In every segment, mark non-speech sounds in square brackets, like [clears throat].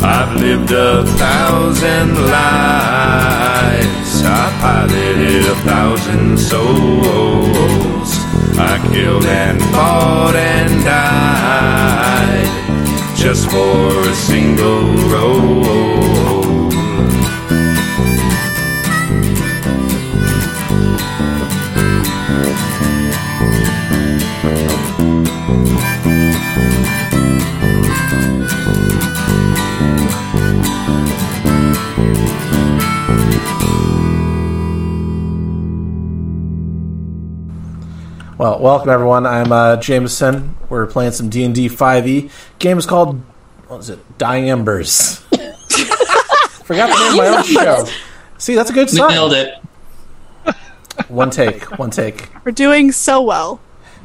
I've lived a thousand lives. I piloted a thousand souls. I killed and fought and died just for a single role. Well, welcome everyone. I'm uh, Jameson. We're playing some D and D Five E. Game is called what is it? Diembers. [laughs] Forgot the name of my own show. See, that's a good sign. Nailed it. One take, one take. We're doing so well.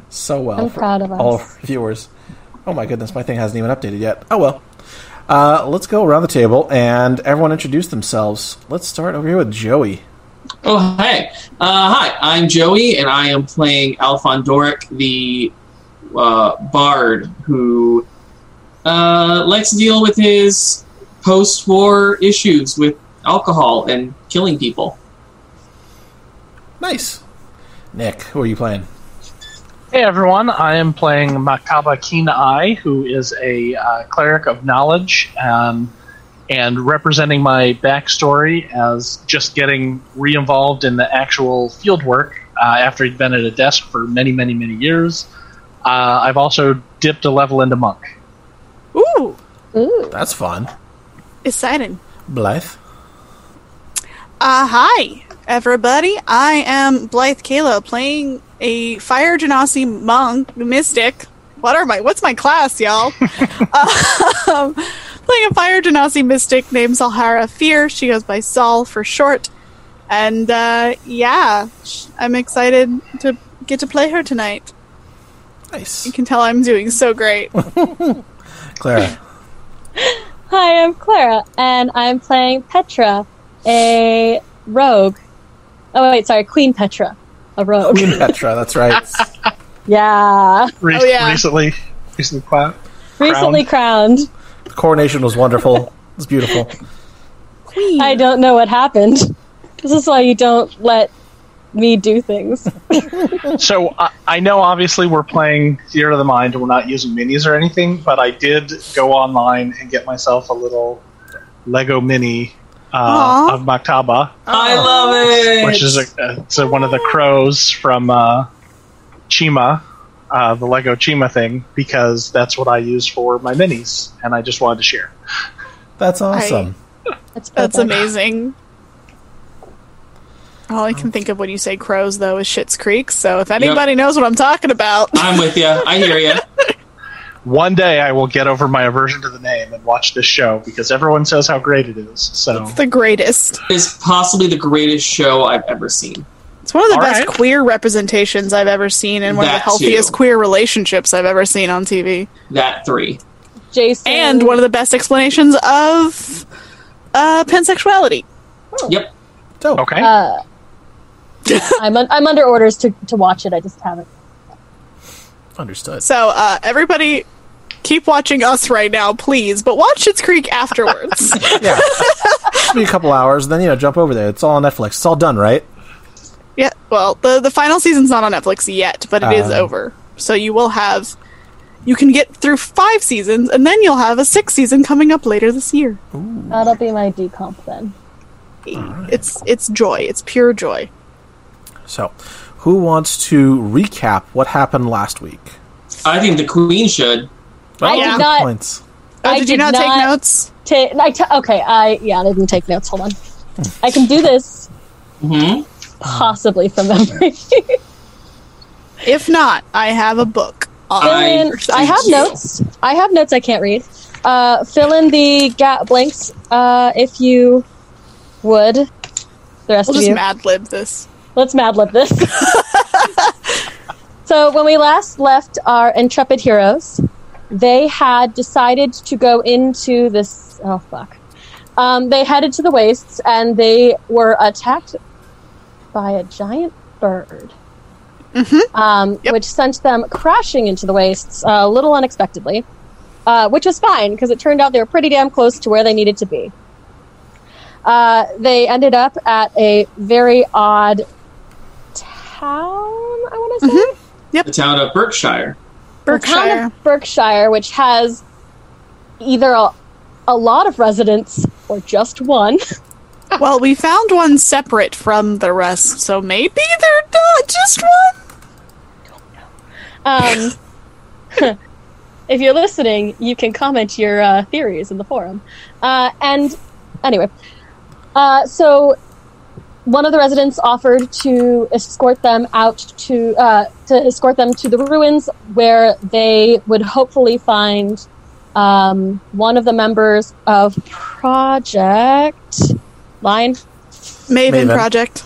So well. I'm for proud of us. All of our viewers. Oh my goodness, my thing hasn't even updated yet. Oh well. Uh, let's go around the table and everyone introduce themselves. Let's start over here with Joey. Oh, hey. Uh, hi, I'm Joey, and I am playing Alphon Doric, the uh, bard who uh, likes to deal with his post war issues with alcohol and killing people. Nice. Nick, who are you playing? Hey everyone, I am playing Makaba Keen Eye, who is a uh, cleric of knowledge, um, and representing my backstory as just getting re involved in the actual field work uh, after he'd been at a desk for many, many, many years. Uh, I've also dipped a level into monk. Ooh, Ooh, That's fun. exciting. Blythe. Uh, hi, everybody. I am Blythe Kayla playing a Fire Genasi monk, mystic. What are my, what's my class, y'all? um, playing a Fire Genasi mystic named Zalhara Fear. She goes by Sol for short. And, uh, yeah, sh- I'm excited to get to play her tonight. Nice. You can tell I'm doing so great. Clara. Hi, I'm Clara, and I'm playing Petra, a rogue. Oh, wait, sorry, Queen Petra, a rogue. Queen Petra, that's right. [laughs] yeah. Re- Oh, yeah. Recently, recently, cla- Recently crowned. The coronation was wonderful. It was beautiful. I don't know what happened. [laughs] This is why you don't let me [laughs] do things. So I I know obviously we're playing Theater of the Mind and we're not using minis or anything, but I did go online and get myself a little Lego mini uh, Aw. of Maktaba, I love it. which is a, uh, it's a, one of the crows from uh, Chima, uh, the Lego Chima thing, because that's what I use for my minis, and I just wanted to share. That's awesome. That's That's, perfect. Oh, amazing. All I can think of when you say crows, though, is Shit's Creek. So if anybody knows what I'm talking about, [laughs] I'm with you. I hear you. One day I will get over my aversion to the name and watch this show because everyone says how great it is. So it's the greatest. It's possibly the greatest show I've ever seen. It's one of the All best right. queer representations I've ever seen, and one of the That healthiest too. queer relationships I've ever seen on TV, That three. Jason. Oh. and one of the best explanations of uh, pansexuality. Yep. Dope. [laughs] okay, Uh, I'm, un- I'm under orders to, to watch it. I just haven't. Understood. So uh, everybody, keep watching us right now, please, but watch Shit's Creek [laughs] afterwards. Yeah. It'll be a couple hours, then you know, jump over there. It's all on Netflix. It's all done, right? Yeah, well, the the final season's not on Netflix yet, but it is Um. over. So you will have you can get through 5 seasons and then you'll have a 6th season coming up later this year. That'll be my decomp then. It's it's joy. It's pure joy. So, who wants to recap what happened last week? I think the queen should. I yeah. did not. Points. Oh, I did, you did not, take not- notes? Ta- I t- okay, I yeah, I didn't take notes. Hold on, I can do this hmm possibly from memory. [laughs] If not, I have a book. on- fill I in. I have see you. notes. I have notes. I can't read. Uh, fill in the gap blanks uh, if you would. The rest we'll of just you. mad lib this. Let's mad lib this. so when we last left our intrepid heroes, they had decided to go into this. Oh fuck! Um, they headed to the wastes and they were attacked by a giant bird, um, Yep. which sent them crashing into the wastes uh, a little unexpectedly. uh, which was fine because it turned out they were pretty damn close to where they needed to be. Uh, they ended up at a very odd town, I want to say. The town of Berkshire. The town of Berkshire. Berkshire, which has either a, a lot of residents or just one. Well, we found one separate from the rest, so maybe they're not just one. Um, [laughs] if you're listening, you can comment your uh, theories in the forum. Uh, and anyway, uh, so one of the residents offered to escort them out to uh, to escort them to the ruins, where they would hopefully find um, one of the members of Project Line Maven, Maven. Project.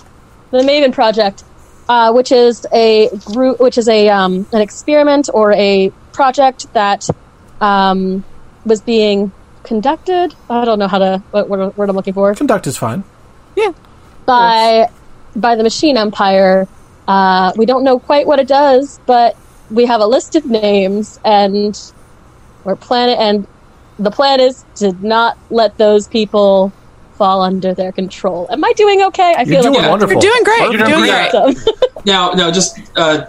the Maven Project, uh, which is a group, which is a um, an experiment or a project that um, was being conducted. I don't know how to what word, word I'm looking for Conduct is fine. by by the Machine Empire. Uh, we don't know quite what it does, but we have a list of names and we're planet and the plan is to not let those people fall under their control. Am I doing okay? I You're feel doing like wonderful. You're doing great. You're You're doing doing great. great. I'm awesome. Now, no, just uh,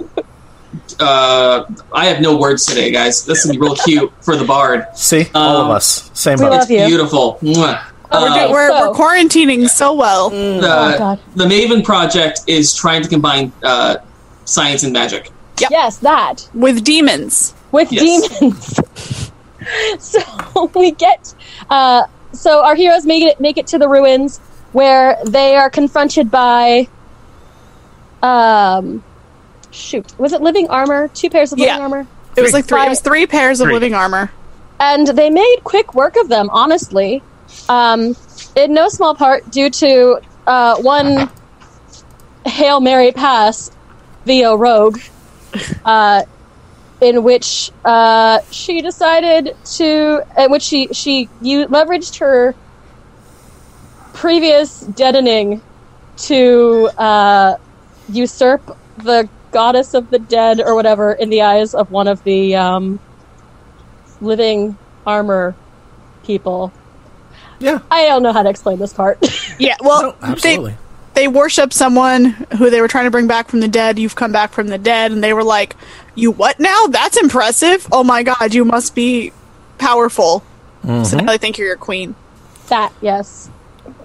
uh, I have no words today, guys. This is real cute for the bard. See, all of Um, us, same we boat. love you. Beautiful. Mwah. Oh, we're Uh, [laughs] doing- We're, [laughs] So- we're quarantining so well. Uh, Oh, the, God. the Maven project is trying to combine uh, science and magic. Yep. Yes, that. with demons. with Yes. demons. [laughs] so we get, uh, so our heroes make it make it to the ruins where they are confronted by, um, shoot, was it living armor? Two pairs of living Yeah. armor, It was like three. Right. It was three pairs of Three. living armor. and they made quick work of them. Honestly, um, in no small part due to uh, one hail mary pass via rogue. Uh, in which uh, she decided to, in which she she u- leveraged her previous deadening to uh, usurp the goddess of the dead or whatever in the eyes of one of the um, living armor people. Yeah, I don't know how to explain this part. [laughs] Yeah, well, no, Oh, absolutely. they they worship someone who they were trying to bring back from the dead. You've come back from the dead, and they were like, "You what now? That's impressive! Oh my god, you must be powerful." So now they think you're your queen. that yes,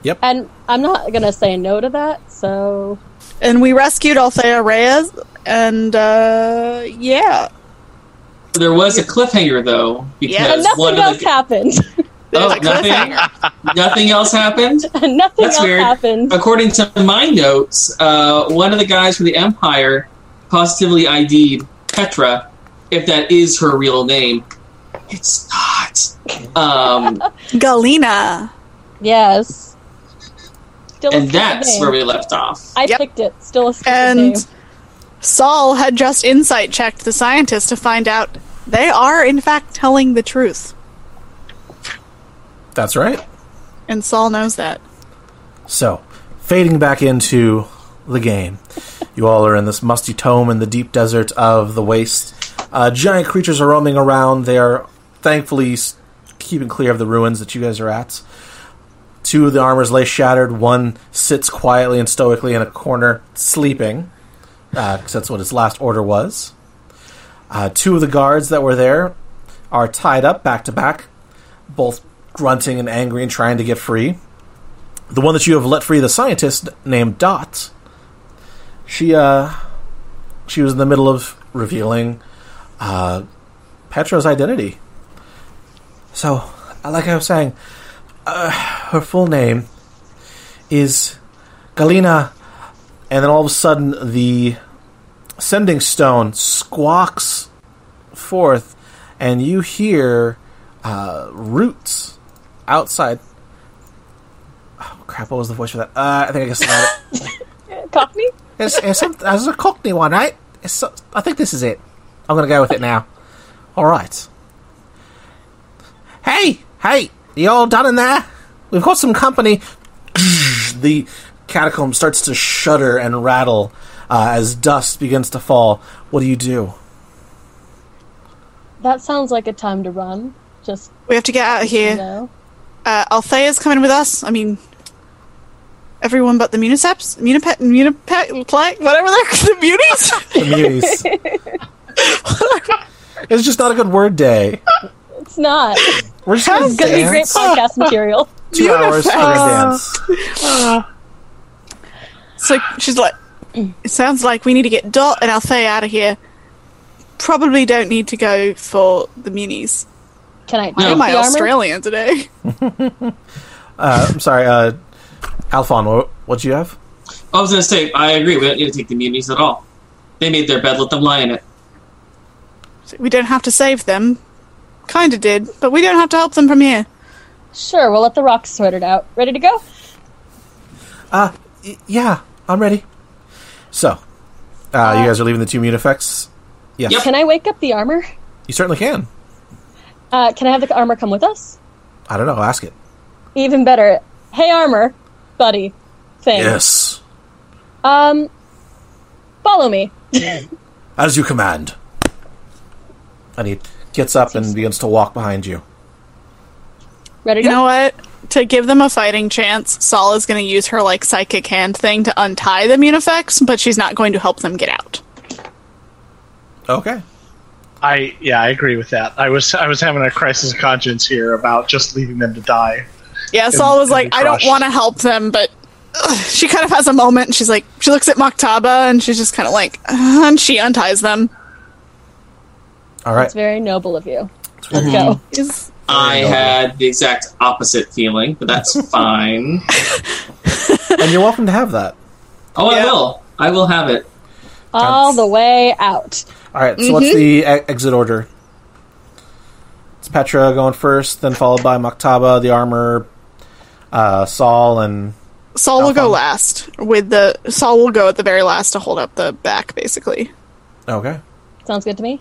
Yep. and I'm not gonna say no to that. So And we rescued Althea Reyes, and uh, yeah, There was a cliffhanger though, because Yeah, and nothing one of else the happened. [laughs] oh, There's a nothing, cliffhanger. [laughs] nothing else happened. and nothing That's else weird. happened. According to my notes, uh, one of the guys from the Empire positively ID'd Petra, if that is her real name. It's not. Um, Galena. Yes. Still a and stupid that's name. where we left off. I Yep. picked it. Still a stupid name. And Saul had just insight checked the scientist to find out they are, in fact, telling the truth. That's right. And Saul knows that. So, fading back into the game, you all are in this musty tome in the deep desert of the waste. Uh, giant creatures are roaming around. They are thankfully s- keeping clear of the ruins that you guys are at. Two of the armors lay shattered. One sits quietly and stoically in a corner, sleeping, because that's what his last order was. Uh, two of the guards that were there are tied up back to back, both grunting and angry and trying to get free the one that you have let free, the scientist named Dot. She uh, she was in the middle of revealing uh, Petra's identity. So, like I was saying, uh, her full name is Galina, and then all of a sudden, the sending stone squawks forth, and you hear uh, roots outside crap, what was the voice for that? Uh, I think I guess about it. Cockney? It's, it's, some, it's a Cockney one, right? It's, so- I think this is it. I'm going to go with it now. All right. Hey, hey, you all done in there? We've got some company. [laughs] The catacomb starts to shudder and rattle uh, as dust begins to fall. What do you do? That sounds like a time to run. Just We have to get out of you here. know. Uh, Althea's coming with us. I mean, everyone but the Municeps, Munipet, Munipet, Ply- whatever they're the [laughs] Munis. The Munis. it's just not a good word day. It's not. We're just gonna It's going to be great dance. podcast material. Two hours for a dance. So she's like, Mm. it sounds like we need to get Dot and Althea out of here. Probably don't need to go for the Munis. Can I I'm take my the armor? Australian today. [laughs] Uh, I'm sorry, uh, Alphon. What, what you have? I was gonna say, I agree. We don't need to take the mutinies at all. They made their bed. Let them lie in it. We don't have to save them. Kinda did, but we don't have to help them from here. Sure, we'll let the rocks sort it out. Ready to go? Y- yeah, I'm ready. So, uh, you guys are leaving the two mute effects. Yes, Yep. Can I wake up the armor? you certainly can. Uh, can I have the armor come with us? I don't know. Ask it. Even better. Hey, armor, buddy, thing. Yes, Um, follow me. as you command. And he gets up and begins to walk behind you. Ready to You go? know what? To give them a fighting chance, Sol is going to use her like psychic hand thing to untie the Munifex, but she's not going to help them get out. Okay. I yeah, I agree with that. I was I was having a crisis of conscience here about just leaving them to die. Yeah, Sol was it'll like, be I don't crushed. want to help them, but ugh, she kind of has a moment. And she's like, she looks at Maktaba and she's just kind of like, "Ugh," and she unties them. All right. It's very noble of you. Let's go. Is I had the exact opposite feeling, but [laughs] that's fine. and you're welcome to have that. Oh, Yeah. I will. I will have it. All the way out. All right. So what's the e- exit order? It's Petra going first, then followed by Maktaba, the armor, uh, Saul, and Sol will go Alphon. last with the Sol will go at the very last to hold up the back, basically. okay. Sounds good to me.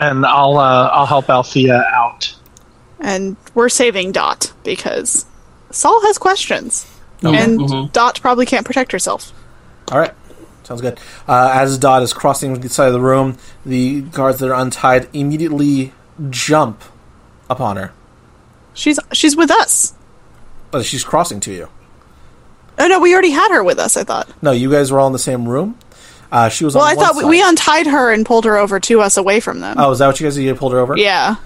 And I'll uh, I'll help Althea out. And we're saving Dot because Sol has questions, Oh. and mhm. Dot probably can't protect herself. All right. Sounds good. Uh, as Dodd is crossing the side of the room, the guards that are untied immediately jump upon her. She's she's with us. But she's crossing to you. Oh no, we already had her with us. I thought. No, you guys were all in the same room. Uh, she was. Well, on I one thought we, side. we untied her and pulled her over to us away from them. Oh, is that what you guys did? You pulled her over? Yeah.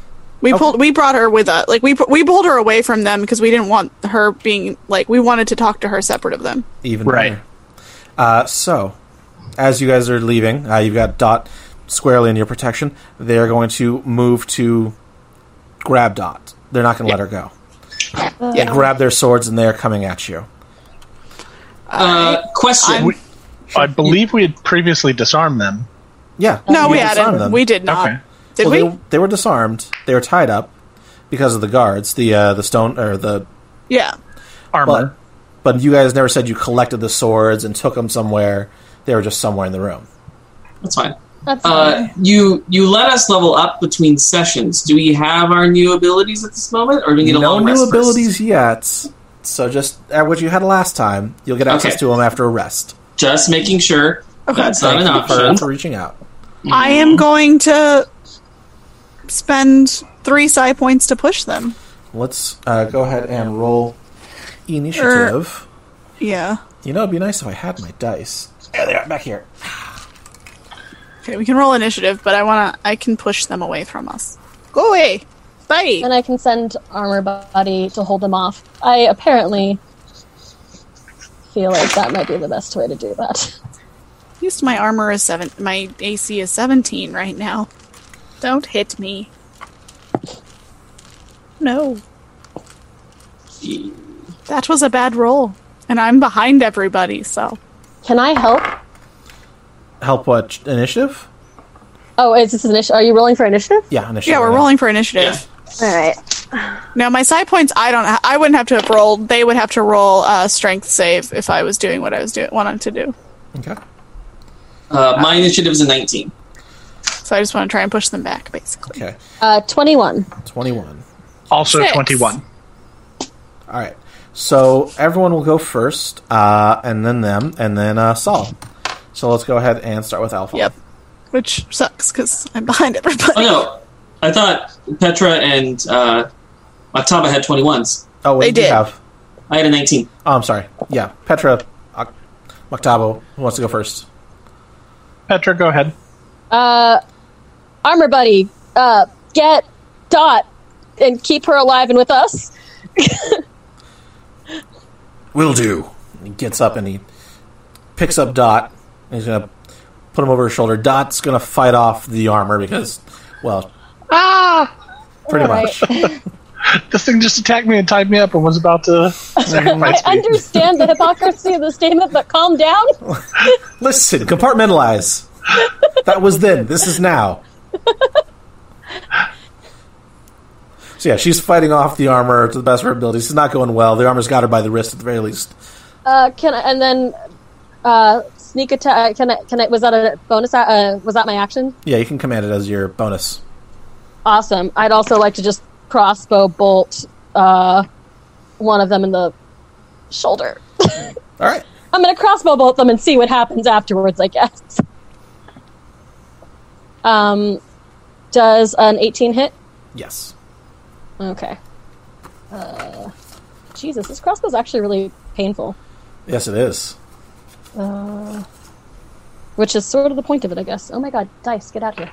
We Okay. pulled we brought her with us. Like we pu- we pulled her away from them because we didn't want her being like we wanted to talk to her separate of them. Even Right. better. Uh, so, as you guys are leaving, uh, you've got Dot squarely in your protection. They are going to move to grab Dot. They're not going to let her go. Uh, They grab their swords and they are coming at you. Uh, question. We, I believe we had previously disarmed them. Yeah. no, you we had disarmed it. We did not. Okay. Did well, we? They, they were disarmed. They were tied up because of the guards, the uh, the stone or the Yeah. but, Armor. but you guys never said you collected the swords and took them somewhere. They were just somewhere in the room. That's fine. That's Uh, you you let us level up between sessions. Do we have our new abilities at this moment, or do we need a No long new rest first? abilities yet. So just at what you had last time, you'll get access Okay. to them after a rest. Just making sure that's not Thank an you for, option. for reaching out. I am going to spend 3 psi points to push them. Let's uh, go ahead and roll initiative. Yeah. You know, it'd be nice if I had my dice. There they are, back here. Okay, we can roll initiative, but I want to I can push them away from us. Go away. Bye. And I can send armor body to hold them off. I apparently feel like that might be the best way to do that. [laughs] At least my armor is 7 my AC is 17 right now. Don't hit me. No. That was a bad roll. And I'm behind everybody, so. Can I help? Help what initiative? Oh, is this initiative? Are you rolling for initiative? Yeah, initiative. Yeah, we're right now. rolling for initiative. All right. Now, my side points, I don't, ha- I wouldn't have to have rolled. They would have to roll uh, strength save if I was doing what I was doing, wanted to do. Okay. Uh, my initiative is a nineteen. So I just want to try and push them back, basically. Okay. Uh, 21. Twenty-one. Also Six. twenty one. All right. So everyone will go first, uh, and then them, and then uh, Saul. So let's go ahead and start with Alpha. Yep. Which sucks because I'm behind everybody. Oh no, I thought Petra and uh, Octava had 21s. Oh, wait, They you did. have. I had a 19. Oh, I'm sorry. Yeah, Petra, Oc- Octavo. Who wants to go first? Petra, go ahead. Uh, armor buddy, uh, get Dot and keep her alive and with us. Will do. He gets up and he picks up Dot. And he's gonna put him over his shoulder. Dot's gonna fight off the armor because, well, Ah! pretty All much. This thing just attacked me and tied me up and was about to. I sacrifice me. understand the hypocrisy of the statement, but calm down. [laughs] Listen, compartmentalize. That was then. This is now. So yeah, she's fighting off the armor to the best of her abilities. It's not going well. The armor's got her by the wrist at the very least. [laughs] Uh, can I, and then uh, sneak attack? Can I? Can I? Was that a bonus? Uh, was that my action? Yeah, you can command it as your bonus. Awesome. I'd also like to just crossbow bolt uh, one of them in the shoulder. All right. I'm gonna crossbow bolt them and see what happens afterwards. I guess. Um, does an 18 hit? Yes. Okay. Uh, Jesus, this crossbow is actually really painful, Yes, it is. which is sort of the point of it, I guess. Oh my god, dice, get out here.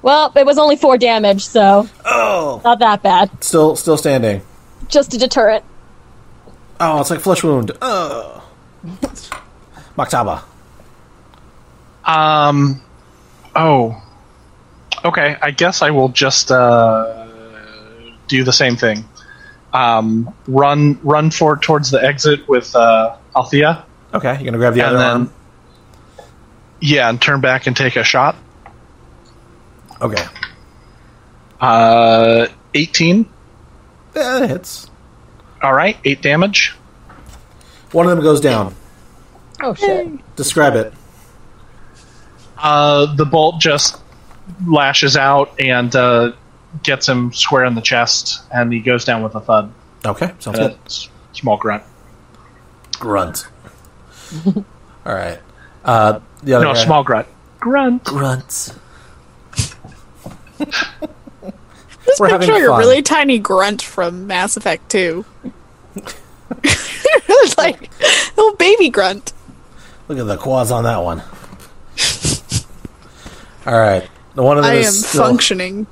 Well, it was only four damage, so Oh, not that bad. still, still standing. Just a deterrent. Oh, it's like flesh wound. Oh. Maktaba. Um. Oh. Okay. I guess I will just uh, do the same thing. Um, run, run for towards the exit with uh, Althea, Okay, you're gonna grab the and other then arm. yeah, and turn back and take a shot. Okay, Uh, Eighteen. Eh, it hits. All right, eight damage. One of them goes down. Oh shit. Describe it. Uh, the bolt just lashes out and uh, gets him square in the chest, and he goes down with a thud. Okay, sounds And a good. s- small grunt. Grunt. All right. Uh, the other No, guy- small grunt. Grunt. grunts. Just We're having picture your fun. really tiny grunt from Mass Effect [laughs] 2. it's like little baby grunt. Look at the quads on that one. All right. The one of them I am is still, functioning.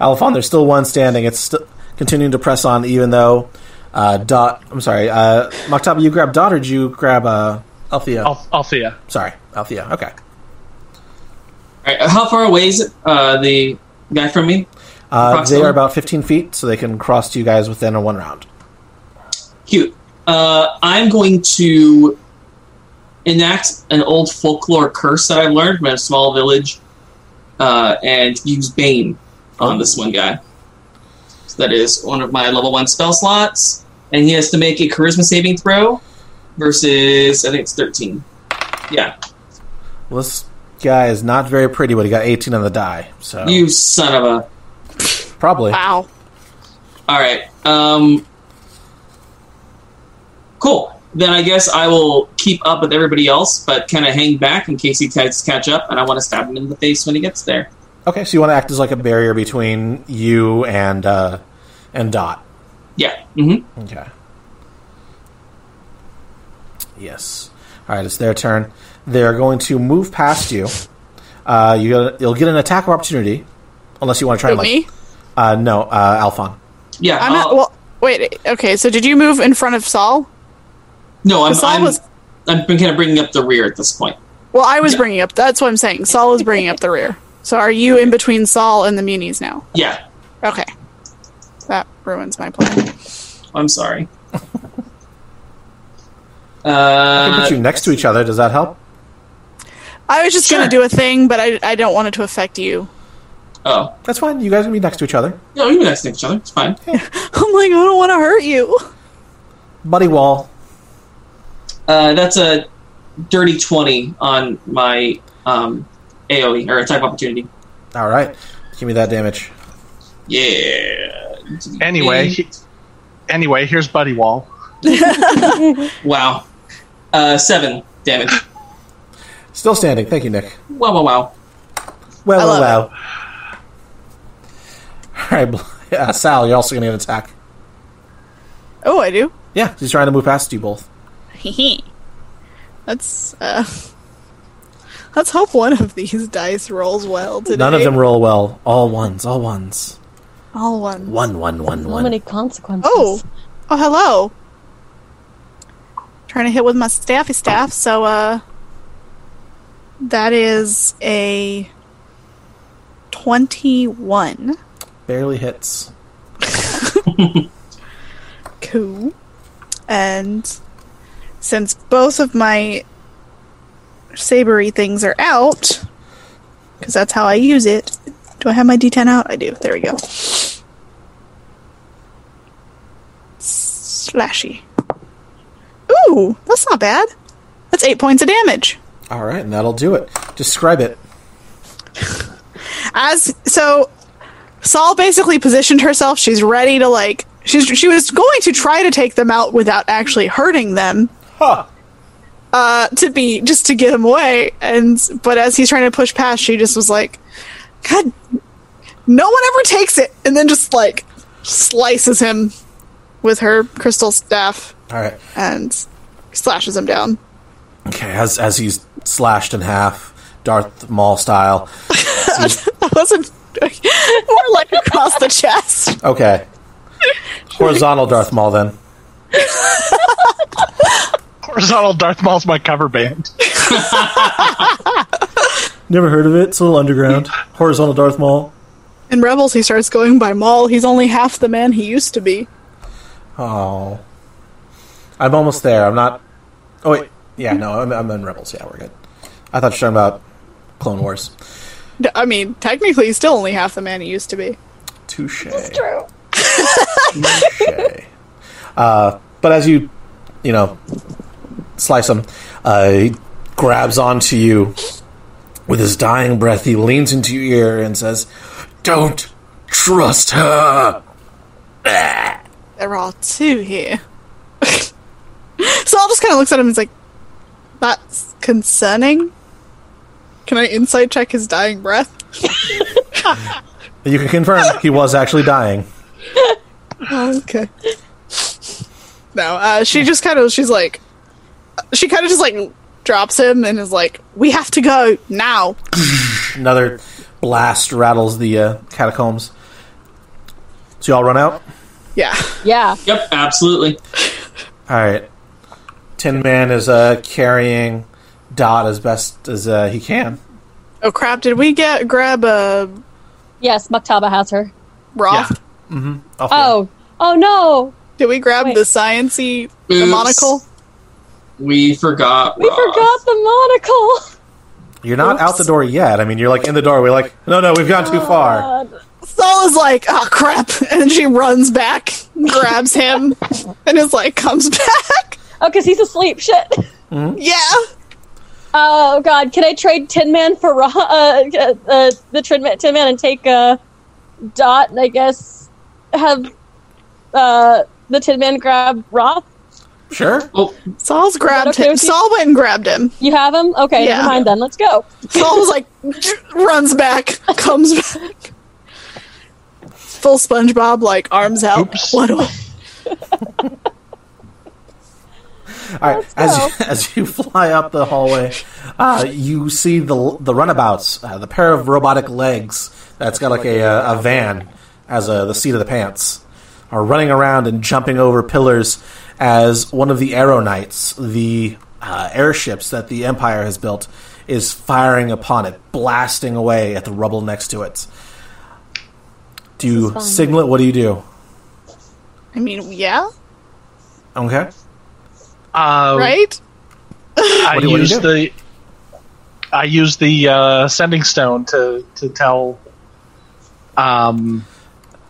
Alphon, there's still one standing. It's st- continuing to press on, even though uh, Dot. I'm sorry, uh, Maktaba. You grab Dot, or did you grab uh, Althea? Al- Althea. Sorry, Althea. Okay. All right, how far away is it, uh, the guy from me? Uh, they Approximately. are about 15 feet, so they can cross to you guys within a one round. Cute. Uh, I'm going to enact an old folklore curse that I learned from a small village uh, and use Bane on this one guy. So that is one of my level one spell slots, and he has to make a charisma saving throw versus, I think it's 13. Yeah. Well, this guy is not very pretty, but he got 18 on the die, so You son of a. probably. Ah, Wow. All right. Um, cool. Then I guess I will keep up with everybody else, but kind of hang back in case he tries to catch up, and I want to stab him in the face when he gets there. Okay, so you want to act as like a barrier between you and uh, and Dot. Yeah. hmm Okay. Yes. All right, it's their turn. They're going to move past you. Uh, you you'll get an attack of opportunity, unless you want to try Who, and like me? Uh, no, uh, Alphon. Yeah. uh, I'm Um, I'll- not. Well, wait. Okay, so did you move in front of Saul? no, I'm. Saul I'm, was- I'm kind of bringing up the rear at this point. Well, I was Yeah. bringing up. That's what I'm saying. Saul was bringing up the rear. So are you in between Saul and the Munis now? Yeah. Okay. That ruins my plan. I'm [laughs] sorry. I can Uh, put you next to each other. Does that help? I was just Sure. going to do a thing, but I, I don't want it to affect you. oh. That's fine. You guys can be next to each other. No, you're next to each other. It's fine. I'm like, I don't want to hurt you. Buddy Wall. Uh, that's a dirty 20 on my um, AoE, or attack of opportunity. All right, give me that damage. Yeah. Anyway, he- anyway, here's Buddy Wall. Wow. Uh, seven damage. Still standing. Thank you, Nick. Wow, wow, wow. Well, I well, love well. All right, Bl- [laughs] uh, Sal, you're also going to get an attack. Oh, I do. Yeah, he's trying to move past you both. Let's uh, [laughs] let's hope one of these dice rolls well today. None of them roll well. All ones, all ones. All one. One, one, one, So one. many consequences. Oh, oh, hello. Trying to hit with my staffy staff. So, uh, that is a twenty-one. Barely hits. Cool. And since both of my sabery things are out, because that's how I use it. Do I have my D10 out? I do. There we go. Slashy. Ooh, that's not bad. That's eight points of damage. All right, and that'll do it. Describe it. as so Saul basically positioned herself. She's ready to like she's she was going to try to take them out without actually hurting them. Huh. Uh, to be just to get him away, and but as he's trying to push past, she just was like, "God, no one ever takes it," and then just like slices him with her crystal staff All right. and slashes him down. [laughs] Okay, as as he's slashed in half, Darth Maul style. That wasn't more like across the chest. Okay. Horizontal Darth Maul then. Horizontal Darth Maul's my cover band. Never heard of it. It's a little underground. Horizontal Darth Maul. In Rebels, he starts going by Maul. He's only half the man he used to be. Oh. I'm almost there. I'm not. Oh, wait. Yeah, no, I'm, I'm in Rebels. Yeah, we're good. I thought you were talking about Clone Wars. D- I mean, technically, he's still only half the man he used to be. Touche. true. Touche. uh, but as you, you know, slice him, uh, he grabs onto you with his dying breath. He leans into your ear and says, "Don't trust her." There are two here. [laughs] Saul just kind of looks at him and is like, that's concerning. Can I insight check his dying breath? You can confirm [laughs] he was actually dying. Oh, okay. [laughs] No, uh, she just kind of, she's like, she kind of just like drops him and is like, we have to go now. Another blast rattles the uh, catacombs. So y'all run out. Yeah. Yeah. Yep, absolutely. All right. Tin Man is uh, carrying Dot as best as uh, he can. Oh crap, did we get, grab a Yes, Maktaba has her. Roth? Yeah. Off you Oh. Oh no. Did we grab Wait. the sciency the Oops. monocle? We forgot. We forgot the monocle. You're not out the door yet. I mean, you're like in the door. We're like, no, no, we've gone too far. God. Saul is like, oh crap, and she runs back, grabs him, and is like, comes back. Oh, because he's asleep. Shit. [laughs] Yeah. Oh God. Can I trade Tin Man for Ra- uh, uh, uh, the Tin Man, Tin Man and take uh, Dot? And I guess have uh, the Tin Man grab Roth. Sure. Oh, Saul's grabbed okay him. with you? Saul went and grabbed him. You have him. Okay. Yeah. Never mind then. Let's go. Saul was like, runs back, comes back. Full SpongeBob, like arms out. Oops. What do I? All right. As you, [laughs] as you fly up the hallway, uh, you see the the runabouts, uh, the pair of robotic legs that's got like a uh, a van as a, the seat of the pants, are running around and jumping over pillars as one of the Aero Knights, the uh, airships that the Empire has built, is firing upon it, blasting away at the rubble next to it. Do you signal it? What do you do? I mean, yeah, Okay. Oh. Uh, right? I [laughs] What do you wanna use do? the I use the uh, sending stone to to tell um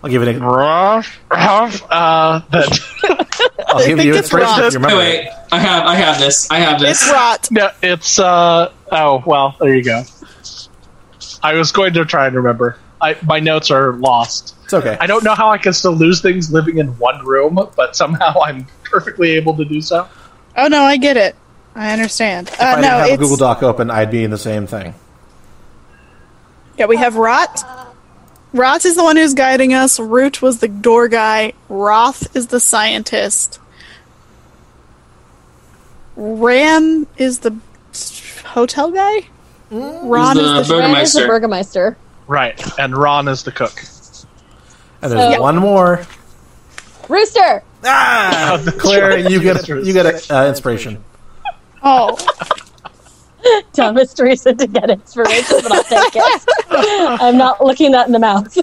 I'll give it. A, Ruff, Ruff, uh, [laughs] that I'll give think you it's inspiration. wrong. if you wait, remember it. wait. I have, I have this. I have It's this. rot. no, it's uh oh well there you go. I was going to try and remember. I, my notes are lost. It's okay. I don't know how I can still lose things living in one room, but somehow I'm perfectly able to do so. Oh no, I get it. I understand. If Uh, I didn't no, have a it's Google Doc open, I'd be in the same thing. Yeah, we have Rot. Rot is the one who's guiding us. Root was the door guy. Roth is the scientist. Ram is the hotel guy. Ron He's the is the burger- Ron is the Burgermeister. Burgermeister. Right, and Ron is the cook. And there's Yeah. one more. Rooster. [laughs] Ah, Claire, you get a, you get a, uh, inspiration. oh Dumbest reason to get inspiration, but I'll take [laughs] it. I'm not looking that in the mouth.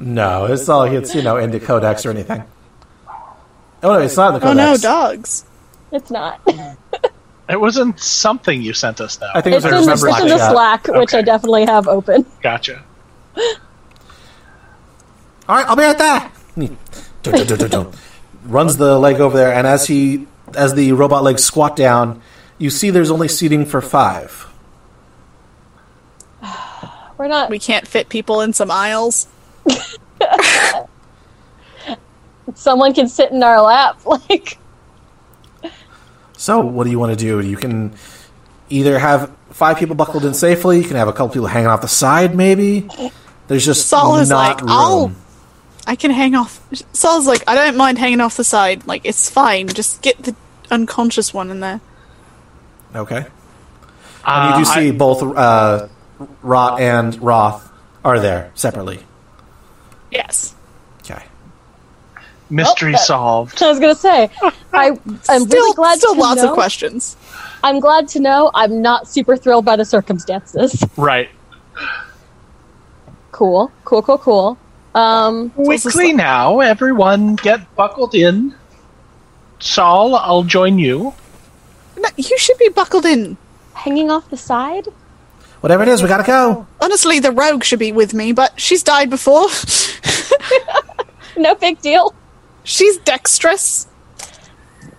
No, it's not like it's you know in the codex or anything. Oh no, it's not in the oh no, codex. dogs. It's not. It wasn't something you sent us though. I think it It's was in, our the, remember it's in the chat. Slack, which I Okay. definitely have open. Gotcha. All right, I'll be right there. Dun, dun, dun, dun, dun. [laughs] Runs the leg over there, and as he as the robot legs squat down, you see there's only seating for five. We're not. We can't fit people in some aisles. Someone can sit in our lap. [laughs] Like, So, what do you want to do? You can either have five people buckled in safely. You can have a couple people hanging off the side, maybe. There's just Saul is not like, "I'll- room. I can hang off. Saul's like, I don't mind hanging off the side. Like, it's fine. Just get the unconscious one in there. Okay. Uh, you do see I- both uh, Rot and Roth are there separately. Yes. Okay. mystery Oh, that- [laughs] solved. I was gonna say, I I'm still, really glad still to lots know, of questions. I'm glad to know I'm not super thrilled by the circumstances. Right. Cool, cool, cool, cool. Um, Quickly now, everyone get buckled in. Saul, I'll join you. No, you should be buckled in. hanging off the side. Whatever it is, we gotta go. Honestly, the rogue should be with me, but she's died before. [laughs] No big deal. she's dexterous.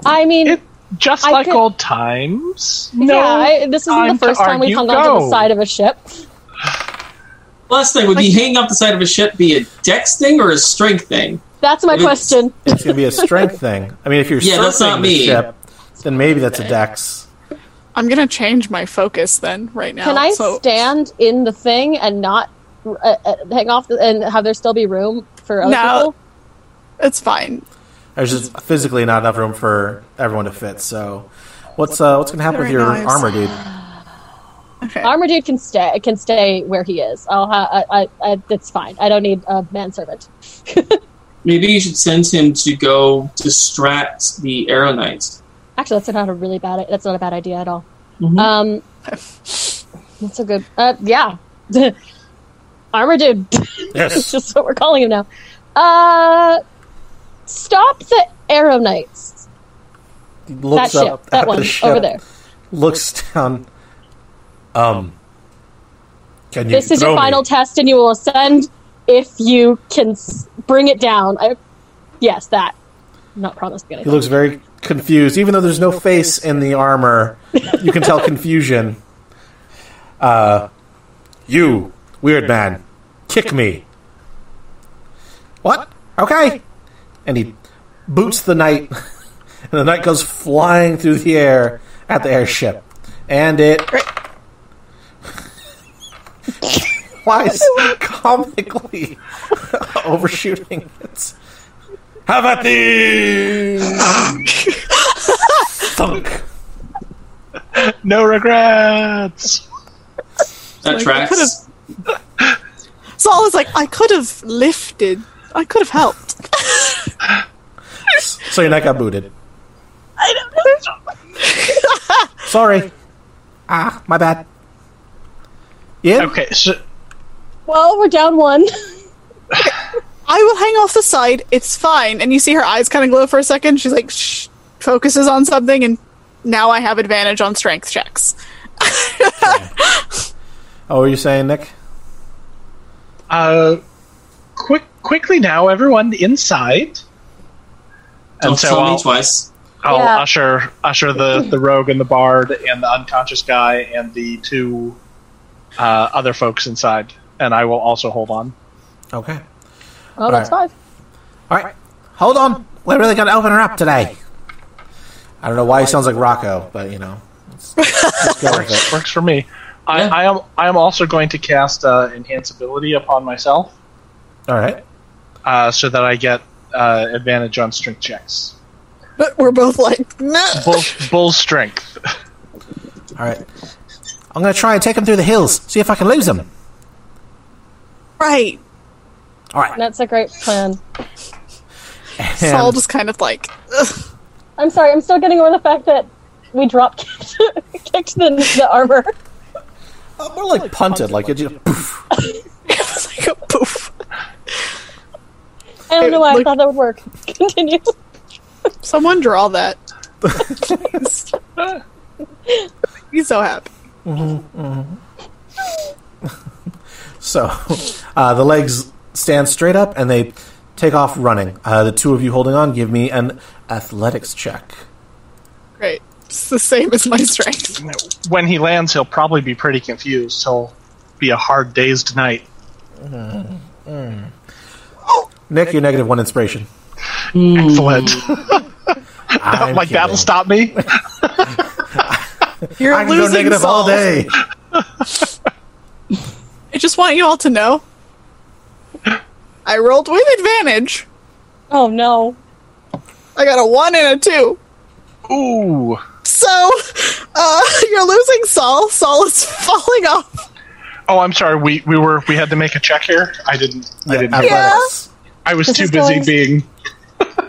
I mean, It just I like could- old times. No, yeah, I, this isn't time the to first time we've argue. hung onto the Go. side of a ship. Last thing would be hanging off the side of a ship be a dex thing or a strength thing? That's my It's- question. It's gonna be a strength [laughs] thing. I mean, if you're Yeah, surfing that's not the me. ship, then maybe that's a dex. I'm gonna change my focus then, right now. Can I so, stand in the thing and not uh, uh, hang off the, and have there still be room for other No. people? It's fine. There's just physically not enough room for everyone to fit. So, what's uh, what's gonna happen with Very your nice. armor, dude? Okay. Armor dude can stay can stay where he is. I'll ha- I, I, I, that's fine. I don't need a manservant. Maybe you should send him to go distract the Aero Knights. Actually, that's not a really bad. That's not a bad idea at all. Mhm. Um, that's a good. Uh, yeah, [laughs] armor dude. [laughs] [laughs] It's Yes. just what we're calling him now. Uh, stop the arrow knights. That Looks ship. up at That [laughs] the one ship, over there. Looks down. Um. Can you This is your throw me? final test, and you will ascend if you can s- bring it down. I, yes, that. I'm not promising He anything. looks very confused, even though there's no face in the armor. You can tell confusion. Uh, you weird man, kick me. What? Okay. And he boots the knight, [laughs] and the knight goes flying through the air at the airship, and it. [laughs] Flies comically [laughs] overshooting it. Have at thee! Thunk. No regrets. That tracks. Saul is like, I could have lifted. I could have helped. [laughs] So your neck got booted. I don't know. Sorry. Ah, my bad. Yeah. Okay, so Well, we're down one. [laughs] I will hang off the side. It's fine. And you see her eyes kind of glow for a second. She's like, shh, focuses on something, and now I have advantage on strength checks. Oh, were you saying, Nick? uh, quick, quickly now, everyone inside. Don't And so tell I'll, me twice. I'll Yeah. usher usher the, the rogue and the bard and the unconscious guy and the two uh, other folks inside, and I will also hold on. Okay. Oh, that's Alright. five. All right. Hold on. We're really going to open her up today. I don't know why he sounds like Rocco, but you know. Let's, let's go with it. Works for me. I, Yeah. I am I am also going to cast uh, enhance ability upon myself [laughs] All right. uh, so that I get uh, advantage on strength checks. But we're both like, no. [laughs] Bull, bull strength. All right. I'm going to try and take him through the hills, see if I can lose him. Right. All right. That's a great plan. Saul And- just kind of like, [laughs] ugh. I'm sorry, I'm still getting over the fact that we drop [laughs] kicked, kicked the, the armor. Uh, more like, punted, like it just. poof. it was like a poof. I don't know why I Look- thought that would work. [laughs] Continue. Someone draw that. Please. He's so happy. So [laughs] uh, the legs stand straight up and they take off running. Uh, the two of you holding on, give me an athletics check. Great. It's the same as my strength. When he lands, he'll probably be pretty confused. He'll be a hard dazed night. Nick, you're negative one [laughs] inspiration. [laughs] Excellent. I'm [laughs] like kidding. that'll Oh stop me. You're I can go losing negative Saul. all day. I just want you all to know. I rolled with advantage. Oh no. I got a one and a two. Ooh. So, uh, [laughs] you're losing Saul. Saul is [laughs] falling off. Oh, I'm sorry. We, we were we had to make a check here. I didn't. I didn't. Yeah, athletics. I was This too is busy going- being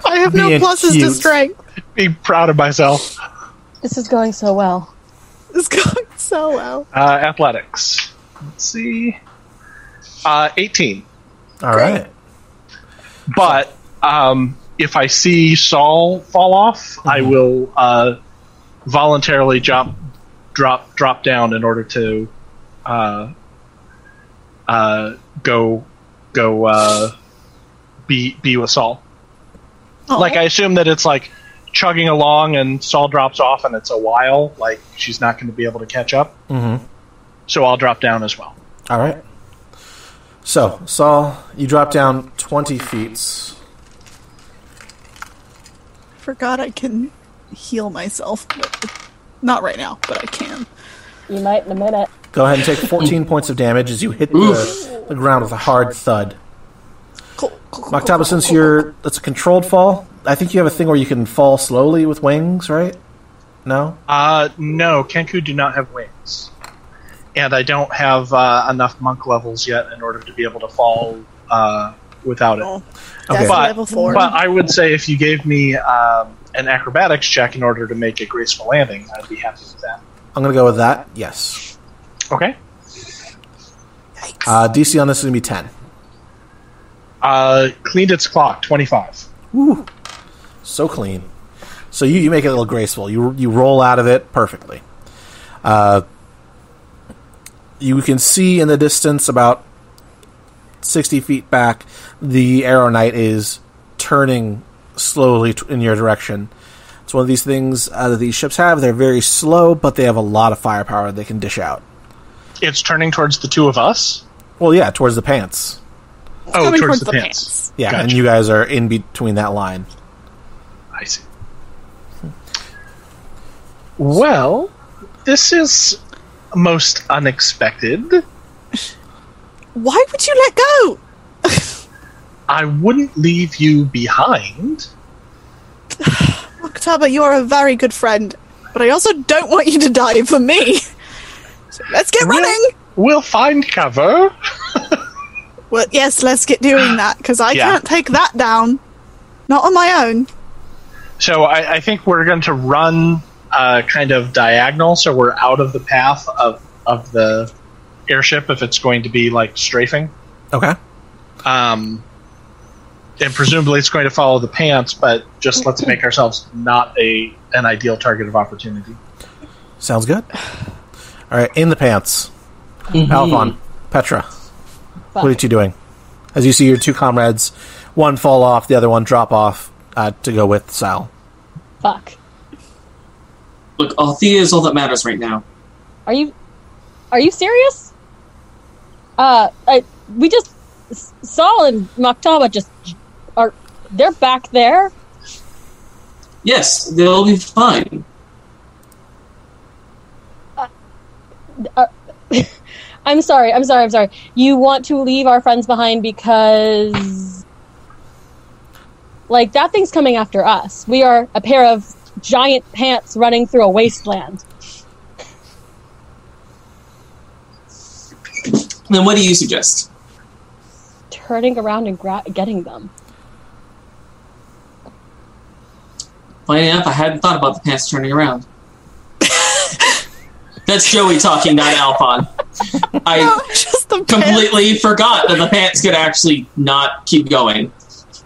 I have no Being pluses to cute. strength. being proud of myself. This is going so well. It's going so well. Uh, athletics. Let's see. Uh, 18. All right. But um, if I see Saul fall off, I will uh, voluntarily drop, drop, drop down in order to uh, uh, go, go uh, be be with Saul. Like I assume that it's like chugging along, and Saul drops off, and it's a while. Like she's not going to be able to catch up. Mhm. So I'll drop down as well. All right. So, Saul, you drop down 20 feet. forgot I can heal myself. But not right now, but I can. You might in a minute. Go ahead and take [laughs] 14 points of damage as you hit the, the ground with a hard thud. Cool. cool, cool, Octava, cool, since cool, cool. you're that's a controlled fall, I think you have a thing where you can fall slowly with wings, right? No. Uh, no, Kenku do not have wings, and I don't have uh, enough monk levels yet in order to be able to fall uh, without it. Oh, Okay. That's But, level four. but I would say if you gave me um, an acrobatics check in order to make a graceful landing, I'd be happy with that. I'm gonna go with that. Yes. Okay. Uh, DC on this is gonna be 10. Uh, cleaned its clock, twenty-five. So clean. So you, you make it a little graceful. You you roll out of it perfectly. Uh, you can see in the distance about 60 feet back, the Arrow Knight is turning slowly t- in your direction. It's one of these things uh, that these ships have. They're very slow, but they have a lot of firepower they can dish out. It's turning towards the two of us. Well, yeah, towards the pants. Oh, Coming towards, towards the, the pants. pants. Yeah, and Gotcha. you guys are in between that line. I see. Well, this is most unexpected. Why would you let go? I wouldn't leave you behind. Octava, you are a very good friend, but I also don't want you to die for me. So let's get running. We'll find cover. Well, yes, let's get doing that because I Yeah. can't take that down. Not on my own. [laughs] So I, I think we're going to run uh, kind of diagonal, so we're out of the path of of the airship if it's going to be like strafing. Okay. Um, and presumably it's going to follow the pants, but just let's make ourselves not a an ideal target of opportunity. Sounds good. All right, in the pants. Alphon, Petra, what are you two doing? As you see your two comrades, one fall off, the other one drop off uh, to go with Sal. Fuck. Look, Althea is all that matters right now. Are you are you serious? Uh I, we just S- Saul and Maktaba just are they're back there. Yes, they'll be fine. I'm sorry. I'm sorry. I'm sorry. You want to leave our friends behind because, like, that thing's coming after us. We are a pair of giant pants running through a wasteland. Then what do you suggest? Turning around and gra- getting them. Funny enough, I hadn't thought about the pants turning around. That's Joey talking, not Alphon. No, I just the pants. completely forgot that the pants could actually not keep going.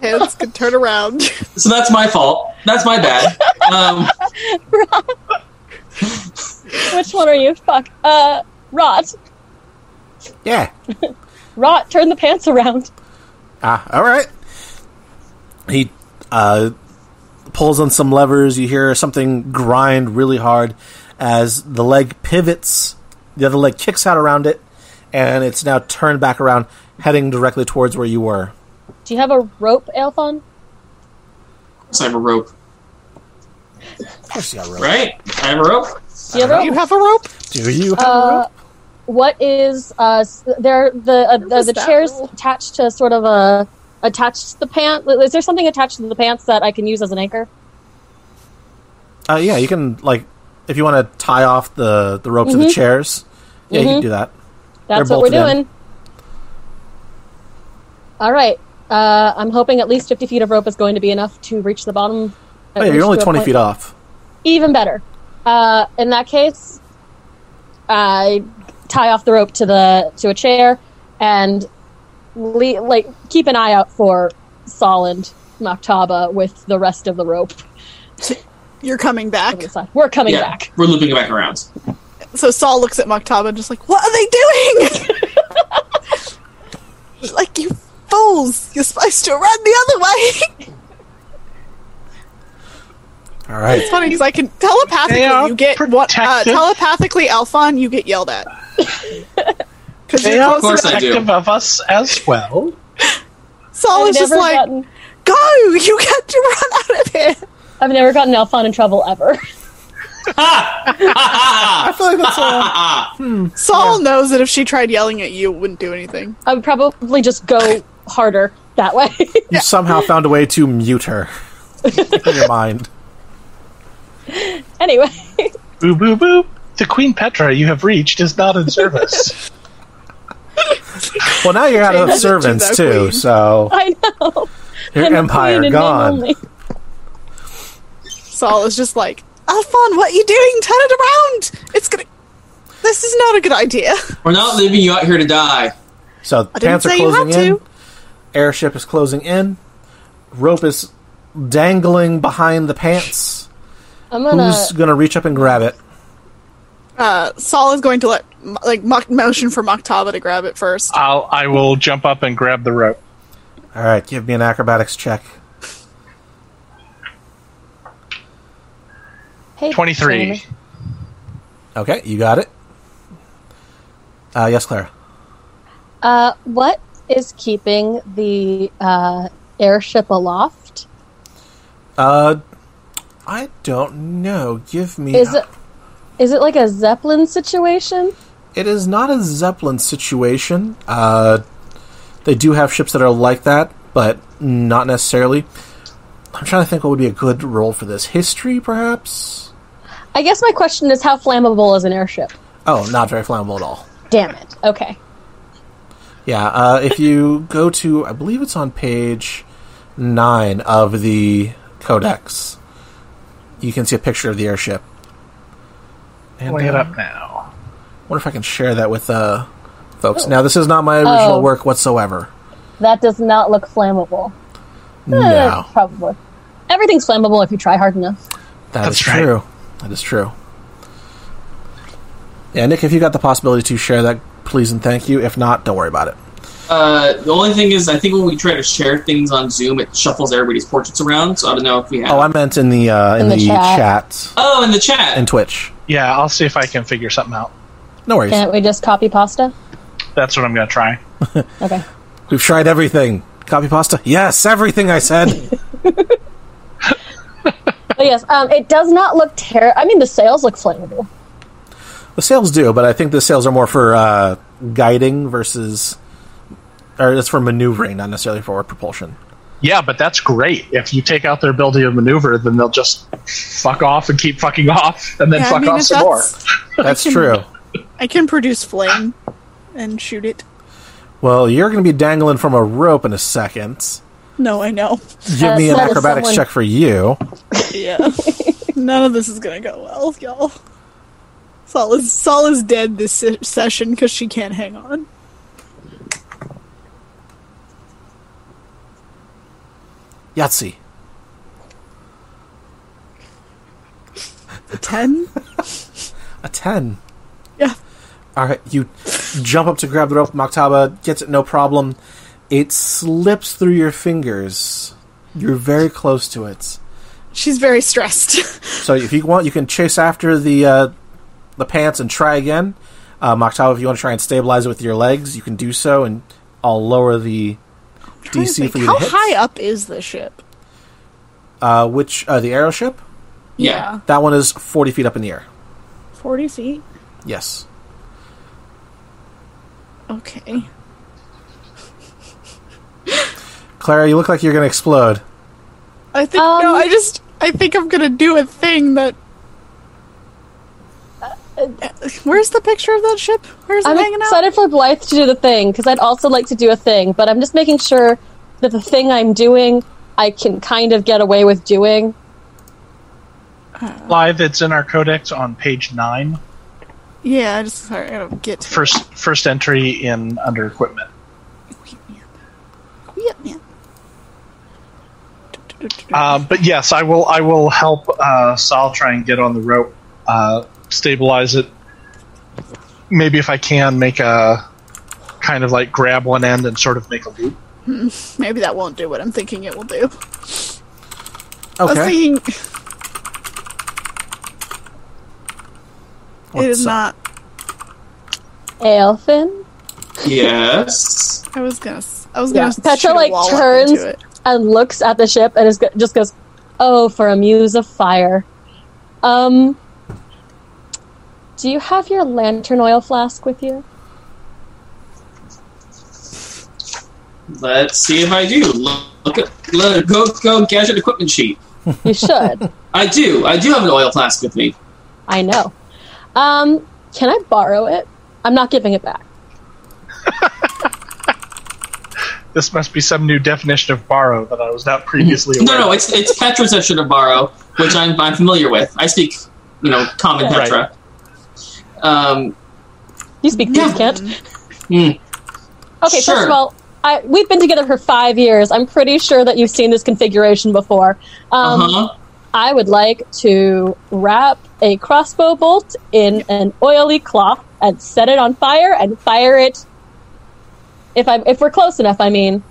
Pants could turn around. [laughs] So that's my fault. That's my bad. Um, Which one are you? Fuck. Uh, Rot. Yeah. Rot, turn the pants around. Ah, all right. He uh, pulls on some levers. You hear something grind really hard as the leg pivots. The other leg kicks out around it, and it's now turned back around, heading directly towards where you were. Do you have a rope, Alphon? so I have a rope, Of course, you got rope. right? I have a rope. Do you have a rope? You have a rope? Do you? Have Uh, what is uh s- there the uh, the, was the that chairs roll? attached to sort of a attached to the pant? Is there something attached to the pants that I can use as an anchor? uh, yeah, you can like if you want to tie off the the rope to the chairs. Yeah, you can do that. That's They're what we're bolted in. doing. All right. Uh, I'm hoping at least 50 feet of rope is going to be enough to reach the bottom. Oh, yeah, you're only twenty feet up. off. Even better. Uh, in that case, I tie off the rope to the to a chair and le- like keep an eye out for Solid Maktaba with the rest of the rope. You're coming on back. the side. We're coming Yeah, back. we're looping it back around. So Saul looks at Maktaba and just like, what are they doing? [laughs] like, you fools. You're supposed to run the other way. [laughs] All right. [laughs] it's funny because I can telepathically, They are you get what? Uh, protected. telepathically, Alphon, you get yelled [laughs] at. Because They you're are close course I enough. do. protective of us as well. Saul I've is just never like, gotten- go! You get to run out of here! I've never gotten Alphon in trouble ever. [laughs] I feel like that's all. Saul knows that if she tried yelling at you, it wouldn't do anything. I would probably just go harder that way. [laughs] You somehow found a way to mute her [laughs] in your mind. anyway, [laughs] Boo boo boo. The Queen Petra you have reached is not in service. Well, now you're out of Changes it to servants the too, queen. so I know. your I'm a queen empire in name gone. only. Saul is just like, Alphon, what are you doing? Turn it around! It's gonna. This is not a good idea. We're not leaving you out here to die. So the I didn't pants are say you had closing in. to. Airship is closing in. Rope is dangling behind the pants. I'm gonna. Who's gonna reach up and grab it? Uh, Saul is going to let like mo- motion for Maktaba to grab it first. I'll I will jump up and grab the rope. All right, give me an acrobatics check. Hey, Twenty three. Simon. Okay, you got it. Uh, yes, Clara. Uh, what is keeping the uh, airship aloft? Uh, I don't know. Give me. Is it is it like a zeppelin situation? It is not a Zeppelin situation. Uh, they do have ships that are like that, but not necessarily. I'm trying to think what would be a good role for this. History, perhaps? I guess my question is how flammable is an airship? Oh, not very flammable at all. Damn it. Okay. Yeah, uh, if you [laughs] go to, I believe it's on page 9 of the Codex, you can see a picture of the airship. And, Lay it uh, up now. wonder if I can share that with uh, folks. Now, this is not my original Oh. work whatsoever. That does not look flammable. Eh, No. probably. Everything's flammable if you try hard enough. That's That's right. true. That is true. Yeah, Nick, if you got the possibility to share that, please and thank you. If not, don't worry about it. Uh, the only thing is, I think when we try to share things on Zoom, it shuffles everybody's portraits around. So I don't know if we have. Oh, I meant in the uh, in, In the, the chat. chat. Oh, in the chat. and Twitch. Yeah, I'll see if I can figure something out. No worries. Can't we just copy pasta? That's what I'm gonna try. Okay. We've tried everything. Copy pasta. Yes, everything I [laughs] said. But yes, um, it does not look terrible. I mean, the sails look flammable. The sales do, but I think the sales are more for uh, guiding versus, or it's for maneuvering, not necessarily for propulsion. Yeah, but that's great. If you take out their ability to maneuver, then they'll just fuck off and keep fucking [laughs] off, and then Yeah, fuck off if some more. that's- That's can- true. I can produce flame and shoot it. Well, you're going to be dangling from a rope in a second. No, I know. Give Uh, me an so does acrobatics someone- check for you. Yeah. [laughs] None of this is gonna go well, y'all. Sol is Sol is dead this se- session because she can't hang on. Yahtzee. A Ten. A 10. [laughs] Yeah. All right, you jump up to grab the rope. Maktaba gets it no problem. It slips through your fingers. You're very close to it. She's very [laughs] stressed. So if you want, you can chase after the uh, the pants and try again. Uh, Maktaba, if you want to try and stabilize it with your legs, you can do so, and I'll lower the Trying to DC for think, you How to hit. high up is the ship? Uh, which uh, the arrow ship? Yeah. That one is forty feet up in the air. Forty feet. Yes. Okay. Clara, you look like you're going to explode. I think Um, no. I just I think I'm gonna do a thing that. uh, Where's the picture of that ship? Where's it hanging I'm out? excited for Blythe to do the thing because I'd also like to do a thing, but I'm just making sure that the thing I'm doing, I can kind of get away with doing. Live, it's in our codex on page nine, Yeah, I just sorry, I don't get to first first entry in under equipment. Yep, yeah. Uh, Um, but yes, I will. I will help uh, Sal try and get on the rope, uh, stabilize it. Maybe if I can make a kind of like grab one end and sort of make a loop. Maybe that won't do what I'm thinking it will do. I was Okay. thinking it is What's up? not. Aelfin Yes. I was gonna. s- I was Yeah, gonna. Petra, shoot a like, wall up turns- into it. and looks at the ship and is go- just goes, "Oh, for a muse of fire." Um, do you have your lantern oil flask with you? Let's see if I do. Look, look at look, go go gadget equipment sheet. [laughs] You should. I do. I do have an oil flask with me. I know. Um, can I borrow it? I'm not giving it back. This must be some new definition of borrow that I was not previously aware. No, no, of. it's it's Petra's I should have borrowed, which I'm I'm familiar with. I speak, you know, common Right. Petra. Um, You speak Yeah. these can't. Hmm. Okay, Sure. first of all, I, we've been together for five years. I'm pretty sure that you've seen this configuration before. Um, uh huh. I would like to wrap a crossbow bolt in an oily cloth and set it on fire and fire it. If I if we're close enough, I mean,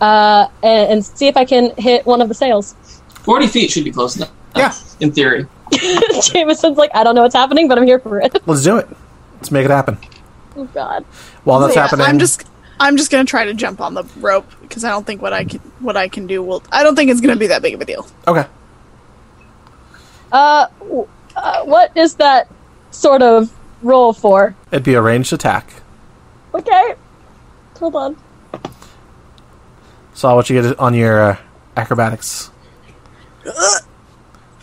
uh, and, and see if I can hit one of the sails. [laughs] Forty feet should be close enough. Yeah. In theory. Jameson's like, I don't know what's happening, but I'm here for it. [laughs] Let's do it. Let's make it happen. oh God, While that's Yeah, happening, I'm just. I'm just gonna try to jump on the rope because I don't think what I can what I can do will. I don't think it's gonna be that big of a deal. okay. uh, w- uh, what is that sort of roll for? It'd be a ranged attack. Okay, hold on. Saw what you get on your uh, acrobatics.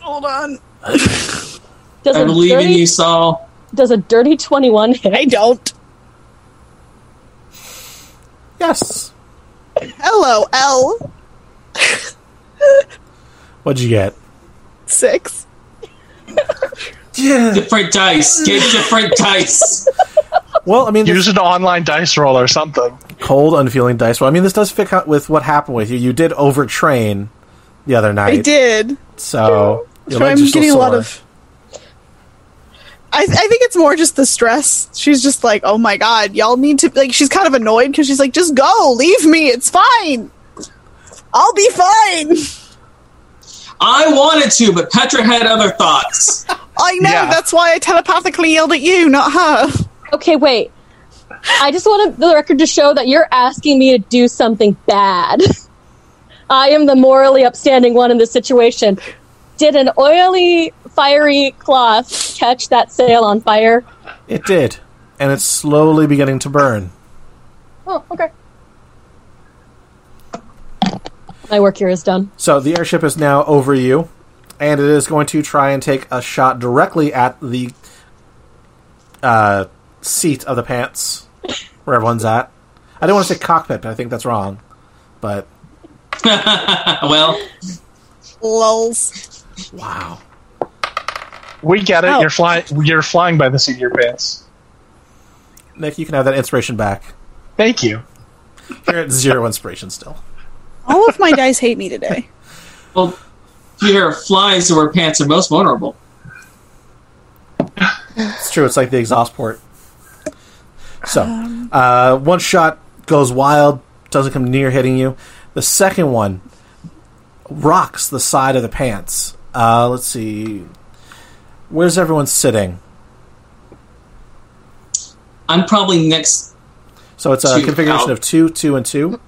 Hold on. Does I a believe in dirty you, Saul. does a dirty twenty one hit? I don't. Yes. Hello, L What'd you get? six. Yeah. Different dice. Get different dice. Well, I mean, Use an online dice roll or something. cold, unfeeling dice. Well, I mean, this does fit out with what happened with you. You did overtrain the other night. I did. So, your So legs I'm are still getting a lot sore. of. I, I think it's more just the stress. She's just like, oh my god, y'all need to like. She's kind of annoyed because she's like, just go, leave me, it's fine. I'll be fine. I wanted to, but Petra had other thoughts. [laughs] I know. Yeah. That's why I telepathically yelled at you, not her. Okay, wait. I just want the record to show that you're asking me to do something bad. I am the morally upstanding one in this situation. Did an oily, fiery cloth catch that sail on fire? It did, and it's slowly beginning to burn. Oh, okay. My work here is done. So the airship is now over you, and it is going to try and take a shot directly at the uh, seat of the pants where everyone's at. I don't want to say cockpit, but I think that's wrong. But well, Lulz. wow, We get it. Oh. You're flying. You're flying by the seat of your pants. Nick, you can have that inspiration back. Thank you. You're at zero inspiration still. All of my dice hate me today. well, fear of flies where pants are most vulnerable. It's true. It's like the exhaust port. So, uh, one shot goes wild, doesn't come near hitting you. The second one rocks the side of the pants. Uh, let's see. Where's everyone sitting? I'm probably next. So it's a Two configuration out. of two, two, and two,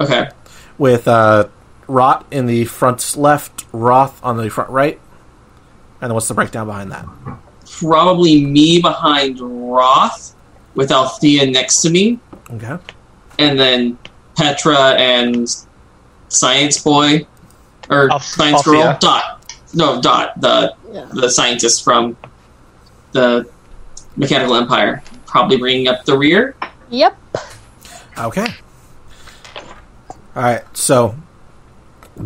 Okay. with uh, Rot in the front left, Roth on the front right. And then what's the breakdown behind that? Probably me behind Roth with Althea next to me, Okay. and then Petra and Science Boy or Alth- Science Althea. Girl Dot. No, Dot, the Yeah. the scientist from the Mechanical Empire. Probably bringing up the rear. Yep. Okay. All right. So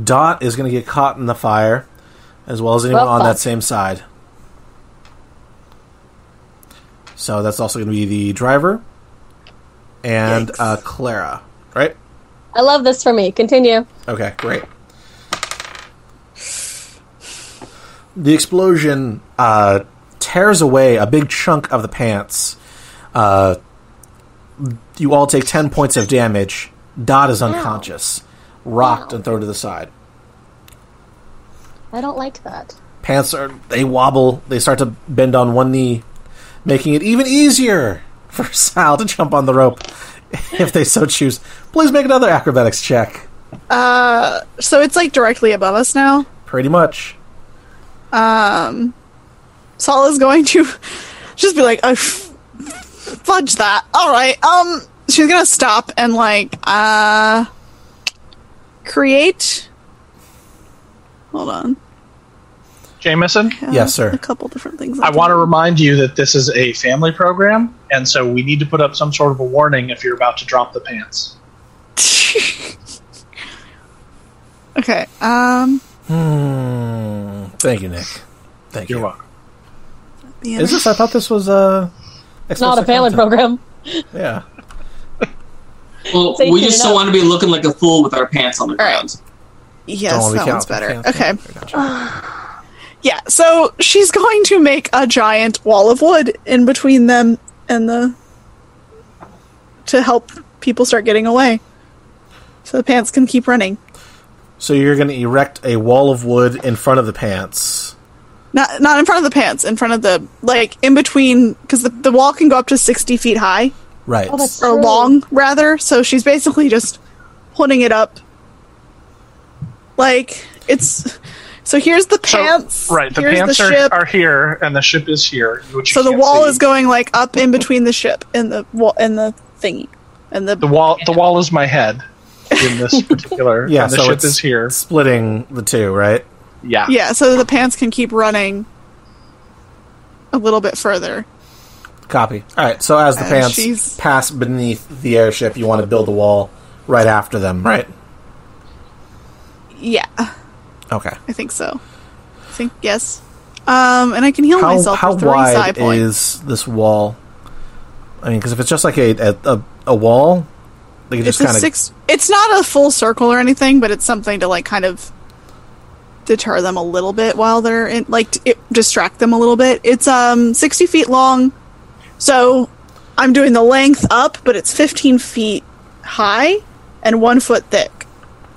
Dot is going to get caught in the fire, as well as anyone Well, on fuck. that same side. So that's also going to be the driver and uh, Clara, right? I love this for me. Continue. Okay, great. The explosion uh, tears away a big chunk of the pants. Uh, you all take 10 points of damage. Dot is unconscious, rocked and thrown to the side. I don't like that. Pants are, they wobble, they start to bend on one knee, making it even easier for [laughs] Sal to jump on the rope [laughs] if they so choose. Please make another acrobatics check. So it's like directly above us now. Pretty much. Saul is going to [laughs] just be like, oh, f- fudge that. All right. Um, she's gonna stop and like, uh, create. Hold on. Jameson, Uh, Yes, sir. A couple different things. I want to remind you that this is a family program, and so we need to put up some sort of a warning if you're about to drop the pants. [laughs] okay. Um. Thank you, Nick. Thank You're you. welcome. the Is this? I thought this was uh, It's not a explicit family content. program. Yeah. Well, They we clean just it don't up. want to be looking like a fool with our pants on the All right. ground. Don't Yes, wanna be that one's counted. better. Can't- Okay. can't- gotcha. Yeah. So she's going to make a giant wall of wood in between them and the to help people start getting away, so the pants can keep running. So you're going to erect a wall of wood in front of the pants. Not not in front of the pants, in front of the like in between because the, the wall can go up to sixty feet high Right. Oh, that's or true. long rather. So she's basically just putting it up. Like it's so here's the So- pants. right, the here's pants the are, ship. are here, and the ship is here. Which you so the can't wall see. is going like up in between the ship and the wall and the thingy and the, the wall. The wall is my head [laughs] in this particular. yeah. and the so ship it's is here. splitting the two, right? Yeah, yeah. So the pants can keep running a little bit further. Copy. All right. So as the And pants she's- pass beneath the airship, you want to build a wall right after them, right? Yeah, Okay. I think so. I think yes. Um, and I can heal How myself how for three psi wide points. is this wall? I mean, because if it's just like a a, a, a wall, they can it's just a kind of six. It's not a full circle or anything, but it's something to like kind of deter them a little bit while they're in, like t- it, distract them a little bit. It's um sixty feet long, so I'm doing the length up, but it's fifteen feet high and one foot thick.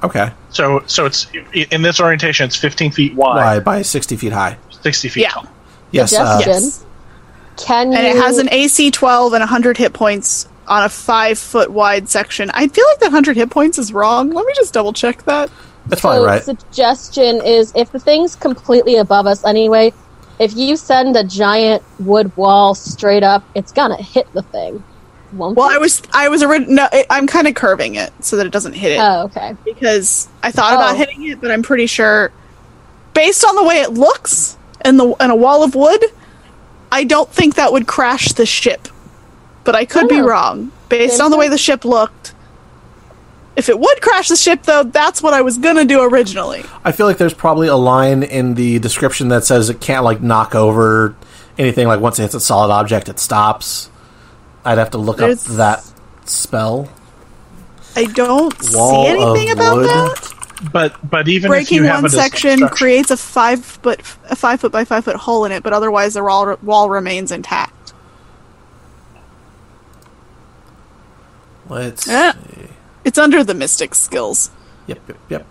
okay So so it's in this orientation. It's 15 feet wide, wide by sixty feet high. 60 feet Yeah, tall. Yes. Uh, Justin, Yes. can you? and it has an AC twelve and hundred hit points on a five foot wide section. I feel like that hundred hit points is wrong. Let me just double check that. That's so probably right. suggestion is if the thing's completely above us anyway, If you send a giant wood wall straight up, it's gonna hit the thing. Won't Well, I it? was I was originally no, it, I'm kind of curving it so that it doesn't hit it Oh, okay. because I thought Oh. about hitting it, but I'm pretty sure based on the way it looks and the and a wall of wood, I don't think that would crash the ship. But I could be Oh. wrong based Same on the way thing. the ship looked. If it would crash the ship, though, that's what I was gonna do originally. I feel like there's probably a line in the description that says it can't like knock over anything. Like once it hits a solid object, it stops. I'd have to look There's- up that spell. I don't Wall see anything of about wood. that. But but even if breaking you have one a section destruction- creates a five foot a five foot by five foot hole in it, but otherwise the wall, wall remains intact. Let's. Eh. Yeah. see. It's under the mystic skills. Yep, yep, yep.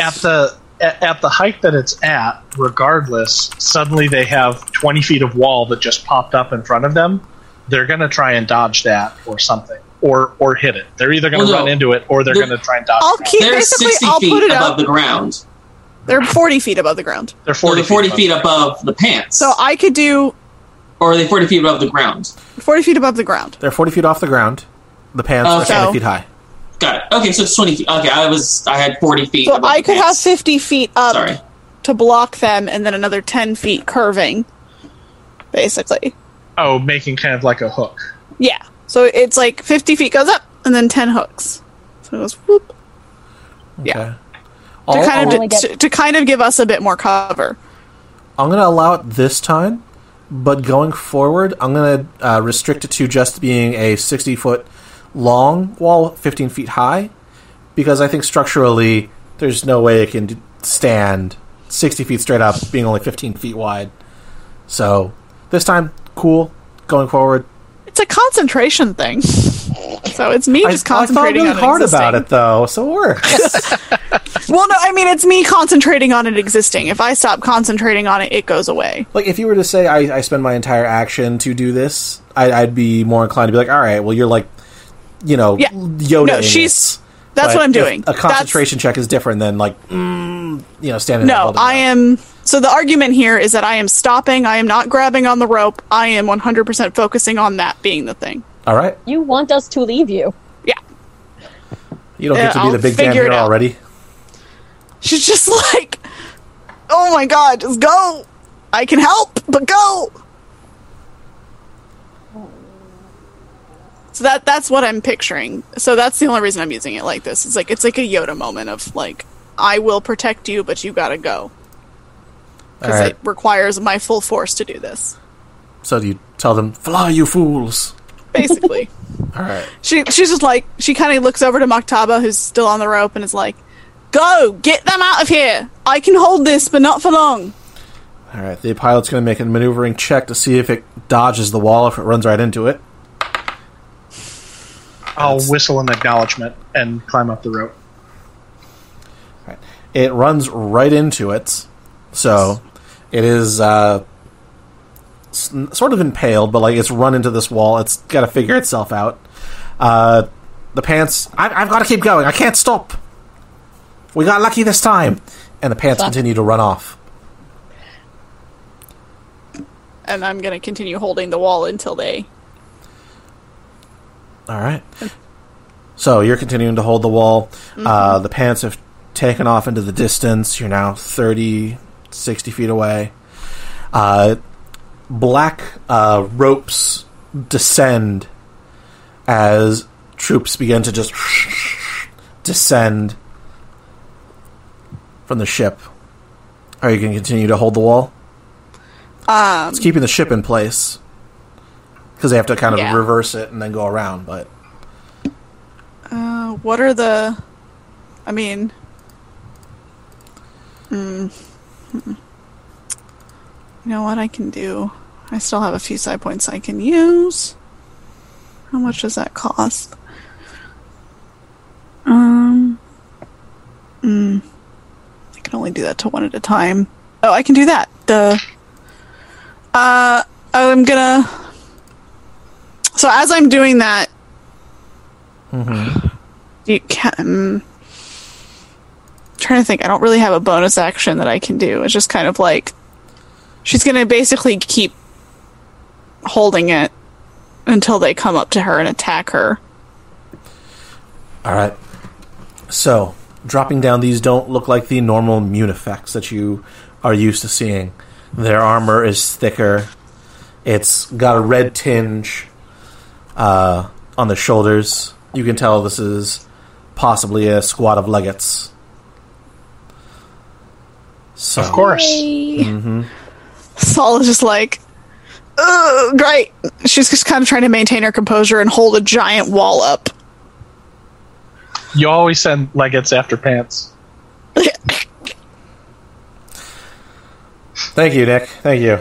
at the at, at the height that it's at, regardless, suddenly they have twenty feet of wall that just popped up in front of them. They're going to try and dodge that or something, or or hit it. They're either going to Well, no. run into it or they're The- going to try and dodge. I'll it. keep They're basically. 60 I'll feet put it above up. the ground. They're forty feet above the ground, They're Or forty, they're 40 feet, feet above. above the pants. so I could do or are they 40 feet above the ground? forty feet above the ground. They're 40 feet off the ground. The Oh, pants Okay. are 20 feet high. Got it. Okay, so it's 20 feet. Okay, I was I had 40 feet. So above I the could have pants. fifty feet up Sorry. to block them, and then another ten feet curving, basically. Oh, making kind of like a hook. Yeah. So it's like fifty feet goes up, and then ten hooks. So it goes whoop. Yeah. Okay. to I'll- kind I'll- of I'll- to, to kind of give us a bit more cover. I'm going to allow it this time, but going forward, I'm going to uh, restrict it to just being a 60 foot long wall, 15 feet high, because I think structurally there's no way it can d- stand 60 feet straight up, being only 15 feet wide. So this time, cool. Going forward, It's a concentration thing. [laughs] So it's me just I, I thought concentrating really on it hard existing. about it though, so it works. Well, no, I mean it's me concentrating on it existing. If I stop concentrating on it, it goes away. Like if you were to say I, I spend my entire action to do this, I, I'd be more inclined to be like, all right, well you're like, you know, Yeah. Yoda. No, in she's- it. That's But what I'm if doing. A That's- concentration check is different than like, mm, you know, standing. there No, holding I it. am. So the argument here is that I am stopping. I am not grabbing on the rope. I am 100% focusing on that being the thing. All right, You want us to leave you? Yeah, you don't Yeah, get to be I'll the big damn figure it hero out. already. she's just [laughs] like, oh my god, just go. I can help, but go. So that that's what I'm picturing. So that's the only reason I'm using it like this. It's like it's like a Yoda moment of like, I will protect you, but you gotta go All because right. it requires my full force to do this. So you tell them, fly, you fools. Basically, All right. [laughs] she she's just like she kind of looks over to Maktaba, who's still on the rope, and is like, "Go get them out of here. I can hold this, but not for long." All right, the pilot's going to make a maneuvering check to see if it dodges the wall, if it runs right into it. I'll whistle an acknowledgement and climb up the rope. Right. It runs right into it, so it is uh, s- sort of impaled, but like it's run into this wall. It's got to figure itself out. Uh, the pants. I- I've got to keep going. I can't stop. We got lucky this time, and the pants continue to run off. And I'm gonna continue holding the wall until they. All right. So you're continuing to hold the wall. Uh, the pants have taken off into the distance. You're now 30, 60 feet away. Uh, black uh, ropes descend as troops begin to just [laughs] descend from the ship. Are you going to continue to hold the wall? Um, it's keeping the ship in place because they have to kind of Yeah. reverse it and then go around, but. Uh, what are the? I mean. Mm. Mm-mm. You know what I can do? I still have a few side points I can use. How much does that cost? Um. mm. I can only do that to one at a time. Oh, I can do that. The. Uh, I'm gonna. So as I'm doing that, you can. Um, trying to think, I don't really have a bonus action that I can do. It's just kind of like She's going to basically keep holding it until they come up to her and attack her. [laughs] All right. So, dropping down, these don't look like the normal mune effects that you are used to seeing. Their armor is thicker. It's got a red tinge uh, on the shoulders. You can tell this is possibly a squad of legates. So, Of course. Saul is just like, Ugh, great. She's just kind of trying to maintain her composure and hold a giant wall up. [laughs] You always send leggets after pants. Thank you, Nick. Thank you.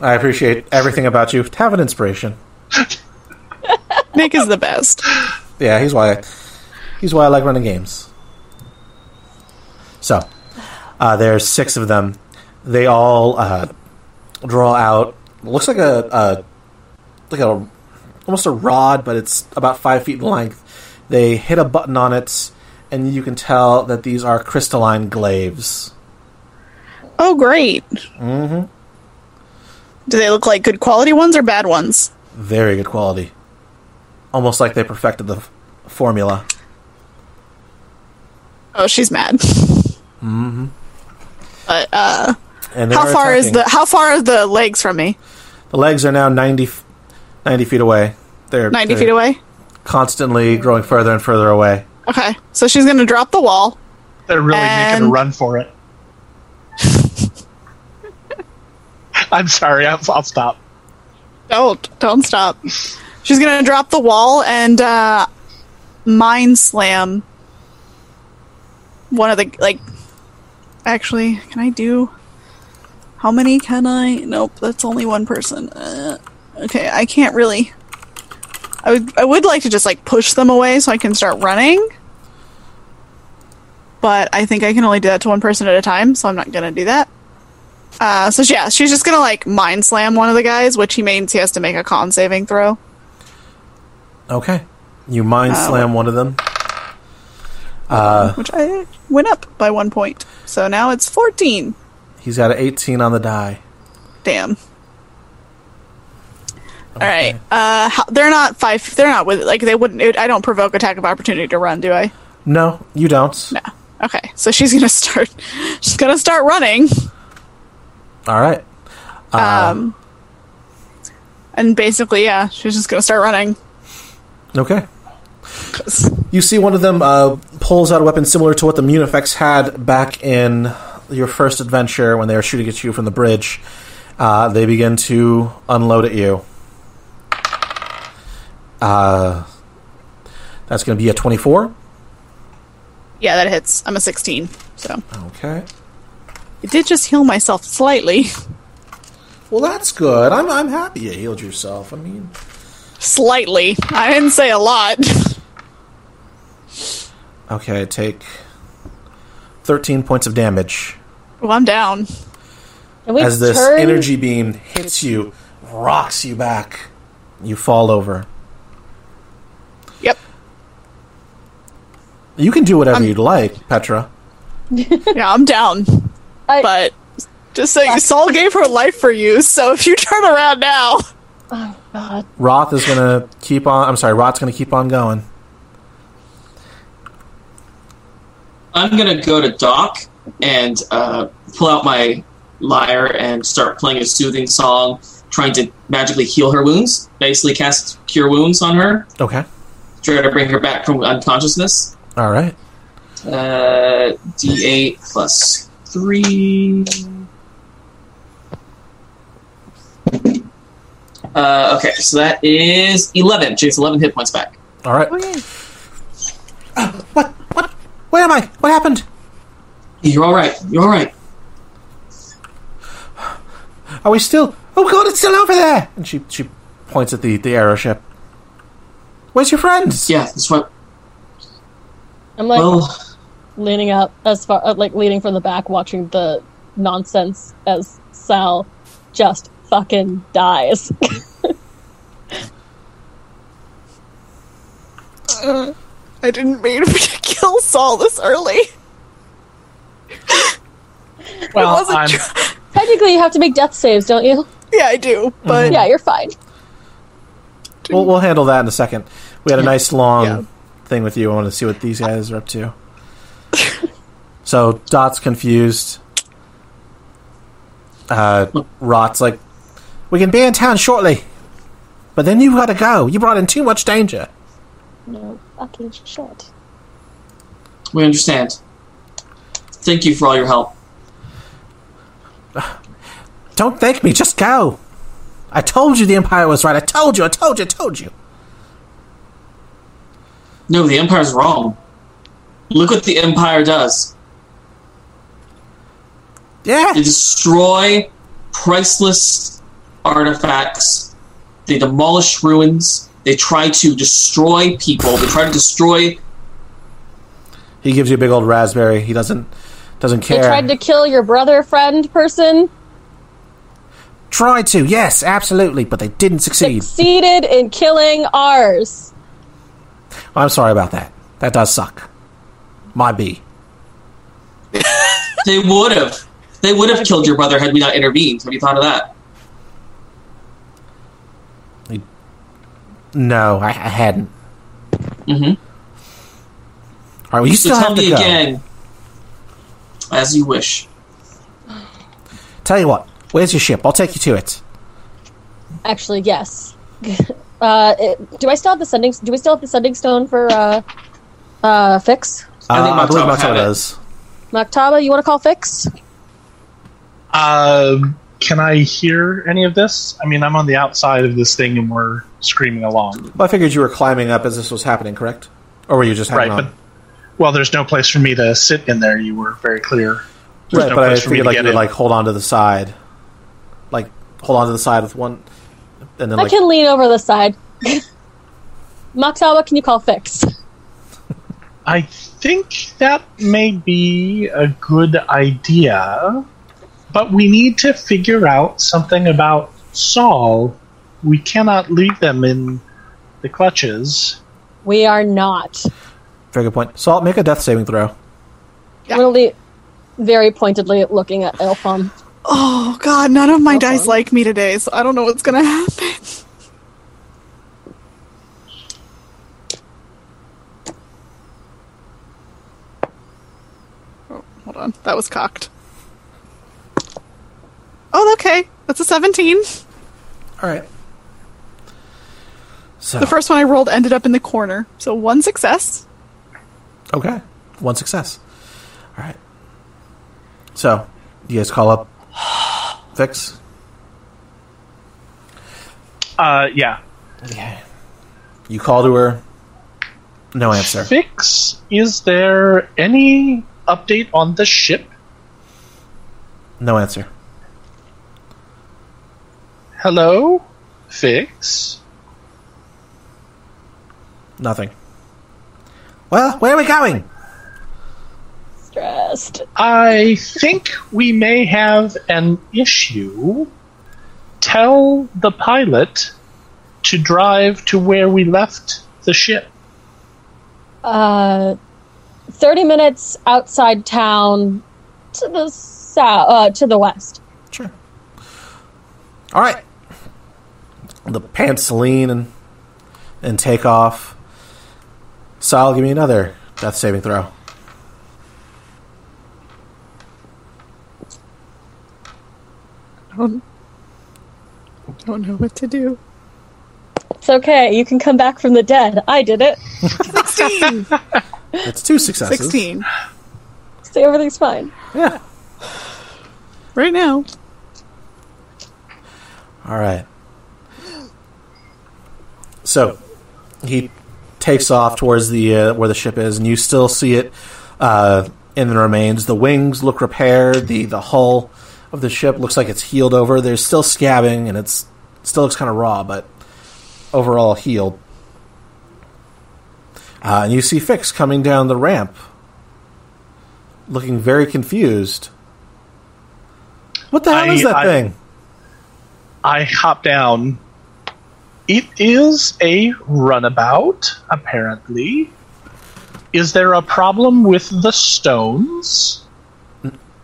I appreciate everything about you. Have an inspiration. Nick is the best. Yeah, he's why. He's why I like running games. So, uh, there's six of them. They all uh, draw out. Looks like a, a like a almost a rod, but it's about five feet in length. They hit a button on it, and you can tell that these are crystalline glaives. Oh, great. Mm-hmm. Do they look like good quality ones or bad ones? Very good quality, almost like they perfected the f- formula. Oh, she's mad. But uh, And Mm-hmm. they how are far is attacking. the how far are the legs from me? The legs are now 90, f- 90 feet away. They're 90 they're feet away. Constantly growing further and further away. Okay, so she's gonna drop the wall. They're really making And- a run [laughs] for it. I'm sorry. I'll, I'll stop. Don't don't stop. She's gonna drop the wall and uh, mind slam one of the like. Actually, can I do? How many can I? Nope, that's only one person. Uh, okay, I can't really. I would I would like to just like push them away so I can start running. But I think I can only do that to one person at a time, so I'm not gonna do that. Uh, so yeah, she's just gonna like mind slam one of the guys, which he means he has to make a con saving throw. Okay. You mind slam one of them. which I went up by one point. So now it's 14. He's got an 18 on the die. Damn. All right. Uh, how, they're not five. They're not with like they wouldn't. It, I don't provoke attack of opportunity to run, do I? No, you don't. Okay. So she's gonna [laughs] start. She's gonna start running All right. and basically, yeah, she's just gonna start running. Okay. You see one of them uh, pulls out a weapon similar to what the Munifex had back in your first adventure when they were shooting at you from the bridge. Uh, they begin to unload at you. Uh, that's going to be a 24. Yeah, that hits. I'm a 16. So Okay. it did just heal myself slightly, [laughs] Well, that's good. I'm, I'm happy you healed yourself. I mean, slightly. I didn't say a lot. [laughs] okay, take 13 points of damage well, I'm down. Can we as this turn? energy beam hits you, rocks you back. You fall over. Yep. You can do whatever you'd like, Petra. Yeah, I'm down. I- but just so you, Saul gave her life for you, so if you turn around now, God. Roth is gonna keep on. I'm sorry, Roth's gonna keep on going. I'm gonna go to Doc and uh, pull out my lyre and start playing a soothing song, trying to magically heal her wounds. Basically, cast cure wounds on her, Okay. try to bring her back from unconsciousness. All right. Uh, D8 plus three. Uh, okay, so that is eleven. She gets eleven hit points back. All right. Ah, what? What? Where am I? What happened? You're all right. You're all right. Are we still? Oh God, it's still over there. And she she points at the the arrow ship. Where's your friends? Yeah, that's what. I'm like Well, leaning out as far, uh, like leaning from the back, watching the nonsense as Sal just fucking dies. [laughs] I didn't mean [laughs] to kill Saul this early. Well, wasn't I'm, Technically, you have to make death saves, don't you? Yeah, I do. But Yeah, you're fine. We'll, we'll handle that in a second. We had a nice long Yeah. thing with you. I want to see what these guys are up to. [laughs] so Dot's confused. Uh, Rot's like, we can be in town shortly, but then you got to go. You brought in too much danger. No fucking shit. We understand. Thank you for all your help. Don't thank me. Just go. I told you the Empire was right. I told you. I told you. I told you. No, the Empire's wrong. Look what the Empire does. Yeah. They destroy priceless artifacts. They demolish ruins. They try to destroy people. They try to destroy. He gives you a big old raspberry. He doesn't doesn't They care. tried to kill your brother, friend, person. Try to. Yes, absolutely. But they didn't succeed. Succeeded in killing ours. I'm sorry about that. That does suck. My B. They would have. They would have killed your brother had we not intervened. Have you thought of that? No, I, I hadn't. Mhm. All right, well, you So still tell have to me go. again, as you wish. Tell you what. Where's your ship? I'll take you to it. Actually, yes. uh, it- do I still have the sending? Do we still have the sending stone for uh, uh, fix? I think Uh, I believe Maktaba had Maktaba it. does. Maktaba, you want to call fix? Uh, can I hear any of this? I mean, I'm on the outside of this thing and we're screaming along. Well, I figured you were climbing up as this was happening, correct? Or were you just Right, hanging but on? well, there's no place for me to sit in there. You were very clear. There's right, no but I place for me to figured like you get would in. like hold on to the side, like hold on to the side with one, and then I like can lean over the side. [laughs] Maktaba, can you call fix? I think that may be a good idea, but we need to figure out something about Saul. We cannot leave them in the clutches. We are not. very good point. Salt, make a death saving throw. I'm gonna lean very pointedly looking at Elfom. oh god, none of my dice Okay. like me today, so I don't know what's gonna happen. Oh, hold on, that was cocked. Oh, okay, that's a seventeen. All right. So The first one I rolled ended up in the corner, so one success. Okay. One success. All right. So, you guys call up Fix? Uh, yeah. Yeah. You call to her. No answer. Fix, is there any update on the ship? No answer. Hello? Fix? Nothing. Well, where are we going? Stressed. I think we may have an issue. Tell the pilot to drive to where we left the ship. Uh, 30 minutes outside town to the south, uh, to the west. Sure. All right. The pants lean and and take off. Sal, give me another death saving throw. Don't, don't know what to do. It's okay. You can come back from the dead. I did it. [laughs] Sixteen. That's two successes. Sixteen. So everything's fine. Yeah. Right now. All right. So he takes off towards the uh, where the ship is, and you still see it uh, in the remains. The wings look repaired. the The hull of the ship looks like it's healed over. There's still scabbing, and it's still looks kind of raw, but overall healed. Uh, and you see Fix coming down the ramp, looking very confused. What the hell I- is that I- thing? I hop down. It is a runabout, apparently. Is there a problem with the stones?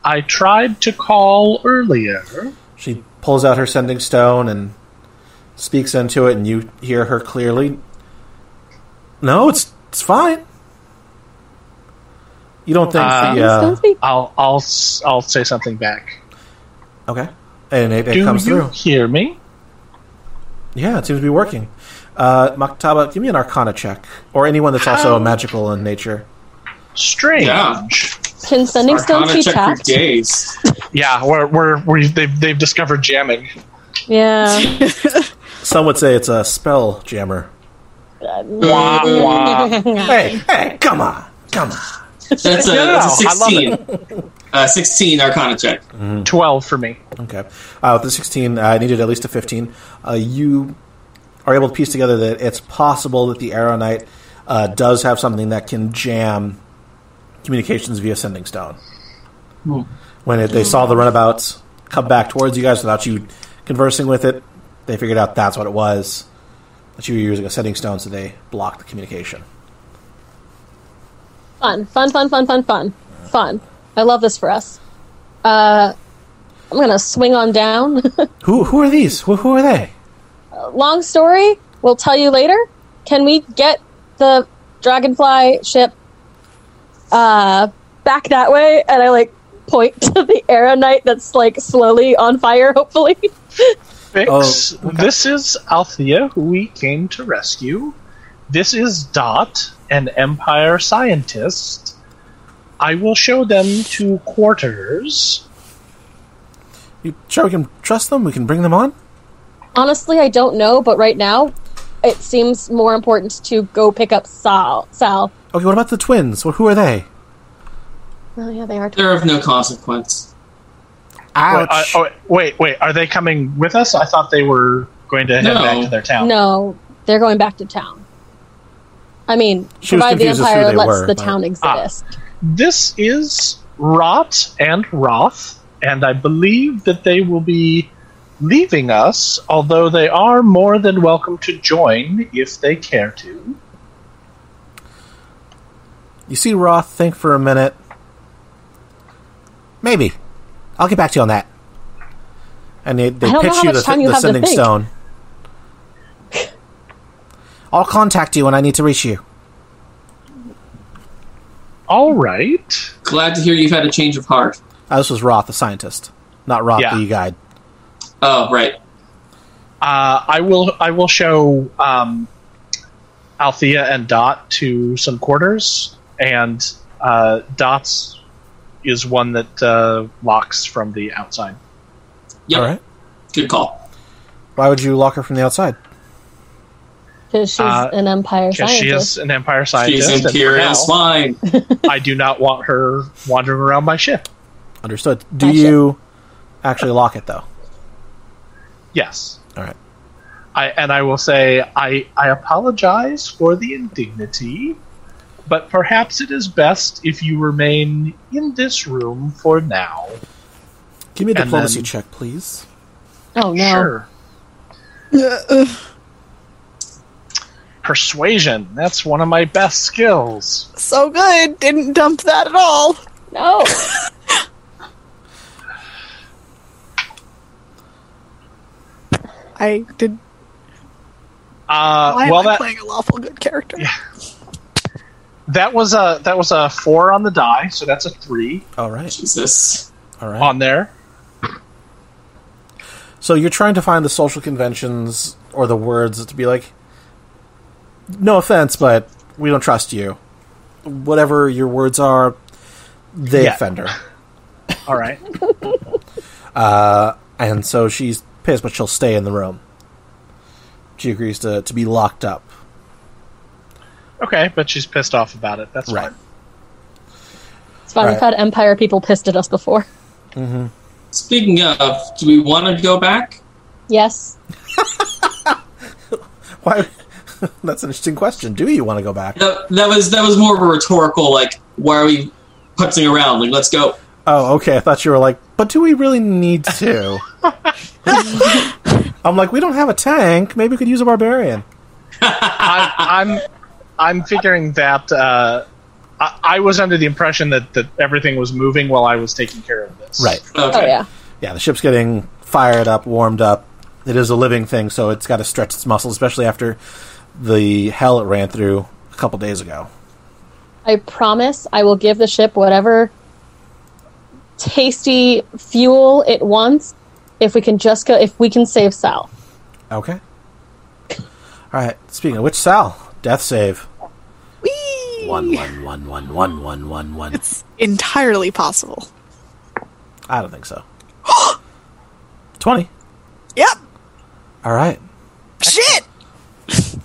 I tried to call earlier. She pulls out her sending stone and speaks into it, and you hear her clearly. No, it's it's fine. You don't think Uh, the Don't uh, speak. I'll I'll s- I'll say something back. okay, and it, it Do comes you through. hear me? Yeah, it seems to be working. Uh, Maktaba, give me an Arcana check, or anyone that's also magical in nature. Strange. Yeah. Can sending stones Arcana be check for tapped? days. Yeah, we're, we're, we they've, they've discovered jamming. Yeah. Some would say it's a spell jammer. Wah, wah. Hey, hey, come on, come on. That's a, No, no, that's a no, I love 16. Uh, 16 Arcana check. Hmm. 12 for me. Okay, uh, with the sixteen, I needed at least a fifteen. Uh, you are able to piece together that it's possible that the Arrow Knight uh, does have something that can jam communications via sending stone. When it, they saw the runabouts come back towards you guys without you conversing with it, they figured out that's what it was. That you were using a sending stone, so they blocked the communication. fun, fun, fun, fun, fun, fun, fun. I love this for us. Uh, I'm gonna swing on down. [laughs] Who who are these? Who, who are they? Long story. We'll tell you later. Can we get the dragonfly ship uh, back that way? And I like point [laughs] to the arrow knight that's like slowly on fire. Hopefully, [laughs] Fix. Oh, okay. This is Althea, who we came to rescue. This is Dot, an Empire scientist. I will show them to quarters. You sure we can trust them? We can bring them on. honestly, I don't know, but right now. It seems more important to go pick up Sal. Sal. Okay, what about the twins? Well, who are they? Oh yeah, they are. They're of no consequence. Wait, uh, oh, wait, wait. Are they coming with us? I thought they were going to head No. back to their town. No, they're going back to town. I mean, She was provide the confused as to who Empire they lets were, the but- Ah. town exist. This is Rot and Roth, and I believe that they will be leaving us, although they are more than welcome to join if they care to. You see Roth think for a minute. Maybe. I'll get back to you on that. And they, they I don't know pitch how you much the, time you the have to sending think. stone. I'll contact you when I need to reach you. All right. Glad to hear you've had a change of heart. Uh, this was Roth, the scientist, not Roth, Yeah. the guide. Oh, right. Uh, I will. I will show um, Althea and Dot to some quarters, and uh, Dot's is one that uh, locks from the outside. Yep. All right. Good call. Why would you lock her from the outside? Because she's Uh, an Empire Because scientist. she is an Empire scientist. She's and for now- Imperial Swine. I do not want her wandering around my ship. Understood. Do Gotcha. you actually lock it, though? Yes. All right. I and I will say I, I apologize for the indignity, but perhaps it is best if you remain in this room for now. Give me a And diplomacy then- check, please. oh no. Sure. Uh, Persuasion. That's one of my best skills. So good. Didn't dump that at all. No. I did. Uh, Why well, am I that playing a lawful good character? that was a that was a four on the die, so that's a three All right. Jesus. All right. on there. So you're trying to find the social conventions or the words to be like, no offense, but we don't trust you. Whatever your words are, they Yeah. offend her. All right. And so she's pissed, but she'll stay in the room. She agrees to, to be locked up. Okay, but she's pissed off about it. That's Right. fine. It's fine. Right. We've had Empire people pissed at us before. Speaking of, do we want to go back? Yes. Why? [laughs] That's an interesting question. Do you want to go back? That, that was that was more of a rhetorical, like, why are we putzing around? Like, let's go. Oh, okay. I thought you were like, but do we really need to? I'm like, we don't have a tank. Maybe we could use a barbarian. I, I'm I'm figuring that uh, I, I was under the impression that, that everything was moving while I was taking care of this. Right. Okay. Oh yeah. Yeah, the ship's getting fired up, warmed up. It is a living thing, so it's got to stretch its muscles, especially after the hell it ran through a couple days ago. I promise I will give the ship whatever tasty fuel it wants if we can just go if we can save Sal. Okay. All right. Speaking of which, Sal, death save. Whee! One, one, one, one, one, one, one, one. It's entirely possible. I don't think so. Twenty. Yep. All right. Shit.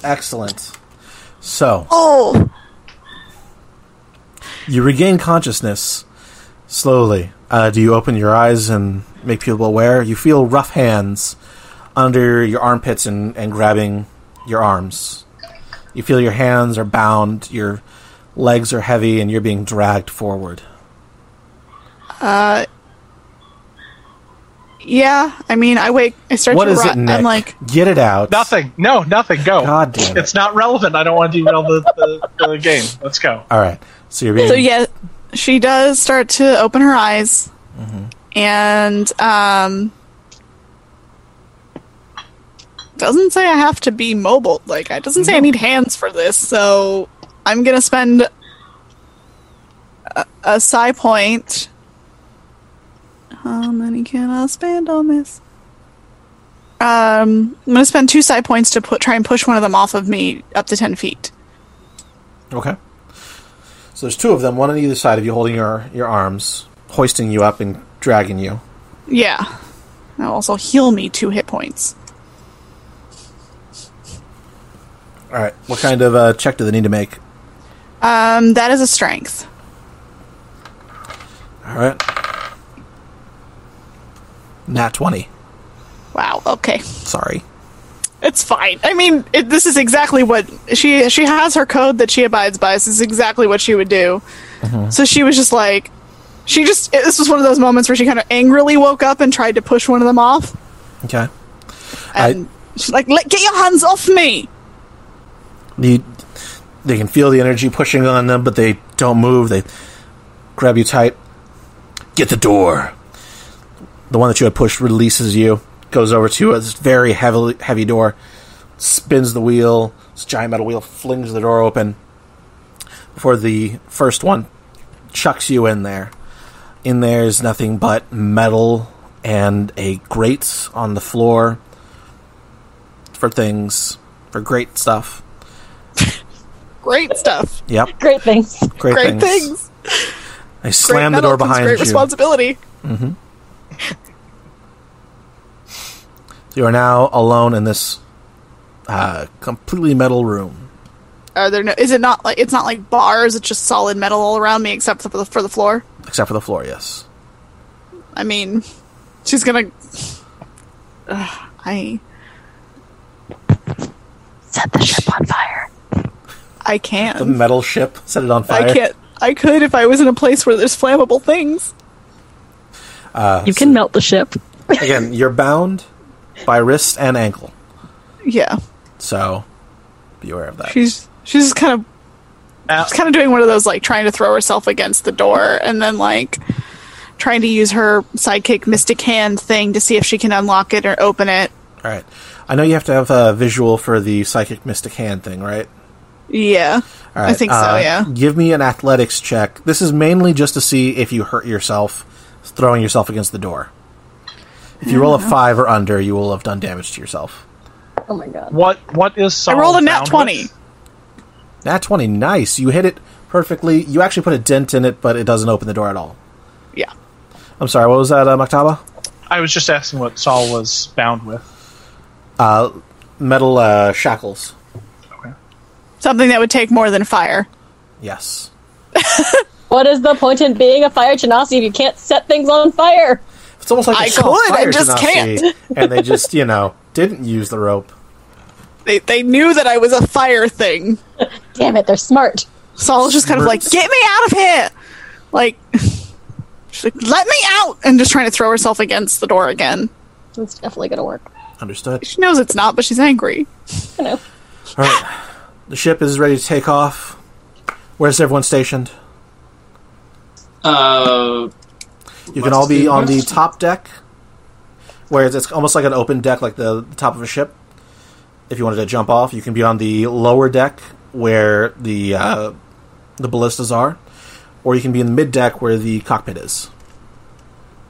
Excellent. So Oh. you regain consciousness slowly. Uh, do you open your eyes and make people aware? You feel rough hands under your armpits and, and grabbing your arms. You feel your hands are bound, your legs are heavy, and you're being dragged forward. Yeah. I mean, I wake. I start What to is it, rot. Nick? I'm like, Get it out. Nothing. No, nothing. Go. God damn it. It's not relevant. I don't want to derail the, the, the game. Let's go. All right. So you're being so yeah. She does start to open her eyes, and um, doesn't say I have to be mobile. Like, I doesn't say I need hands for this. So I'm gonna spend a, a psi point. How many can I spend on this? Um, I'm gonna spend two psi points to put try and push one of them off of me up to ten feet. Okay. So there's two of them, one on either side of you, holding your, your arms, hoisting you up and dragging you. Yeah. That'll also heal me two hit points. All right. What kind of uh, check do they need to make? Um, that is a strength. All right. Nat 20. Wow. Okay, Sorry. it's fine. I mean, it, this is exactly what she she has her code that she abides by. This is exactly what she would do. Uh-huh. So she was just like, she just it- this was one of those moments where she kind of angrily woke up and tried to push one of them off, Okay. and she's like, "Let get your hands off me!" You, they can feel the energy pushing on them, but they don't move. They grab you tight. Get the door. The one that you had pushed releases you, goes over to a very heavily heavy door, spins the wheel. This giant metal wheel flings the door open. Before the first one chucks you in there. In there is nothing but metal and a grate on the floor for things, for great stuff. Great stuff. Yep. Great things. Great, Great things. I Great slammed the metal door comes behind Great you. responsibility. you are now alone in this uh, completely metal room. Are there no? Is it not like it's not like bars? It's just solid metal all around me, except for the for the floor. Except for the floor, yes. I mean, she's gonna. [sighs] Ugh, I Set the ship on fire. I The can't. metal ship set it on fire. I can't. I could if I was in a place where there's flammable things. You can melt the ship. Again, you're bound by wrist and ankle. Yeah, So be aware of that. she's she's just kind of Now, she's kind of doing one of those like trying to throw herself against the door and then like trying to use her sidekick mystic hand thing to see if she can unlock it or open it. All right. I know you have to have a visual for the psychic mystic hand thing, right? Yeah, All right, I think so. uh, Yeah, Give me an athletics check. This is mainly just to see if you hurt yourself throwing yourself against the door. If Mm, you roll a five or under, you will have done damage to yourself. Oh my god. what what is I Saul rolled a nat bound twenty. with? Nat 20, nice. You hit it perfectly. You actually put a dent in it, but it doesn't open the door at all. Yeah, I'm sorry, what was that, uh, Maktaba? I was just asking what Saul was bound with. Metal uh, shackles. something that would take more than fire. Yes. What is the point in being a fire genasi if you can't set things on fire? It's almost like I they saw a could, I fire just genasi, can't. and they just, you know, didn't use the rope. They they knew that I was a fire thing. Damn it, they're smart. Saul's just kind of like, Smurfs. get me out of here! Like, [laughs] she's like, let me out! And just trying to throw herself against the door again. It's definitely gonna work. Understood. She knows it's not, but she's angry. I know. The ship is ready to take off. Where's everyone stationed? Uh, You can all be on the top deck, where it's, it's almost like an open deck, like the, the top of a ship. If you wanted to jump off, you can be on the lower deck where the uh, the ballistas are, or you can be in the mid deck where the cockpit is.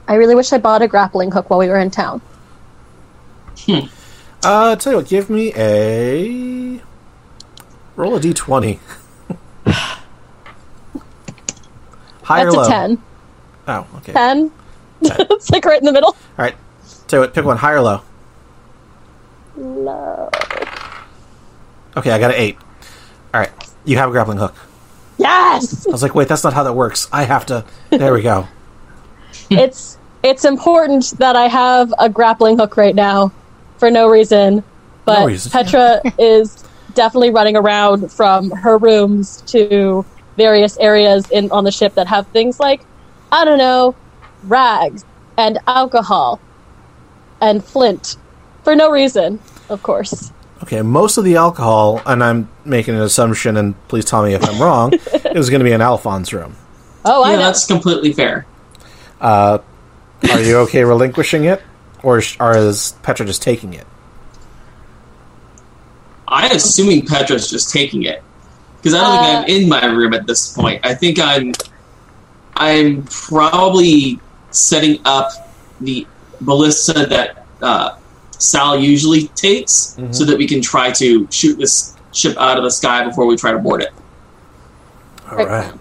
I really wish I bought a grappling hook while we were in town. Uh, tell you what, give me a roll a d twenty. [laughs] High That's or low? a 10. Oh, okay. 10? [laughs] it's like right in the middle. All right. Tell you what, pick one. High or low? Low. Okay, I got an eight. All right, you have a grappling hook. Yes! I was like, wait, that's not how that works. I have to. There we go. it's it's important that I have a grappling hook right now for no reason. But No reason. [laughs] Petra is definitely running around from her rooms to various areas in on the ship that have things like I don't know, rags and alcohol and flint for no reason, of course. Okay, most of the alcohol, and I'm making an assumption, and please tell me if I'm wrong, it was going to be in Alphonse room. Oh, I yeah, know. that's completely fair. Are you okay relinquishing it, or is, or is Petra just taking it? I'm assuming Petra's just taking it because I don't Uh, think I'm in my room at this point. I think I'm I'm probably setting up the ballista that uh, Sal usually takes so that we can try to shoot this ship out of the sky before we try to board it. All Right. right.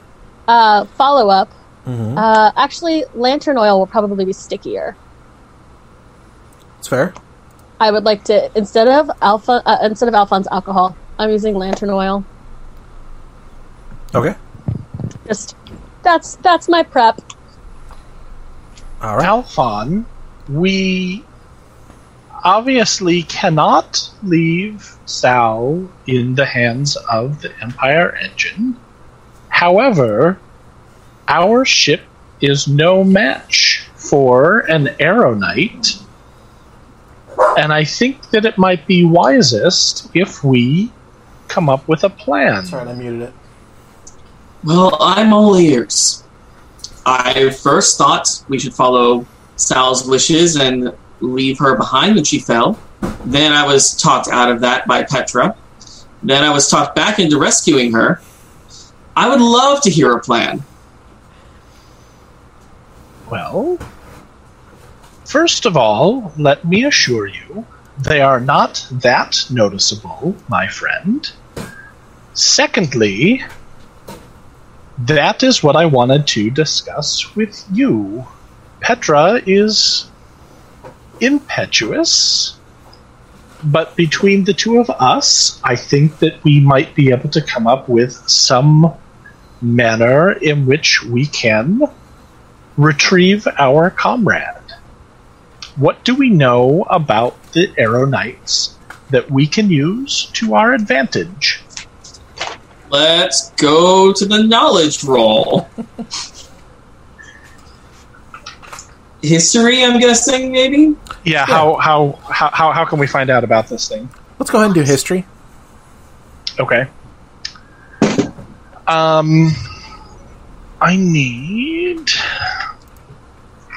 uh, follow up. Mm-hmm. Uh, actually, lantern oil will probably be stickier. It's fair. I would like to instead of alpha uh, instead of Alphonse alcohol, I'm using lantern oil. Okay. Just that's that's my prep. All right. Alphon, we obviously cannot leave Sal in the hands of the Empire engine. However, our ship is no match for an aeronite, and I think that it might be wisest if we come up with a plan. I muted it. Well, I'm all ears. I first thought we should follow Sal's wishes and leave her behind when she fell. Then I was talked out of that by Petra. Then I was talked back into rescuing her. I would love to hear a plan. Well, first of all, let me assure you, they are not that noticeable, my friend. Secondly, that is what I wanted to discuss with you. Petra is impetuous, but between the two of us, I think that we might be able to come up with some manner in which we can retrieve our comrade. What do we know about the Aero Knights that we can use to our advantage? Let's go to the knowledge roll. [laughs] History, I'm guessing, maybe? Yeah, How, how how how how can we find out about this thing? Let's go ahead and do history. Okay. Um, I need.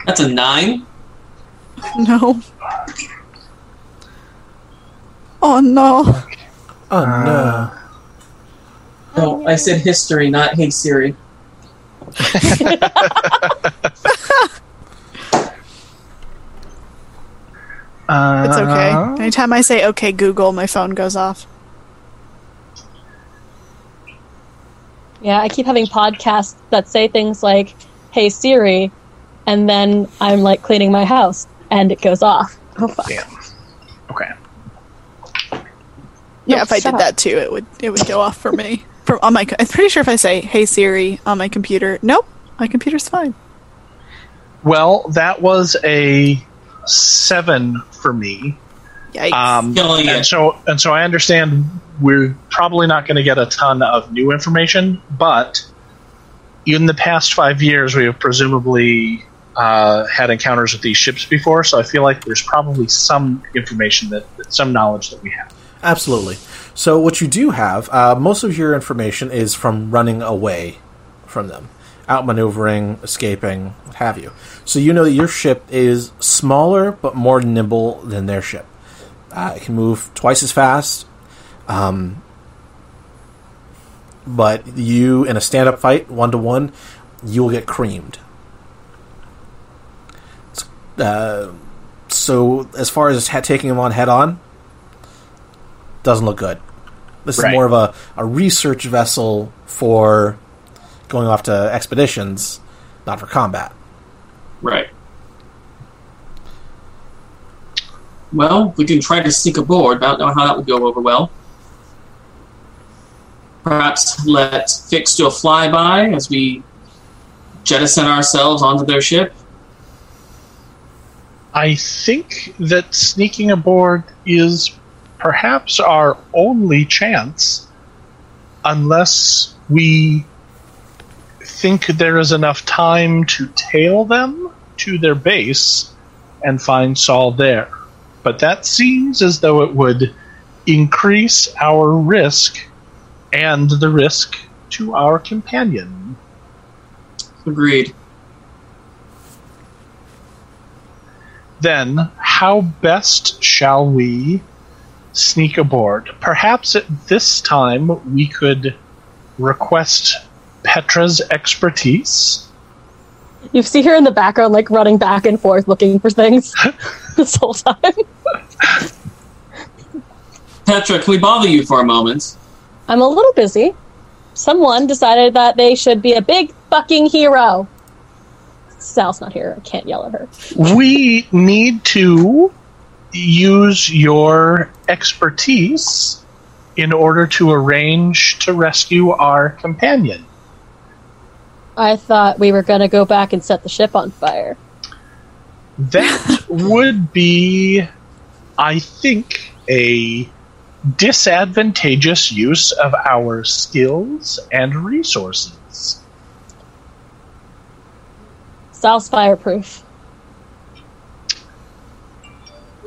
That's a nine. No. Oh no. Oh no! Oh, I said history, not hey Siri. Uh, It's okay. Uh-huh. Anytime I say okay Google, my phone goes off. Yeah, I keep having podcasts that say things like "Hey Siri," and then I'm like cleaning my house and it goes off. Oh fuck! Damn. Okay. yeah, if I shut did up. that too, it would it would go off for me. From on my, co- I'm pretty sure if I say "Hey Siri" on my computer, nope, my computer's fine. Well, that was a seven for me. Yikes! Um, Killing and it. so and so I understand we're probably not going to get a ton of new information, but in the past five years, we have presumably uh, had encounters with these ships before, so I feel like there's probably some information that, that some knowledge that we have. Absolutely. So what you do have, uh, most of your information is from running away from them. outmaneuvering, escaping, what have you. So you know that your ship is smaller but more nimble than their ship. Uh, it can move twice as fast. Um, but you, in a stand up fight, one to one, you'll get creamed. S- Uh, so, as far as ha- taking them on head on, doesn't look good. This Right. is more of a, a research vessel for going off to expeditions, not for combat. Right. Well, we can try to sneak aboard. I don't know how that will go over well. Perhaps let Fix do a flyby as we jettison ourselves onto their ship. I think that sneaking aboard is perhaps our only chance, unless we think there is enough time to tail them to their base and find Saul there. But that seems as though it would increase our risk and the risk to our companion. Agreed. Then, how best shall we sneak aboard? Perhaps at this time we could request Petra's expertise. You see her in the background, like running back and forth looking for things this whole time. Petra, can we bother you for a moment? I'm a little busy. Someone decided that they should be a big fucking hero. Sal's not here. I can't yell at her. We need to use your expertise in order to arrange to rescue our companion. I thought we were going to go back and set the ship on fire. That would be, I think, a disadvantageous use of our skills and resources. Sal's fireproof.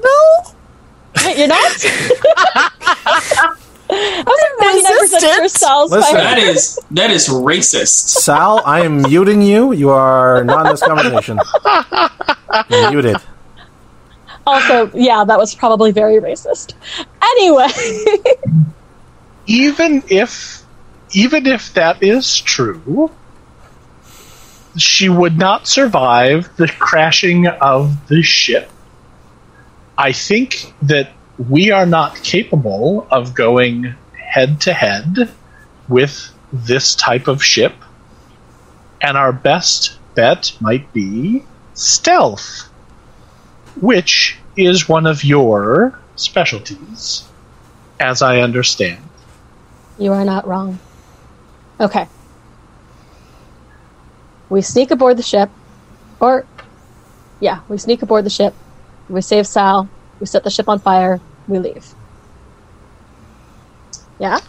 No, Wait, you're not? [laughs] I was like 99% sure Resistant. Sal's Listen. fireproof. That is that is racist. Sal, I am muting you. You are not in this conversation. You're muted. Also, yeah, that was probably very racist. Anyway, Even if, even if that is true, she would not survive the crashing of the ship. I think that we are not capable of going head to head with this type of ship, and our best bet might be stealth, which is one of your specialties, as I understand. you are not wrong. Okay. We sneak aboard the ship, or, yeah, we sneak aboard the ship, we save Sal, we set the ship on fire, we leave. Yeah?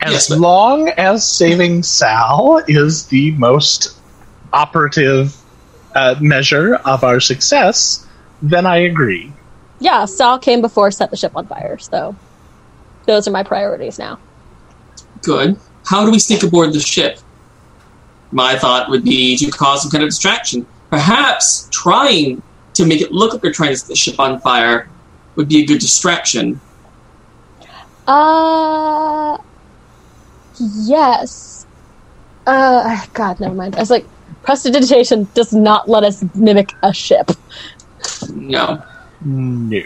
As Yes, but- long as saving Sal is the most operative uh, measure of our success, then I agree. Yeah, Sal came before set the ship on fire, so those are my priorities now. Good. How do we sneak aboard the ship? My thought would be to cause some kind of distraction. Perhaps trying to make it look like they're trying to set the ship on fire would be a good distraction. Uh, yes. Uh, God, never mind. I was like, prestidigitation does not let us mimic a ship. No. No.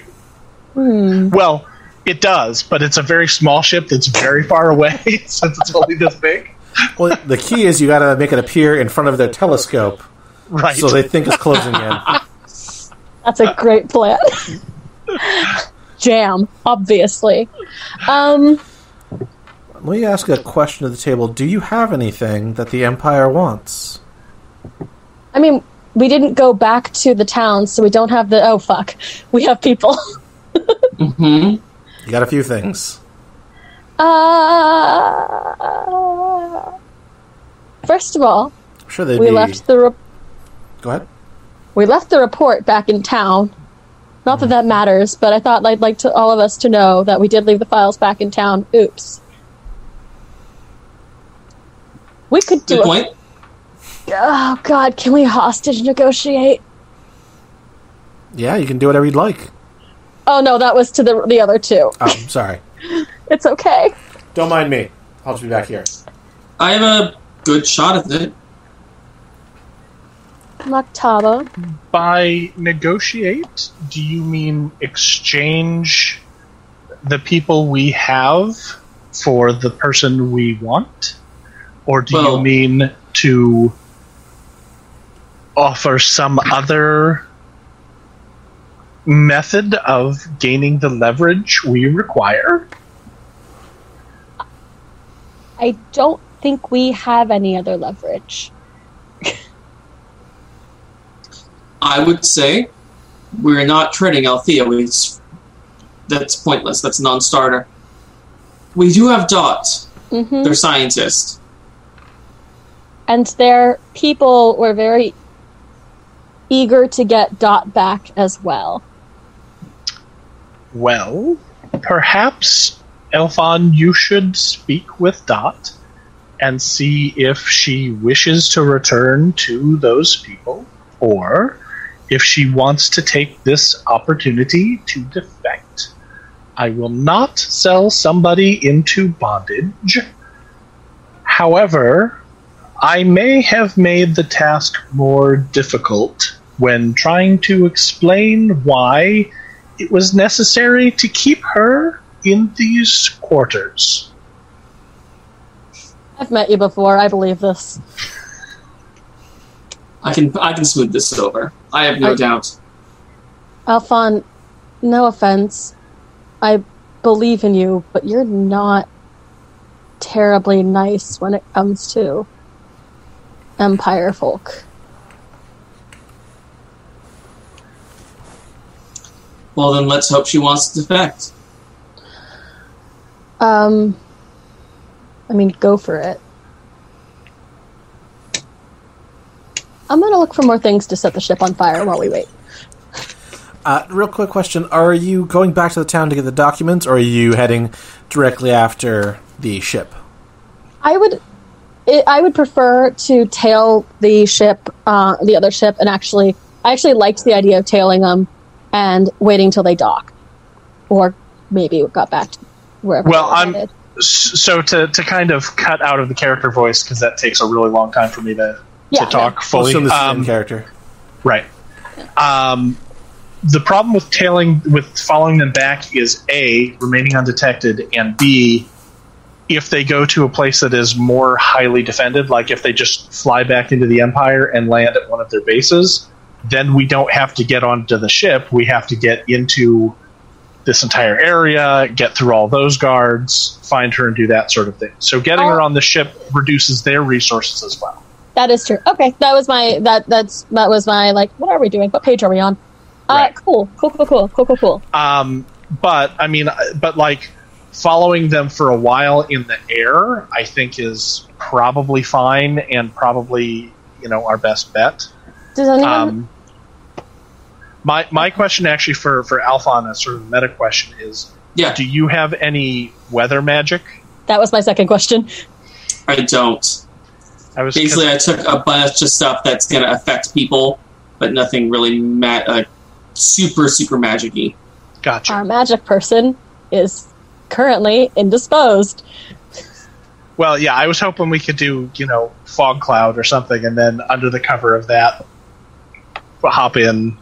Well, it does, but it's a very small ship that's very far away [laughs] since it's only this big. Well, the key is you got to make it appear in front of their telescope Right. so they think it's closing in. That's a great plan. Jam, obviously. Um, Let me ask a question to the table. Do you have anything that the Empire wants? I mean, we didn't go back to the town, so we don't have the. Oh, fuck. We have people. [laughs] hmm You got a few things. Uh, first of all, I'm sure they'd we be. left the. Re- Go ahead. we left the report back in town. Not that that matters, but I thought I'd like to all of us to know that we did leave the files back in town. Oops. We could do Good a, point. Oh God, can we hostage negotiate? Yeah, you can do whatever you'd like. Oh no, that was to the the other two. Oh, sorry. It's okay. Don't mind me. I'll just be back here. I have a good shot at it. Maktaba. By negotiate, do you mean exchange the people we have for the person we want? Or do Well- you mean to offer some other method of gaining the leverage we require? I don't think we have any other leverage. I would say we're not trading Althea. We, it's, that's pointless. That's a non-starter. We do have Dot. hmm They're scientists. And their people were very eager to get Dot back as well. Well, perhaps, Elfon, you should speak with Dot and see if she wishes to return to those people or if she wants to take this opportunity to defect. I will not sell somebody into bondage. However, I may have made the task more difficult when trying to explain why it was necessary to keep her in these quarters. I've met you before. I believe this. I can I can smooth this over. I have no I- doubt. Alphon, no offense. I believe in you, but you're not terribly nice when it comes to Empire folk. Well, then let's hope she wants to defect. Um, I mean, go for it. I'm gonna look for more things to set the ship on fire while we wait. Uh, real quick question: Are you going back to the town to get the documents, or are you heading directly after the ship? I would, it, I would prefer to tail the ship, uh, the other ship, and actually, I actually liked the idea of tailing them and waiting till they dock, or maybe it got back to wherever. Well, they I'm- landed. S- So to, to kind of cut out of the character voice because that takes a really long time for me to, Yeah, to talk I'll fully. assume this is Um, in character. Right. Um, the problem with tailing with following them back is a remaining undetected, and b if they go to a place that is more highly defended, like if they just fly back into the empire and land at one of their bases, then we don't have to get onto the ship. We have to get into this entire area, get through all those guards, find her, and do that sort of thing. So getting her Oh. on the ship reduces their resources as well. That is true. Okay, that was my that that's that was my like. What are we doing? What page are we on? Uh, Right. cool, cool, cool, cool, cool, cool, cool. Um, but I mean, I- but like following them for a while in the air, I think is probably fine and probably you know our best bet. Does anyone? Um, my my question actually for for Alphon, a sort of meta question is: Yeah, Do you have any weather magic? that was my second question. I don't. I was Basically, I took a bunch of stuff that's going to affect people, but nothing really ma- uh, super super magicy. gotcha. Our magic person is currently indisposed. Well, yeah, I was hoping we could do, you know, fog cloud or something, and then under the cover of that, hop in,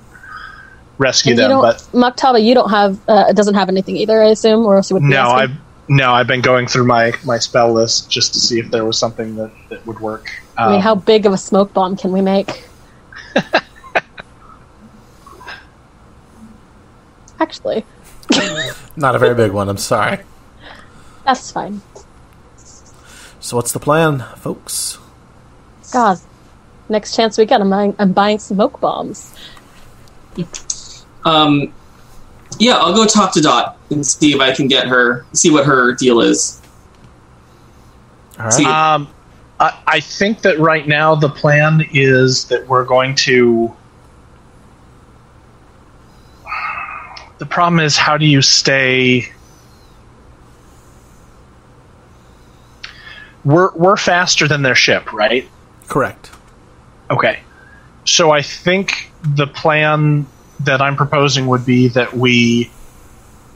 rescue And you them. don't, But Maktaba, you don't have uh, doesn't have anything either. I assume, or else you would. no, I've no, I've been going through my my spell list just to see if there was something that that would work. I mean, Um, how big of a smoke bomb can we [laughs] make? Actually, Not a very big one. I'm sorry. that's fine. So, what's the plan, folks? God, next chance we get, I'm buying, I'm buying smoke bombs. Um, yeah, I'll go talk to Dot and see if I can get her, see what her deal is. All right. See- Um, I, I think that right now the plan is that we're going to. The problem is, how do you stay? We're we're faster than their ship, right? Correct. Okay. So I think the plan that I'm proposing would be that we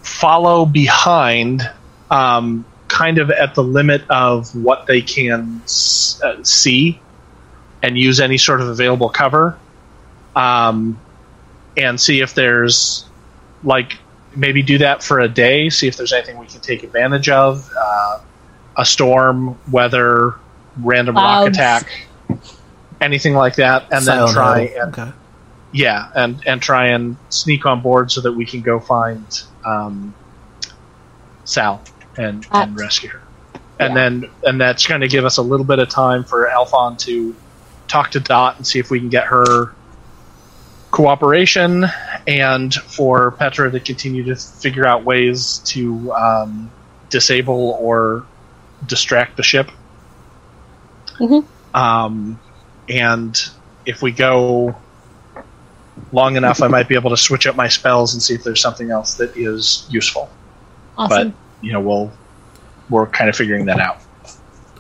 follow behind, um, kind of at the limit of what they can s- uh, see, and use any sort of available cover, um, and see if there's like maybe do that for a day, see if there's anything we can take advantage of, uh, a storm, weather, random rock Clouds. attack, anything like that, and then Silent try Hill. and okay. yeah, and and try and sneak on board so that we can go find um, Sal and, and That- rescue her. yeah. And then and that's going to give us a little bit of time for Alphon to talk to Dot and see if we can get her cooperation, and for Petra to continue to figure out ways to um, disable or distract the ship. Mhm. Um, and if we go long enough, I might be able to switch up my spells and see if there's something else that is useful. Awesome. But you know, we'll we're kind of figuring that out.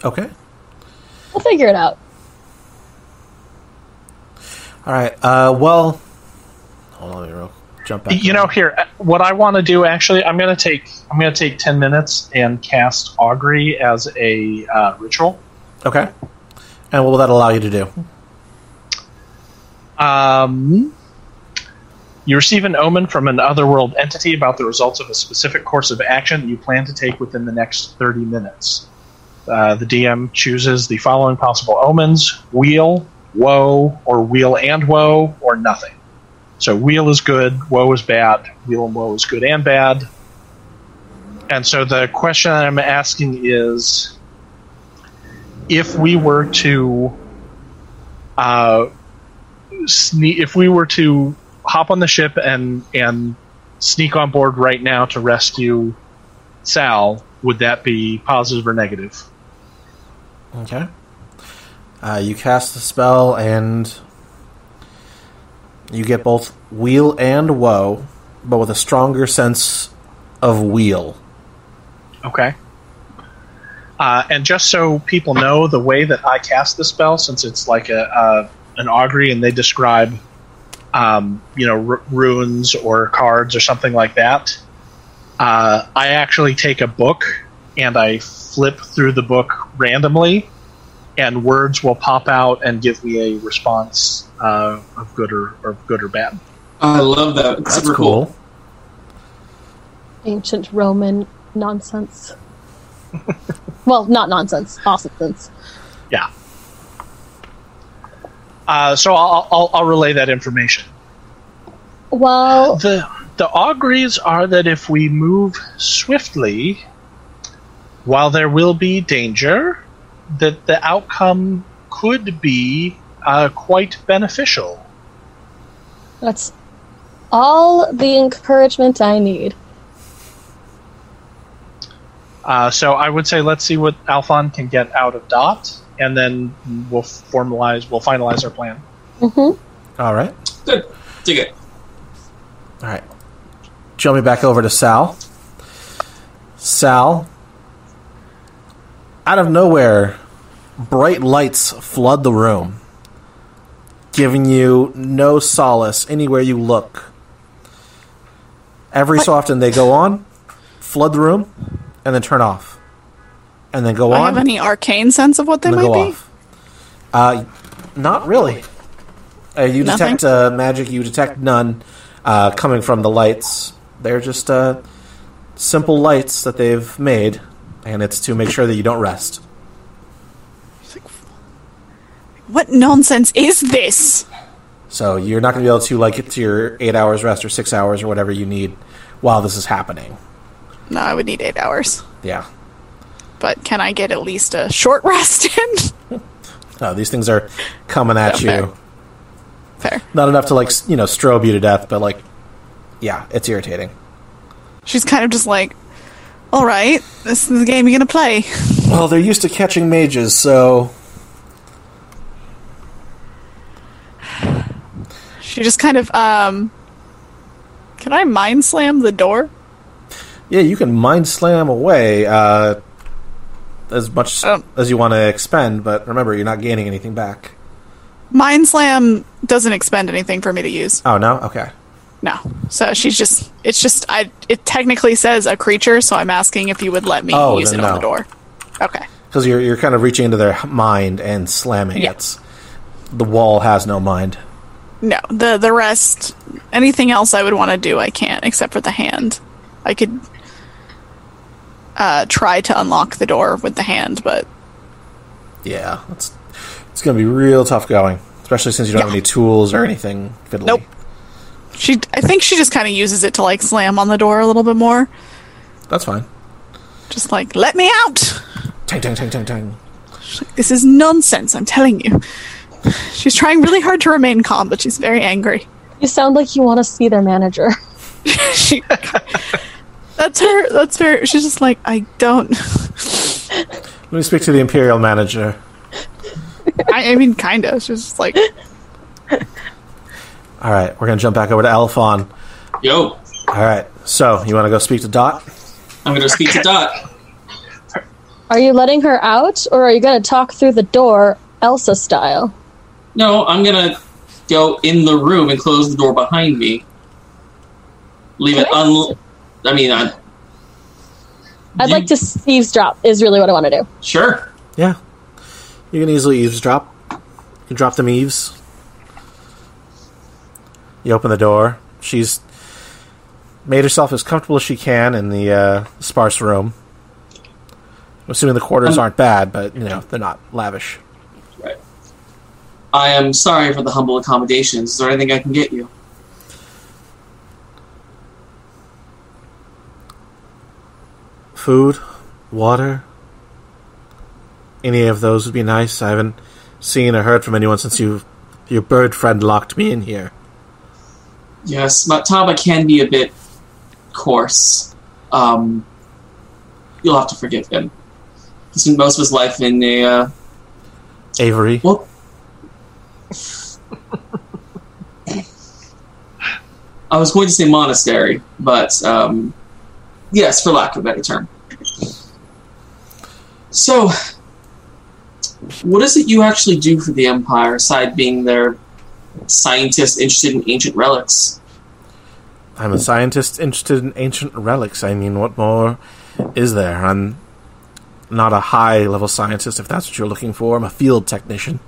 Okay. we'll figure it out. All right. Uh, well, hold on. Let me real jump back. You know, over. here uh, what I want to do actually, I'm gonna take I'm gonna take ten minutes and cast Augury as a uh, ritual. Okay. And what will that allow you to do? Um, you receive an omen from an otherworld entity about the results of a specific course of action that you plan to take within the next 30 minutes. Uh, the DM chooses the following possible omens wheel, woe, or wheel and woe, or nothing. So wheel is good, woe is bad, wheel and woe is good and bad. And so the question I'm asking is if we were to uh, sne- if we were to hop on the ship and and sneak on board right now to rescue Sal, would that be positive or negative? Okay. Uh, you cast the spell and you get both wheel and woe, but with a stronger sense of wheel. Okay. Uh, and just so people know, the way that I cast the spell, since it's like a uh, an augury, and they describe, um, you know, ru runes or cards or something like that. Uh, I actually take a book and I flip through the book randomly, and words will pop out and give me a response uh, of good or, or good or bad. I love that. It's That's super cool. cool. Ancient Roman [laughs] nonsense. well, not nonsense. Awesome sense. Yeah. Uh, so I'll, I'll, I'll relay that information. Well, the the auguries are that if we move swiftly, while there will be danger, that the outcome could be uh, quite beneficial. that's all the encouragement I need. Uh, so I would say let's see what Alphon can get out of Dot, and then we'll formalize, we'll finalize our plan. All right. Good. Dig it. All right. Jump me back over to Sal. Sal, out of nowhere, bright lights flood the room, giving you no solace anywhere you look. Every so often, they go on, flood the room, and then turn off, and then go Do I on, have any arcane sense of what they and then might go be? off. Uh, not really. Uh, you Nothing? detect uh, magic. You detect none uh, coming from the lights. They're just uh, simple lights that they've made, and it's to make sure that you don't rest. What nonsense is this? So you're not going to be able to like get to your eight hours rest or six hours or whatever you need while this is happening. No, I would need eight hours. Yeah. But can I get at least a short [laughs] rest in? No, these things are coming at Okay. you. Fair. Not enough to like s- you know strobe you to death, but like, yeah, it's irritating. She's kind of just like, all right, this is the game you're going to play. Well, they're used to catching mages, so She just kind of, um, can I mind slam the door? Yeah, you can mind slam away uh, as much Um. as you want to expend, but remember, you're not gaining anything back. Mind Slam doesn't expend anything for me to use. Oh no. Okay. No. So she's just. It's just. I. It technically says a creature, so I'm asking if you would let me Oh, use it then on no. the door. Okay. Because you're you're kind of reaching into their mind and slamming Yeah. it. The wall has no mind. No. The the rest. Anything else I would want to do, I can't, except for the hand. I could. Uh, try to unlock the door with the hand, but Yeah. It's it's gonna be real tough going, especially since you don't have any tools or anything fiddly. Nope. she. I think she just kind of uses it to like slam on the door a little bit more. That's fine. Just like, let me out. Tang tang tang tang tang. This is nonsense, I'm telling you. She's trying really hard to remain calm, but she's very angry. [laughs] You sound like you want to see their manager. [laughs] She, that's her. That's her. She's just like, I don't. [laughs] Let me speak to the imperial manager. I, I mean, kind of. She's just like, All right, we're gonna jump back over to Alphon. Yo, All right. So you want to go speak to Dot? I'm gonna speak to Dot. Are you letting her out, or are you going to talk through the door, Elsa style? No, I'm gonna go in the room and close the door behind me. Leave it un. I mean, I I'd You- like to eavesdrop. Is really what I want to do. sure. Yeah. You can easily eavesdrop. You can drop them eaves. You open the door. She's made herself as comfortable as she can in the uh, sparse room. I'm assuming the quarters aren't bad, but you know they're not lavish. Right. I am sorry for the humble accommodations. Is there anything I can get you? Food, water, any of those would be nice. I haven't seen or heard from anyone since you your bird friend locked me in here. Yes, Mataba can be a bit coarse. Um, you'll have to forgive him. He spent most of his life in a uh, Avery, Well. I was going to say monastery, but um, yes, for lack of a better term. So, what is it you actually do for the Empire, aside being their scientist interested in ancient relics? I'm a scientist interested in ancient relics. I mean, what more is there? I'm not a high level scientist, if that's what you're looking for. I'm a field technician.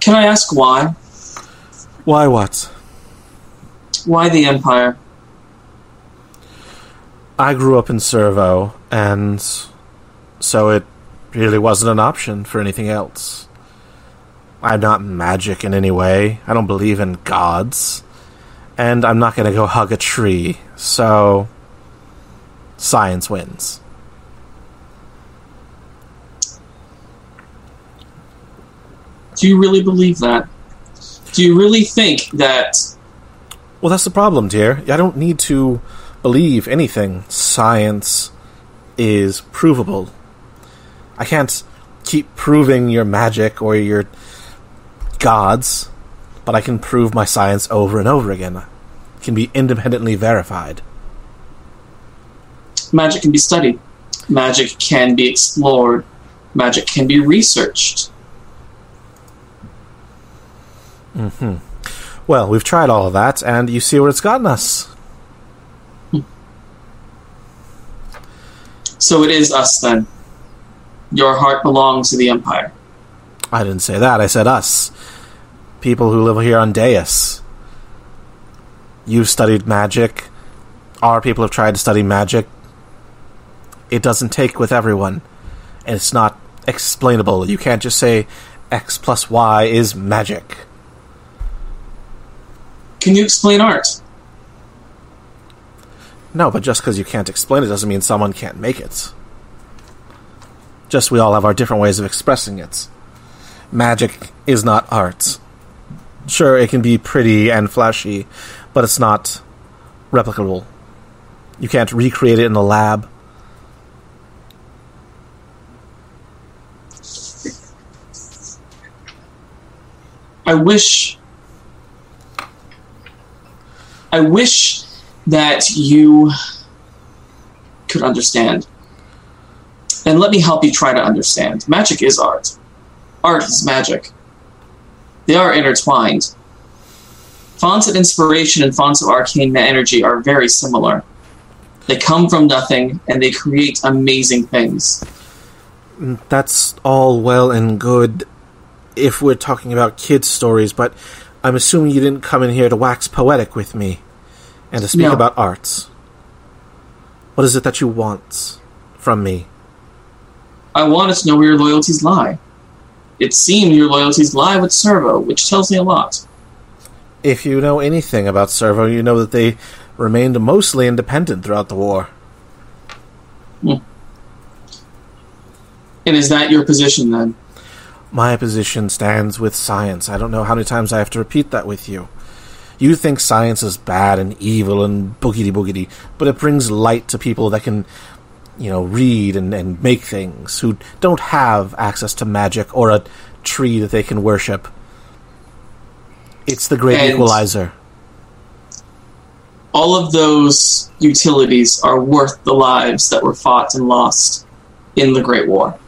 Can I ask why? Why what? Why the Empire? I grew up in Servo, and so it really wasn't an option for anything else. I'm not magic in any way. I don't believe in gods. And I'm not going to go hug a tree, so science wins. Do you really believe that? Do you really think that Well, that's the problem, dear. I don't need to believe anything. Science is provable. I can't keep proving your magic or your gods, but I can prove my science over and over again. It can be independently verified. magic can be studied, magic can be explored, magic can be researched. Well, we've tried all of that, and you see where it's gotten us. So it is us then. Your heart belongs to the Empire. I didn't say that. I said us. People who live here on Deus. You've studied magic. Our people have tried to study magic. It doesn't take with everyone. And it's not explainable. You can't just say X plus Y is magic. Can you explain art? No, but just because you can't explain it doesn't mean someone can't make it. Just we all have our different ways of expressing it. Magic is not art. Sure, it can be pretty and flashy, but it's not replicable. You can't recreate it in a lab. I wish. I wish that you could understand. And let me help you try to understand. Magic is art. Art is magic. They are intertwined. Fonts of inspiration and fonts of arcane energy are very similar. They come from nothing and they create amazing things. That's all well and good if we're talking about kids' stories, but I'm assuming you didn't come in here to wax poetic with me and to speak No. about arts. What is it that you want from me? I wanted to know where your loyalties lie. It seemed your loyalties lie with Servo, which tells me a lot. If you know anything about Servo, you know that they remained mostly independent throughout the war. And is that your position then? My position stands with science. I don't know how many times I have to repeat that with you. You think science is bad and evil and boogity boogity, but it brings light to people that can, you know, read and, and make things, who don't have access to magic or a tree that they can worship. It's the great And- equalizer. All of those utilities are worth the lives that were fought and lost in the Great War.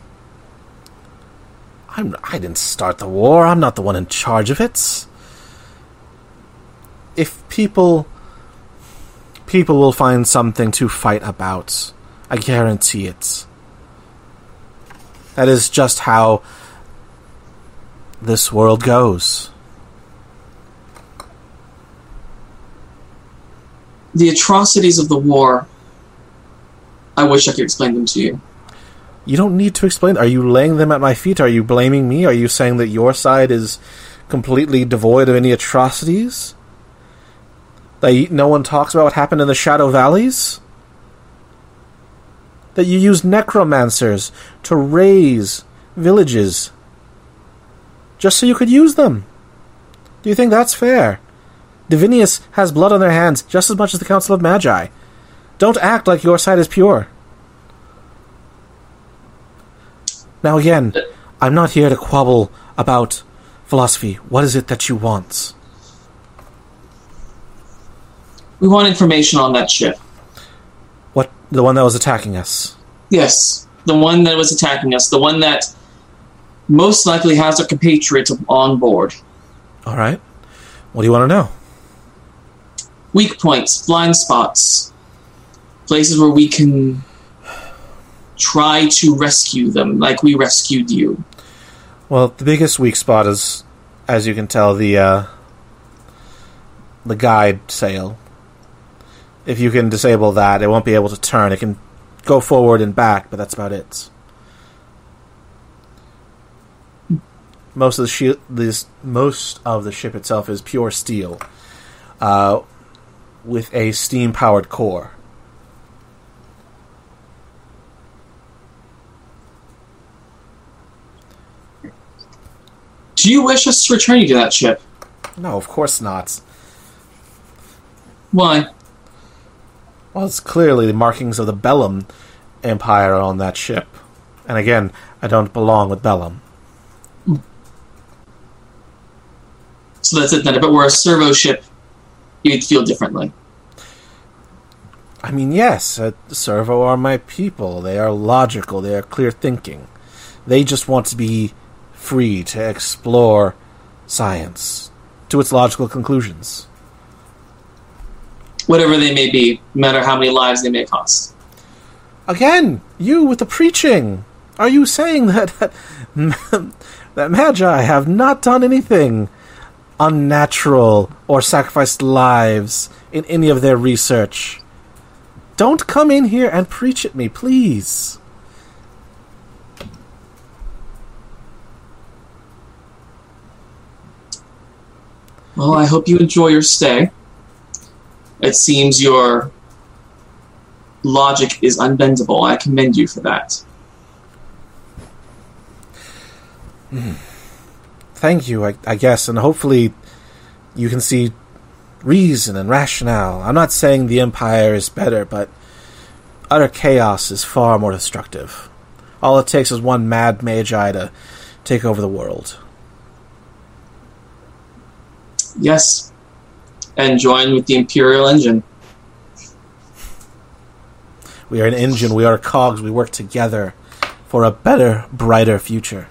I'm, I didn't start the war. I'm not the one in charge of it. If people. People will find something to fight about. I guarantee it. That is just how this world goes. The atrocities of the war, I wish I could explain them to you. You don't need to explain. Are you laying them at my feet? Are you blaming me? Are you saying that your side is completely devoid of any atrocities? That no one talks about what happened in the Shadow Valleys? That you used necromancers to raise villages just so you could use them? Do you think that's fair? Divinius has blood on their hands just as much as the Council of Magi. Don't act like your side is pure. Now, again, I'm not here to quabble about philosophy. What is it that you want? We want information on that ship. What the one that was attacking us? Yes, the one that was attacking us, the one that most likely has a compatriot on board. All right. What do you want to know? weak points, blind spots, places where we can try to rescue them, like we rescued you. Well, the biggest weak spot is, as you can tell, the uh, the guide sail. If you can disable that, it won't be able to turn. It can go forward and back, but that's about it. Most of the shi this most of the ship itself is pure steel, uh, with a steam powered core. Do you wish us to return you to that ship? No, of course not. Why? Well, it's clearly the markings of the Bellum Empire on that ship. And again, I don't belong with Bellum. So that's it then. If it were a servo ship, you'd feel differently. I mean, yes, uh, Servo are my people. They are logical. They are clear thinking. They just want to be free to explore science to its logical conclusions. Whatever they may be, no matter how many lives they may cost. Again, you with the preaching. Are you saying that that, that [laughs] magi have not done anything unnatural or sacrificed lives in any of their research? Don't come in here and preach at me, please. Well, I hope you enjoy your stay. It seems your logic is unbendable. I commend you for that. Thank you, I, I guess, and hopefully you can see reason and rationale. I'm not saying the Empire is better, but utter chaos is far more destructive. All it takes is one mad magi to take over the world. Yes. And join with the Imperial engine. We are an engine. We are cogs. We work together for a better, brighter future.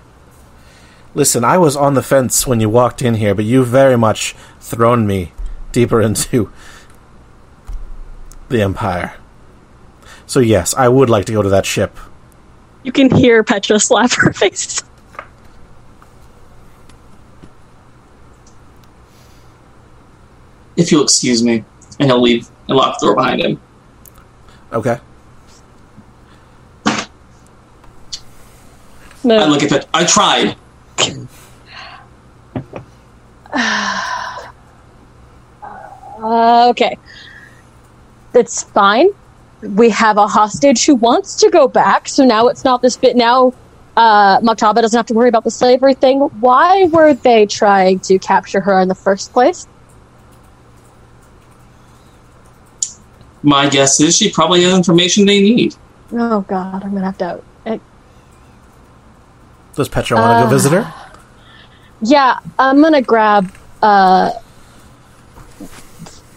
Listen, I was on the fence when you walked in here, but you've very much thrown me deeper [laughs] into the Empire. So, yes, I would like to go to that ship. You can hear Petra slap her [laughs] face. If you'll excuse me, and he'll leave and lock the door behind him. Okay. No. I look at it. I tried. Uh, okay. That's fine. We have a hostage who wants to go back, so now it's not this bit. Now, uh, Maktaba doesn't have to worry about the slavery thing. Why were they trying to capture her in the first place? My guess is she probably has information they need. Oh, God, I'm going to have to. Uh, Does Petra want to Uh. go visit her? yeah, I'm going to grab uh,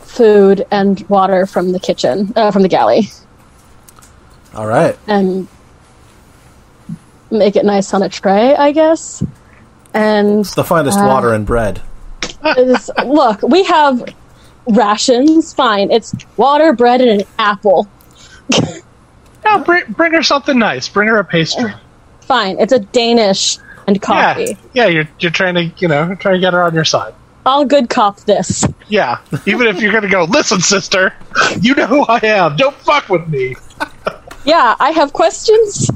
food and water from the kitchen, uh, from the galley, All right. and make it nice on a tray, I guess. And The finest Uh. water and bread. is- look, we have rations. Fine. It's water, bread, and an apple. No, bring, bring her something nice. Bring her a pastry. Fine. It's a Danish and coffee. Yeah, yeah. You're you're trying to you know trying to get her on your side. I'll good cop this. Yeah, even if you're gonna go, listen, sister, you know who I am. Don't fuck with me. Yeah, I have questions.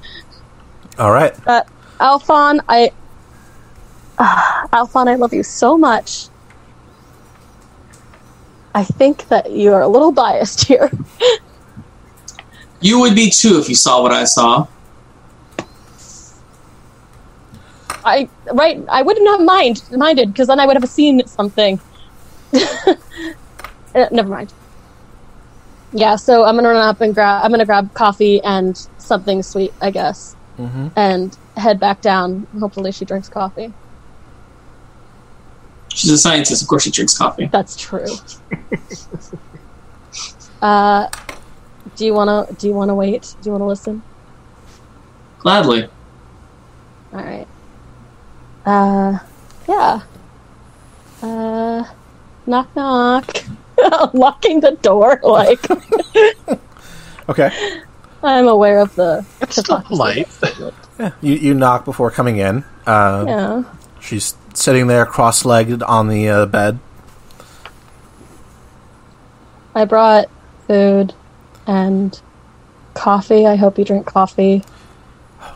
All right. Uh, Alphon, I. [sighs] Ah, Alphon, I love you so much. I think that you are a little biased [laughs] here. You would be too if you saw what I saw. I right. I would not mind minded because then I would have seen something. [laughs] Uh, never mind. Yeah, so I'm gonna run up and grab. I'm gonna grab coffee and something sweet, I guess, and head back down. Hopefully, she drinks coffee. She's a scientist. Of course, she drinks coffee. That's true. [laughs] uh, do you wanna? Do you wanna wait? Do you wanna listen? Gladly. All right. Uh, yeah. Uh, knock knock. [laughs] Locking the door, like Okay. I'm aware of the. It's still polite. Yeah. You, you knock before coming in. Uh, Yeah. She's sitting there cross legged on the uh, bed. I brought food and coffee. I hope you drink coffee.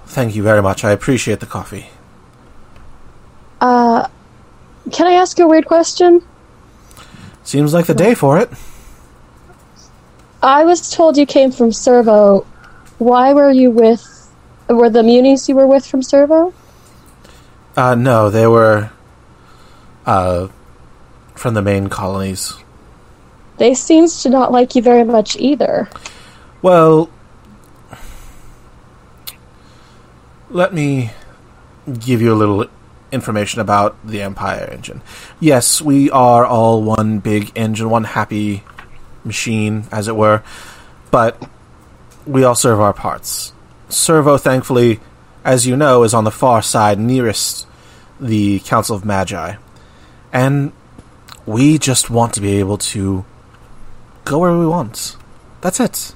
Thank you very much. I appreciate the coffee. Uh, can I ask you a weird question? Seems like the day for it. I was told you came from Servo. Why were you with? Were the munis you were with from Servo? Uh, no, they were uh, from the main colonies. They seems to not like you very much either. Well, let me give you a little information about the Empire engine. Yes, we are all one big engine, one happy machine, as it were, but we all serve our parts. Servo, thankfully, as you know, is on the far side nearest the Council of Magi. And we just want to be able to go where we want. That's it.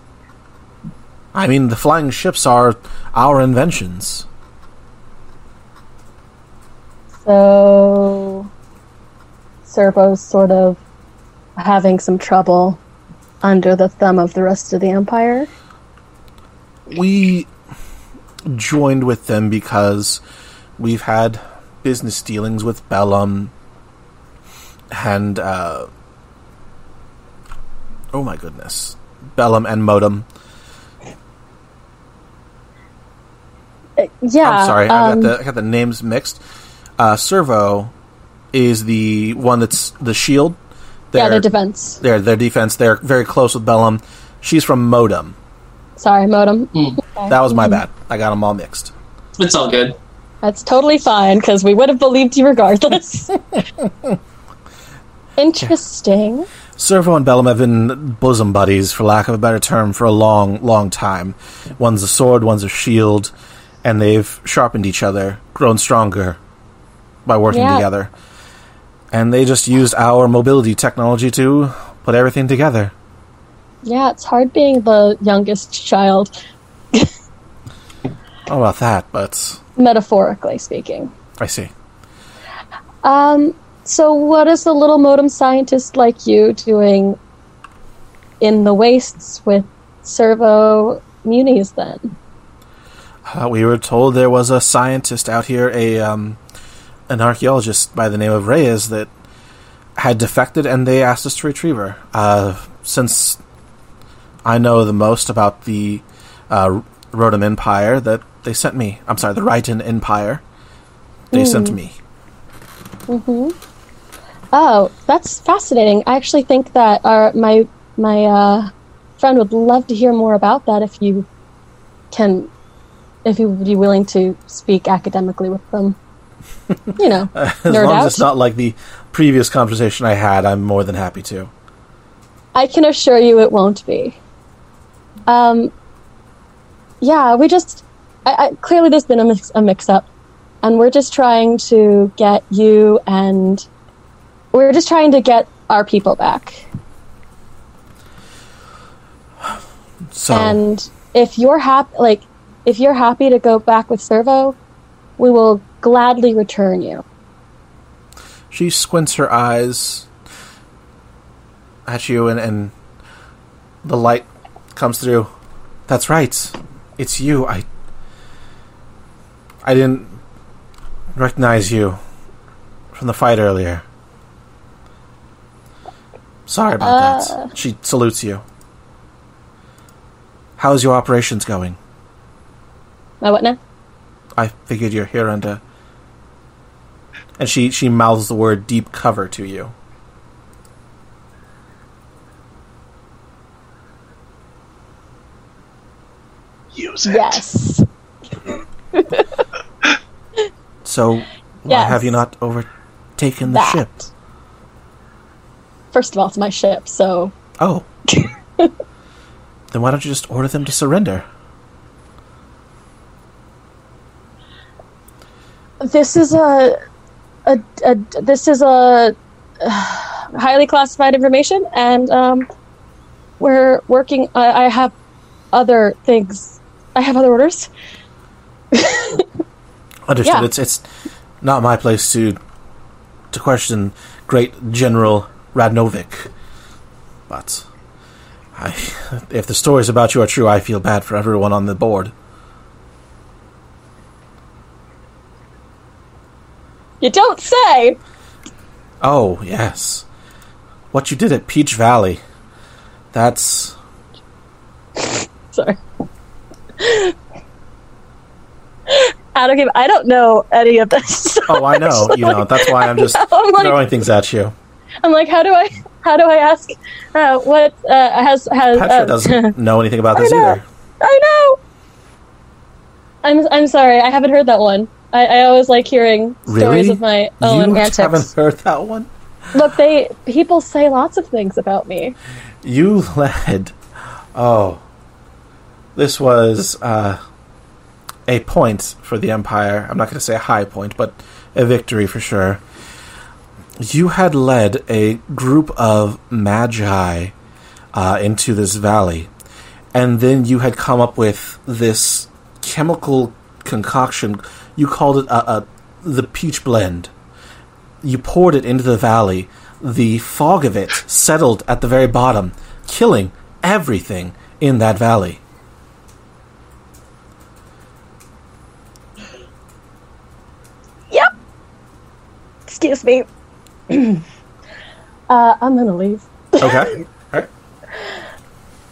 I mean, the flying ships are our inventions. So, Servo's sort of having some trouble under the thumb of the rest of the empire. We joined with them because we've had business dealings with Bellum and, uh, oh my goodness, Bellum and Modem. Yeah, I'm sorry, I, um, got the, I got the names mixed. Uh, Servo is the one that's the shield. yeah, their They're- defense. Their their defense. They're very close with Bellum. She's from Modem. Sorry, modem. That was my bad. I got them all mixed. It's all good. That's totally fine [laughs] because we would have believed you regardless. Interesting. Servo and Bellum have been bosom buddies, for lack of a better term, for a long, long time. One's a sword, one's a shield, and they've sharpened each other, grown stronger by working Yeah. together. And they just used our mobility technology to put everything together. Yeah, it's hard being the youngest child, I don't know about that, but metaphorically speaking. I see. Um, so, what is the little modem scientist like you doing in the wastes with servo munis then? Uh, we were told there was a scientist out here, a um, an archaeologist by the name of Reyes, that had defected, and they asked us to retrieve her. Uh, since I know the most about the uh, Rotom Empire, that they sent me. I'm sorry, the Rhyton Empire. They sent me. Oh, that's fascinating. I actually think that our my my uh, friend would love to hear more about that if you can if you would be willing to speak academically [laughs] with them. You know, As nerd long out. as it's not like the previous conversation I had, I'm more than happy to. I can assure you it won't be. Um, yeah, we just I, I, clearly there's been a mix, a mix up, and we're just trying to get you and we're just trying to get our people back. So And if you're happy, like if you're happy to go back with Servo, we will gladly return you. She squints her eyes at you, and, and the light comes through. That's right. It's you. I. I didn't recognize you from the fight earlier. Sorry about that. She salutes you. How's your operations going? My what now? I figured you're here under. And she, she mouths the word deep cover to you. Use it. Yes. So why Yes. have you not overtaken the That. ship? First of all, it's my ship, so [laughs] Oh. then why don't you just order them to surrender? this is a, a, a this is a uh, highly classified information, and um, we're working. I, I have other things. I have other orders. Understood. Yeah. It's it's not my place to to question great General Radnovic. But I, if the stories about you are true, I feel bad for everyone on the board. You don't say. Oh, yes. What you did at Peach Valley. That's Sorry. [laughs] I don't give. I don't know any of this. [laughs] Oh, I know, you know. That's why I'm just I'm like- throwing things at you. I'm like, how do I? How do I ask? Uh, what uh, has has? Petra uh, [laughs] doesn't know anything about this know. either. I know. I'm I'm sorry. I haven't heard that one. I, I always like hearing stories Really? of my own you [laughs] Oh, antics. haven't heard that one. Look, they people say lots of things about me. You led. Oh, this was uh, a point for the Empire. I'm not going to say a high point, but a victory for sure. You had led a group of magi uh, into this valley, and then you had come up with this chemical concoction. You called it a, a the peach blend. you poured it into the valley. The fog of it settled at the very bottom, killing everything in that valley. Yep. Excuse me. [clears throat] uh, I'm gonna leave. Okay.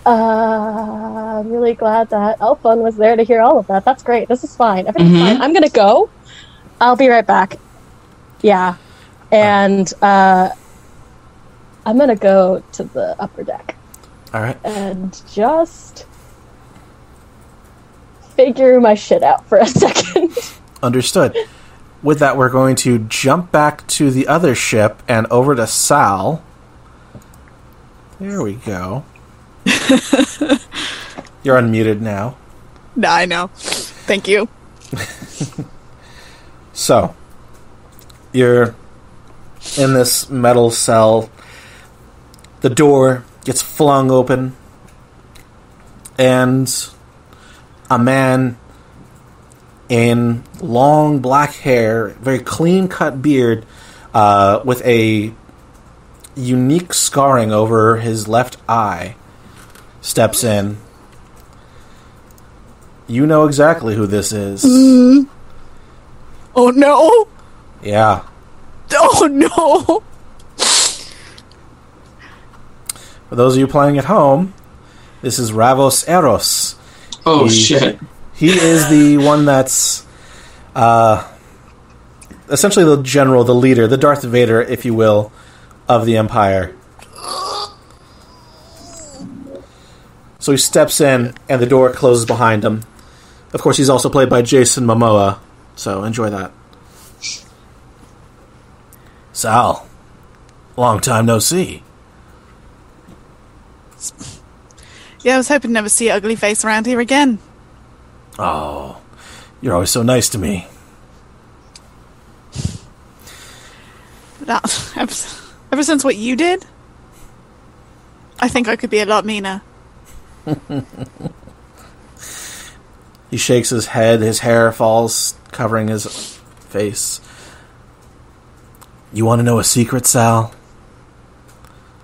Uh, I'm really glad that Elfun was there to hear all of that. That's great. This is fine. Everything's Mm-hmm. fine. I'm gonna go. I'll be right back. Yeah, and uh, I'm gonna go to the upper deck [laughs] All right. and just figure my shit out for a [laughs] second. Understood. With that, we're going to jump back to the other ship and over to Sal. There we go. You're unmuted now. Nah, I know. Thank you. So, you're in this metal cell. The door gets flung open, and a man in long black hair, very clean cut beard, uh, with a unique scarring over his left eye, steps in. You know exactly who this is. Oh no! Yeah. [laughs] Oh no! For those of you playing at home, this is Ravos Eros. Oh He- shit. He is the one that's uh, essentially the general, the leader, the Darth Vader, if you will, of the Empire. So he steps in, and the door closes behind him. Of course, he's also played by Jason Momoa, so enjoy that. Sal, long time no see. Yeah, I was hoping to never see your ugly face around here again. Oh, you're always so nice to me. But that, ever, s- ever since what you did, I think I could be a lot meaner. He shakes his head, his hair falls, covering his face. You want to know a secret, Sal?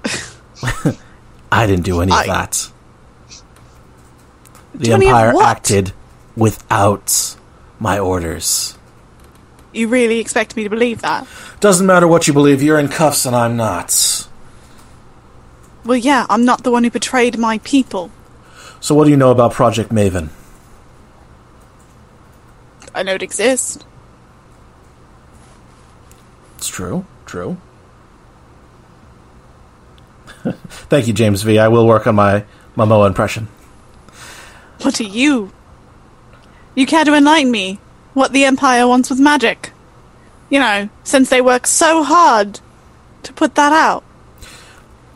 [laughs] I didn't do any I- of that. The Do any of Empire what? acted without my orders. You really expect me to believe that? Doesn't matter what you believe, you're in cuffs and I'm not. Well, yeah, I'm not the one who betrayed my people. So, what do you know about Project Maven? I know it exists. It's true. True. [laughs] Thank you, James V. I will work on my Momoa impression. What are you? You care to enlighten me what the Empire wants with magic? You know, since they work so hard to put that out.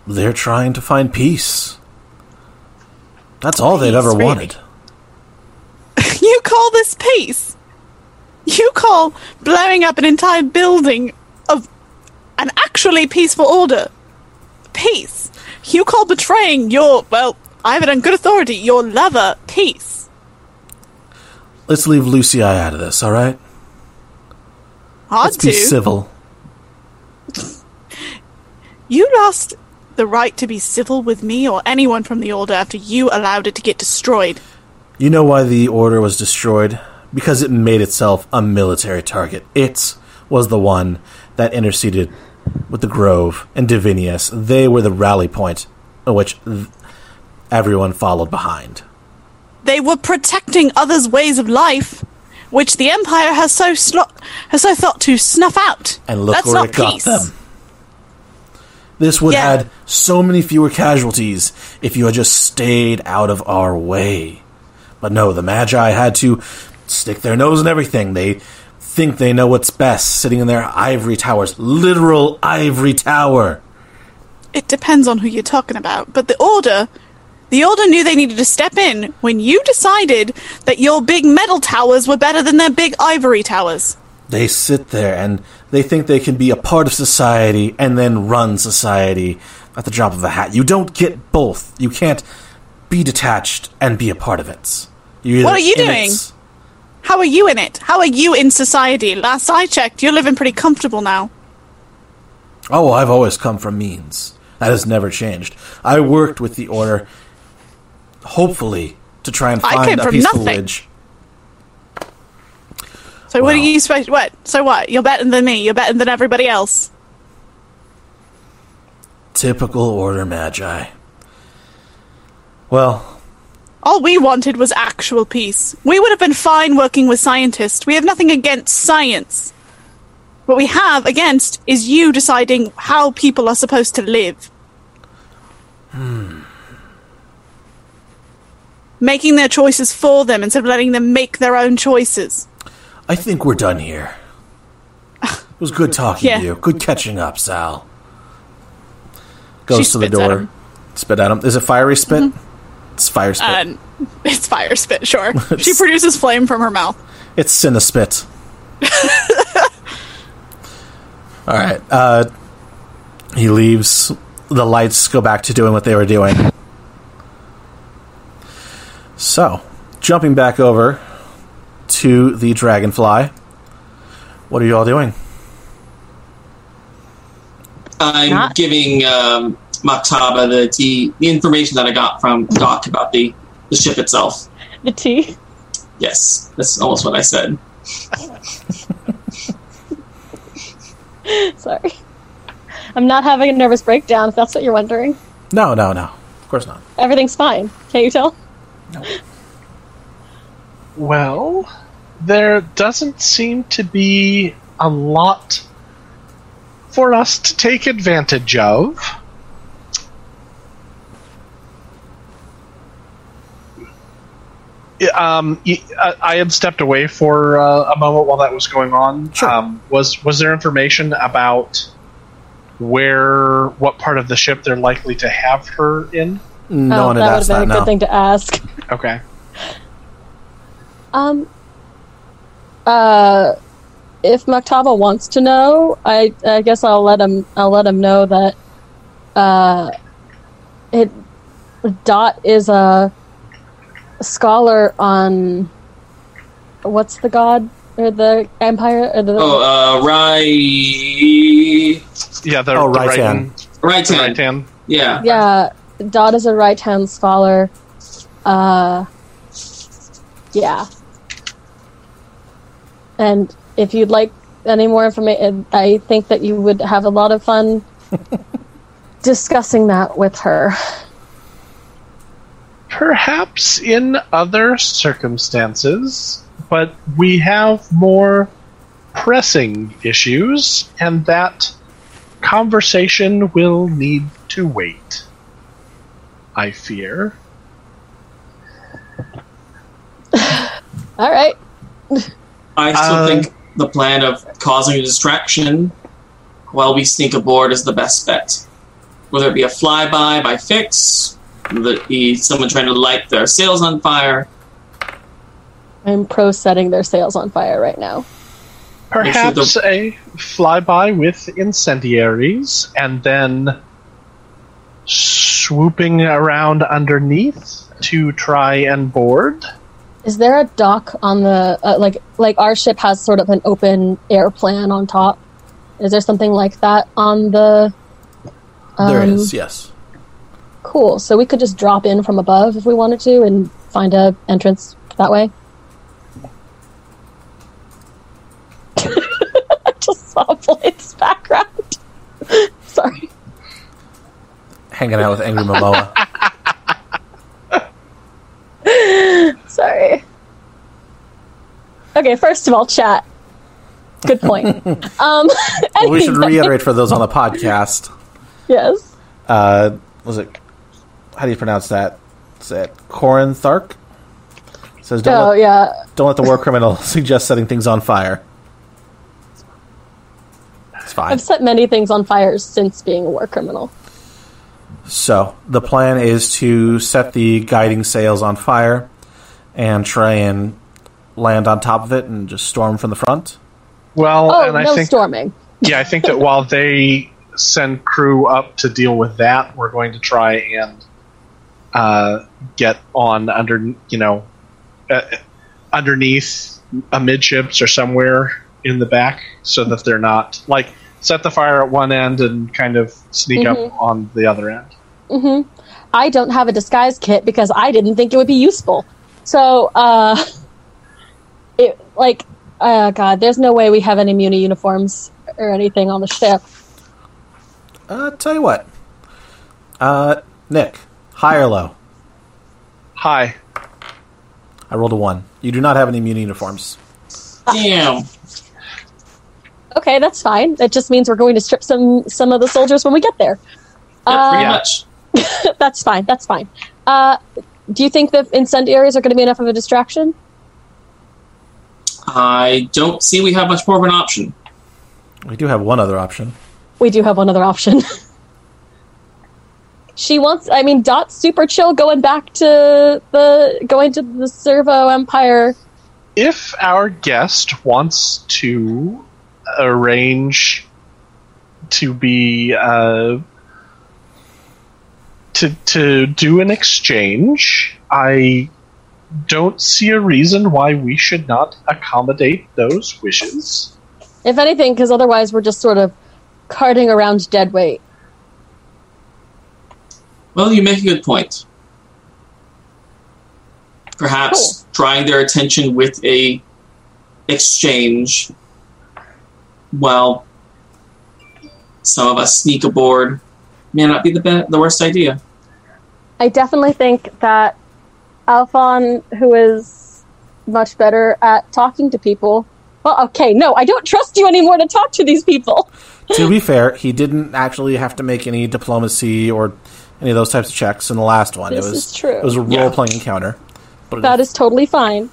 They're trying to find peace. That's all they'd Peace, ever really? wanted. you call this peace? You call blowing up an entire building of an actually peaceful order peace? You call betraying your, well, I have it on good authority, your lover peace? Let's leave Lucy I out of this, all right? Hard Let's to. be civil. You lost the right to be civil with me or anyone from the order after you allowed it to get destroyed. You know why the order was destroyed? Because it made itself a military target. It was the one that interceded with the Grove and Divinius. They were the rally point at which th- everyone followed behind. They were protecting others' ways of life, which the Empire has so slo- has so thought to snuff out. And look That's where not it got peace. them. This would Yeah. have had so many fewer casualties if you had just stayed out of our way. But no, the Magi had to stick their nose in everything. They think they know what's best, sitting in their ivory towers. Literal ivory tower. It depends on who you're talking about, but the order. The Order knew they needed to step in when you decided that your big metal towers were better than their big ivory towers. They sit there and they think they can be a part of society and then run society at the drop of a hat. You don't get both. You can't be detached and be a part of it. You're What either are you in doing? it- How are you in it? How are you in society? Last I checked, you're living pretty comfortable now. Oh, I've always come from means. That has never changed. I worked with the order, hopefully, to try and I came find a from peaceful nothing. village. So what are Wow. you supposed? What? So what? You're better than me. You're better than everybody else. Typical order magi. Well, All we wanted was actual peace. We would have been fine working with scientists. We have nothing against science. What we have against is you deciding how people are supposed to live. Making their choices for them instead of letting them make their own choices. [laughs] I think we're done here. It was good talking [laughs] Yeah. to you. Good catching up, Sal. Goes She to the spits at door. him. spit at him. Is it fiery spit? It's fire spit. Uh, it's fire spit, sure. she produces flame from her mouth. It's Cinespit. All right. Uh, he leaves. The lights go back to doing what they were doing. So, jumping back over to the dragonfly. What are you all doing? I'm Not- giving um, Maktaba the, the the information that I got from Doc about the, the ship itself. The tea. [laughs] Yes, that's almost what I said. Sorry. I'm not having a nervous breakdown, if that's what you're wondering. No, no, no. Of course not. Everything's fine. Can't you tell? Well, there doesn't seem to be a lot for us to take advantage of. Yeah, Um, y- I- I had stepped away for uh, a moment while that was going on. Sure. Um, was was there information about where, what part of the ship they're likely to have her in? No Oh, one had that asked would that. have been a No. good thing to ask. Okay. Um, uh, if Maktaba wants to know, I, I guess I'll let him. I'll let him know that. Uh, it Dot is a scholar on what's the god or the empire or the Oh, uh, right, Yeah, the, Oh, the right right hand. hand. right The right hand. hand. Yeah, yeah. Dot is a right hand scholar. Uh, yeah. And if you'd like any more information, I think that you would have a lot of [laughs] fun discussing that with her. Perhaps in other circumstances, but we have more pressing issues, and that conversation will need to wait. I fear. All right. I still Uh, think the plan of causing a distraction while we sneak aboard is the best bet. Whether it be a flyby by Fix, whether it be someone trying to light their sails on fire, I'm pro setting their sails on fire right now. Perhaps a flyby with incendiaries, and then swooping around underneath to try and board. Is there a dock on the uh, like like our ship has sort of an open air plan on top? Is there something like that on the? There um, is, yes. Cool. So we could just drop in from above if we wanted to and find a entrance that way. [laughs] I just saw Blade's background. [laughs] Sorry. Hanging out with [laughs] Angry Momoa. Sorry. Okay, first of all, chat. Good point. um [laughs] well, we should anything- reiterate for those on the podcast. [laughs] Yes. Uh, was it? How do you pronounce that? Is that Corin Thark? Says don't, Oh let, yeah. don't let the war criminal [laughs] suggest setting things on fire. It's fine. I've set many things on fire since being a war criminal. So the plan is to set the guiding sails on fire and try and land on top of it and just storm from the front. Well, Oh, and I no think storming. yeah, I think that while they send crew up to deal with that, we're going to try and uh, get on under, you know, uh, underneath amidships or somewhere in the back, so that they're not like set the fire at one end and kind of sneak up on the other end. I don't have a disguise kit because I didn't think it would be useful. So, uh, [laughs] it like, uh, God, there's no way we have any Muni uniforms or anything on the ship. Uh, tell you what, uh, Nick, high or low? Hi. I rolled a one. You do not have any muni uniforms. damn. Okay, that's fine. That just means we're going to strip some some of the soldiers when we get there. [laughs] Yeah, pretty Uh, much. That's fine. That's fine. Uh, do you think the incendiaries are going to be enough of a distraction? I don't see we have much more of an option. We do have one other option. We do have one other option. [laughs] she wants. I mean, Dot's super chill going back to the going to the Servo Empire. If our guest wants to arrange to be uh, to to do an exchange, I don't see a reason why we should not accommodate those wishes. If anything, because otherwise we're just sort of carting around dead weight. Well, you make a good point. Perhaps drawing their attention with a exchange while some of us sneak aboard may not be the be- the worst idea. I definitely think that Alphon, who is much better at talking to people, well, okay, no, I don't trust you anymore to talk to these people. to be fair, he didn't actually have to make any diplomacy or any of those types of checks in the last one. This it was is true. It was a role Yeah. playing encounter. But That is totally fine.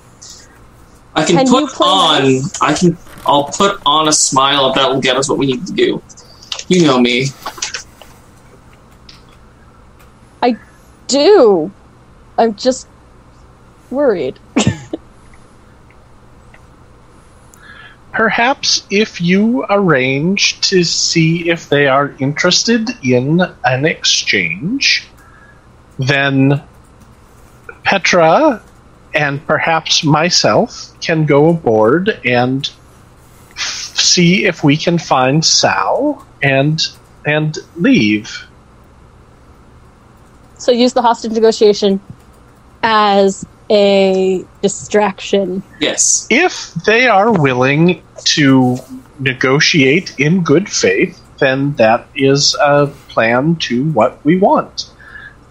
I can, Can you put play on. nice? I can. I'll put on a smile if that will get us what we need to do. You know me. I do. I'm just worried. Perhaps if you arrange to see if they are interested in an exchange, then Petra and perhaps myself can go aboard and f- see if we can find Sal and and leave. So use the hostage negotiation as a distraction. Yes. if they are willing to negotiate in good faith, then that is a plan to what we want.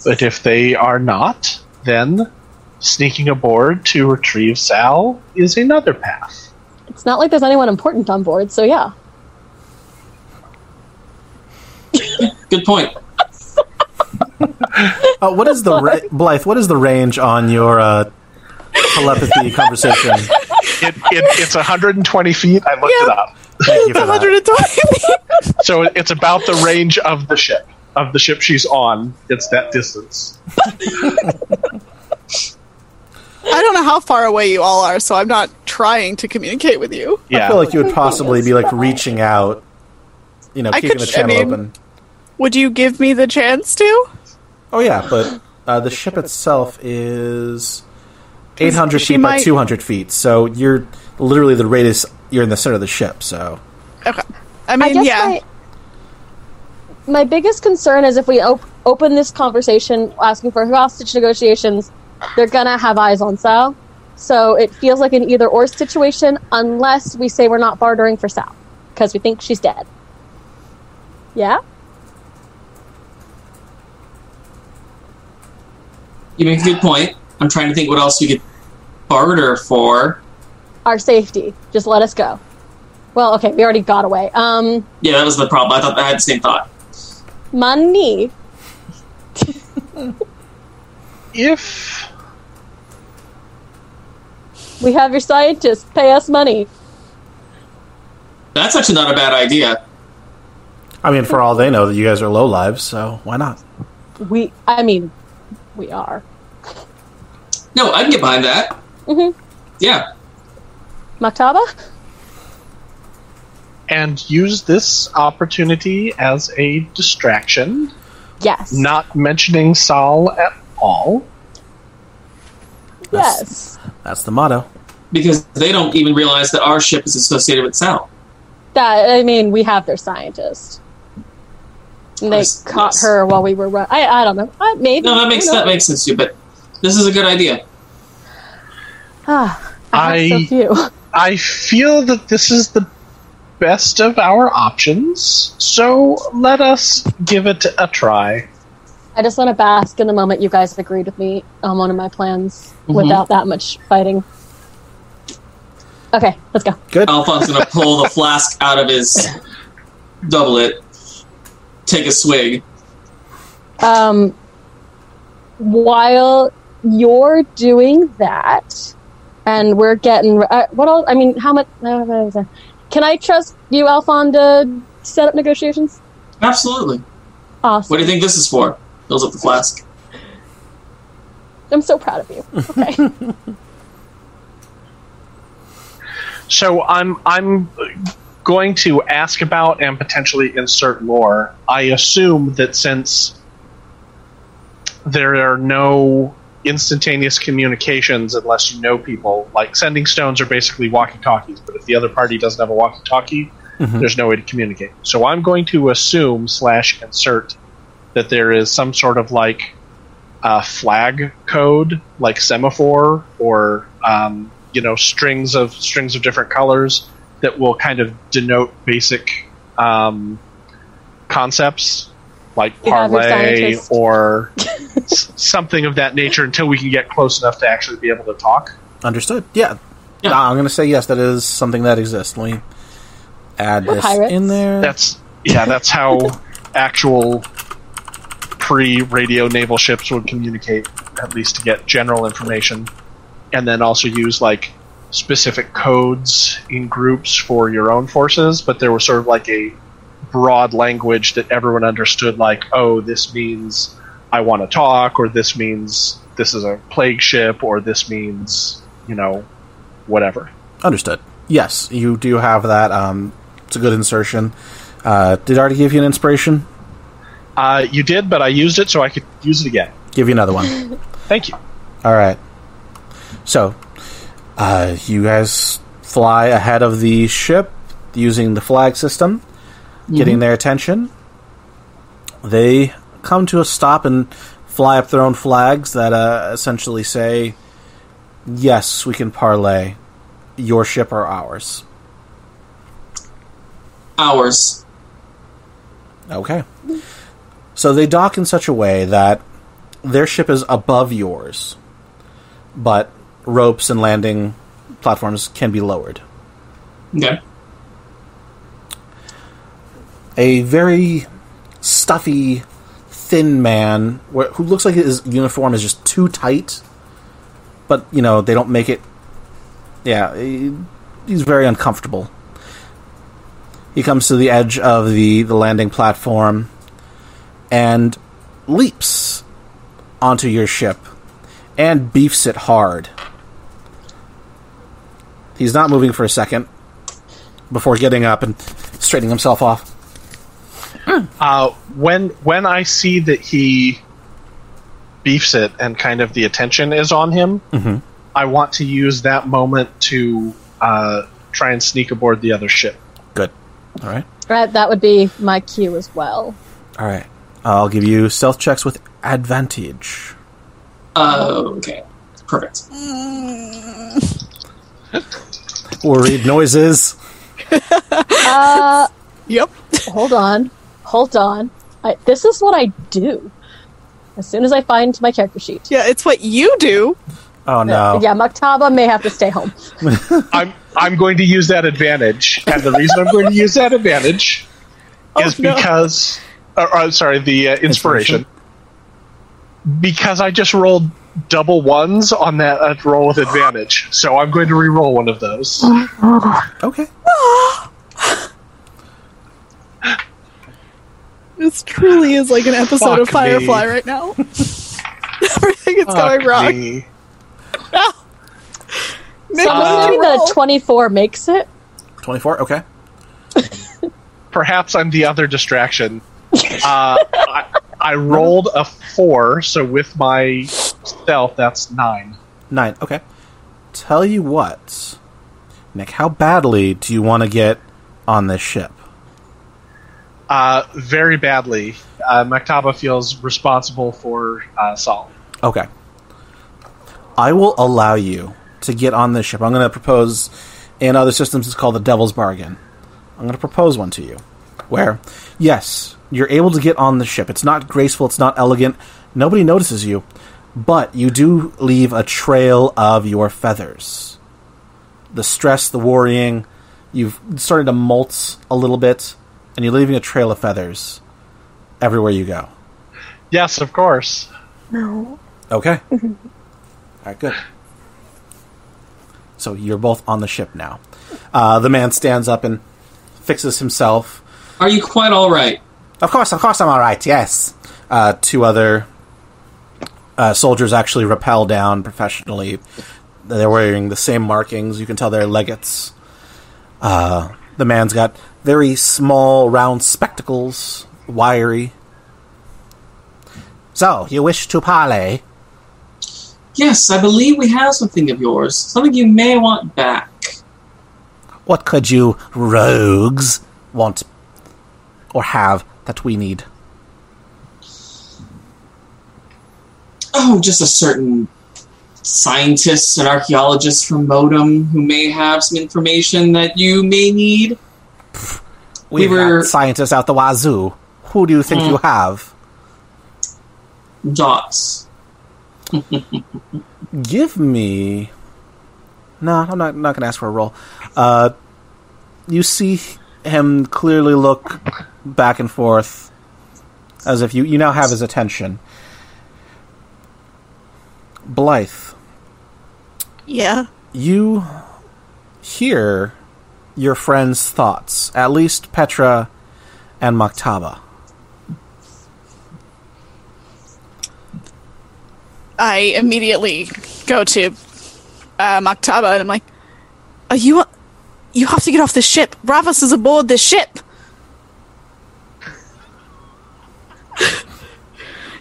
But if they are not, then sneaking aboard to retrieve Sal is another path. It's not like there's anyone important on board, so yeah. Good point. uh, what is [laughs] the ra- Blythe? What is the range on your uh, [laughs] telepathy conversation? It, it, it's 120 feet. I looked it Yeah. up. Thank you for that. 120. So it's about the range of the ship. Of the ship she's on, it's that distance. [laughs] I don't know how far away you all are, so I'm not trying to communicate with you. Yeah. I feel like you would possibly be like reaching out, you know, I keeping could- the I channel mean- open. Would you give me the chance to? Oh yeah, but uh, the ship itself is 800 she feet by might- 200 feet, so you're literally the radius. You're in the center of the ship, so Okay. I I mean, guess yeah. my, my biggest concern is if we op- open this conversation asking for hostage negotiations, they're gonna have eyes on Sal. So it feels like an either or situation unless we say we're not bartering for Sal because we think she's dead. Yeah? You make a good point. I'm trying to think what else you could barter for. Our safety. Just let us go. Well, okay, we already got away. Um, Yeah, that was the problem. I thought I had the same thought. money. If We have your scientists pay us money. That's actually not a bad idea. I mean, for all they know, that you guys are low lives, so why not? We, I mean, we are. No, I can get behind that. Mhm. Yeah. Maktaba? and use this opportunity as a distraction, Yes. not mentioning Sal at all. That's- Yes. That's the motto. Because they don't even realize that our ship is associated with Sal. That I mean, we have their scientist. And they Yes, caught yes. her while we were run. I, I don't know. I, maybe. No, that makes I that don't know. makes sense too. But this is a good idea. Ah, I, have I- so few. [laughs] I feel that this is the best of our options, so let us give it a try. I just want to bask in the moment you guys agreed with me on one of my plans without that much fighting. Okay, let's go. Good. Alphonse gonna pull the flask out of his doublet, take a swig. Um, while you're doing that, and we're getting uh, what else? I mean, how much? no, no, no. Can I trust you, Alphonse, to set up negotiations? Absolutely. Awesome. What do you think this is for? fills up the flask. I'm so proud of you. Okay. So I'm I'm going to ask about and potentially insert lore. I assume that since there are no instantaneous communications unless you know people, like sending stones are basically walkie-talkies, but if the other party doesn't have a walkie-talkie, Mm-hmm. there's no way to communicate. So I'm going to assume slash insert that there is some sort of like uh, flag code, like semaphore or um, you know strings of strings of different colors that will kind of denote basic um, concepts like You have your parlay scientist. or [laughs] s- something of that nature until we can get close enough to actually be able to talk. Understood. Yeah. Yeah. I'm going to say yes. That is something that exists. Let me add We're this pirates. in there. That's yeah, that's how actual pre-radio naval ships would communicate, at least to get general information, and then also use like specific codes in groups for your own forces. But there was sort of like a broad language that everyone understood, like, oh, this means I want to talk, or this means this is a plague ship, or this means you know whatever. Understood. Yes, you do have that. Um, it's a good insertion. Uh, did I already give you an inspiration? Uh, you did, but I used it, so I could use it again. Give you another one. Thank you. All right. So, uh, you guys fly ahead of the ship using the flag system, getting their attention. They come to a stop and fly up their own flags that uh, essentially say, "Yes, we can parlay. Your ship or ours." Hours. Okay. So they dock in such a way that their ship is above yours, but ropes and landing platforms can be lowered. Okay. A very stuffy, thin man wh- who looks like his uniform is just too tight, but you know, they don't make it. Yeah, he- he's very uncomfortable. He comes to the edge of the, the landing platform and leaps onto your ship and beefs it hard. He's not moving for a second before getting up and straightening himself off. Uh, when when I see that he beefs it and kind of the attention is on him, I want to use that moment to uh, try and sneak aboard the other ship. Good. All right. right, that would be my cue as well. All right. I'll give you stealth checks with advantage. Uh, okay. Perfect. Or read noises. Uh, Yep. hold on, hold on. I, this is what I do. As soon as I find my character sheet. Yeah, it's what you do. Oh no. Yeah, Maktaba may have to stay [laughs] home. I'm I'm going to use that advantage, and the reason I'm going to use that advantage is no. because, or, or, sorry, the uh, inspiration. Because I just rolled double ones on that uh, roll with advantage, so I'm going to re-roll one of those. Okay. This truly is like an episode of Fuck me. Firefly right now. [laughs] Everything is going Fuck wrong. me. Nick, So what did maybe you the roll? 24 makes it. Twenty-four. Okay. perhaps I'm the other distraction. [laughs] Uh, I, I rolled a four, so with my stealth, that's nine. Nine. Okay. Tell you what, Nick. How badly do you want to get on this ship? Uh, very badly. Uh, Maktaba feels responsible for uh, Saul. Okay. I will allow you to get on this ship. I'm going to propose, in other systems, it's called the Devil's Bargain. I'm going to propose one to you. Where, yes, you're able to get on the ship. It's not graceful, it's not elegant, nobody notices you, but you do leave a trail of your feathers. The stress, the worrying, you've started to molt a little bit, and you're leaving a trail of feathers everywhere you go. Yes, of course. [laughs] Okay. All right, good. So you're both on the ship now. Uh, the man stands up and fixes himself. Are you quite all right? Of course, of course, I'm all right. Yes, Uh, two other uh, soldiers actually rappel down professionally. They're wearing the same markings. You can tell they're legates. Uh, the man's got very small, round spectacles, wiry. So, you wish to parley? Yes, I believe we have something of yours. Something you may want back. What could you rogues want or have that we need? Oh, just a certain scientist and archaeologist from Modem who may have some information that you may need. We've We were- got scientists out the wazoo. Who do you think you have? Dots. Give me. No, I'm not. Not going to ask for a roll. Uh, you see him clearly look back and forth, as if you you now have his attention. Blythe, Yeah. you hear your friend's thoughts. At least Petra and Maktaba. I immediately go to uh, Maktaba and I'm like, "Are you? You have to get off this ship. Ravas is aboard this ship. [laughs]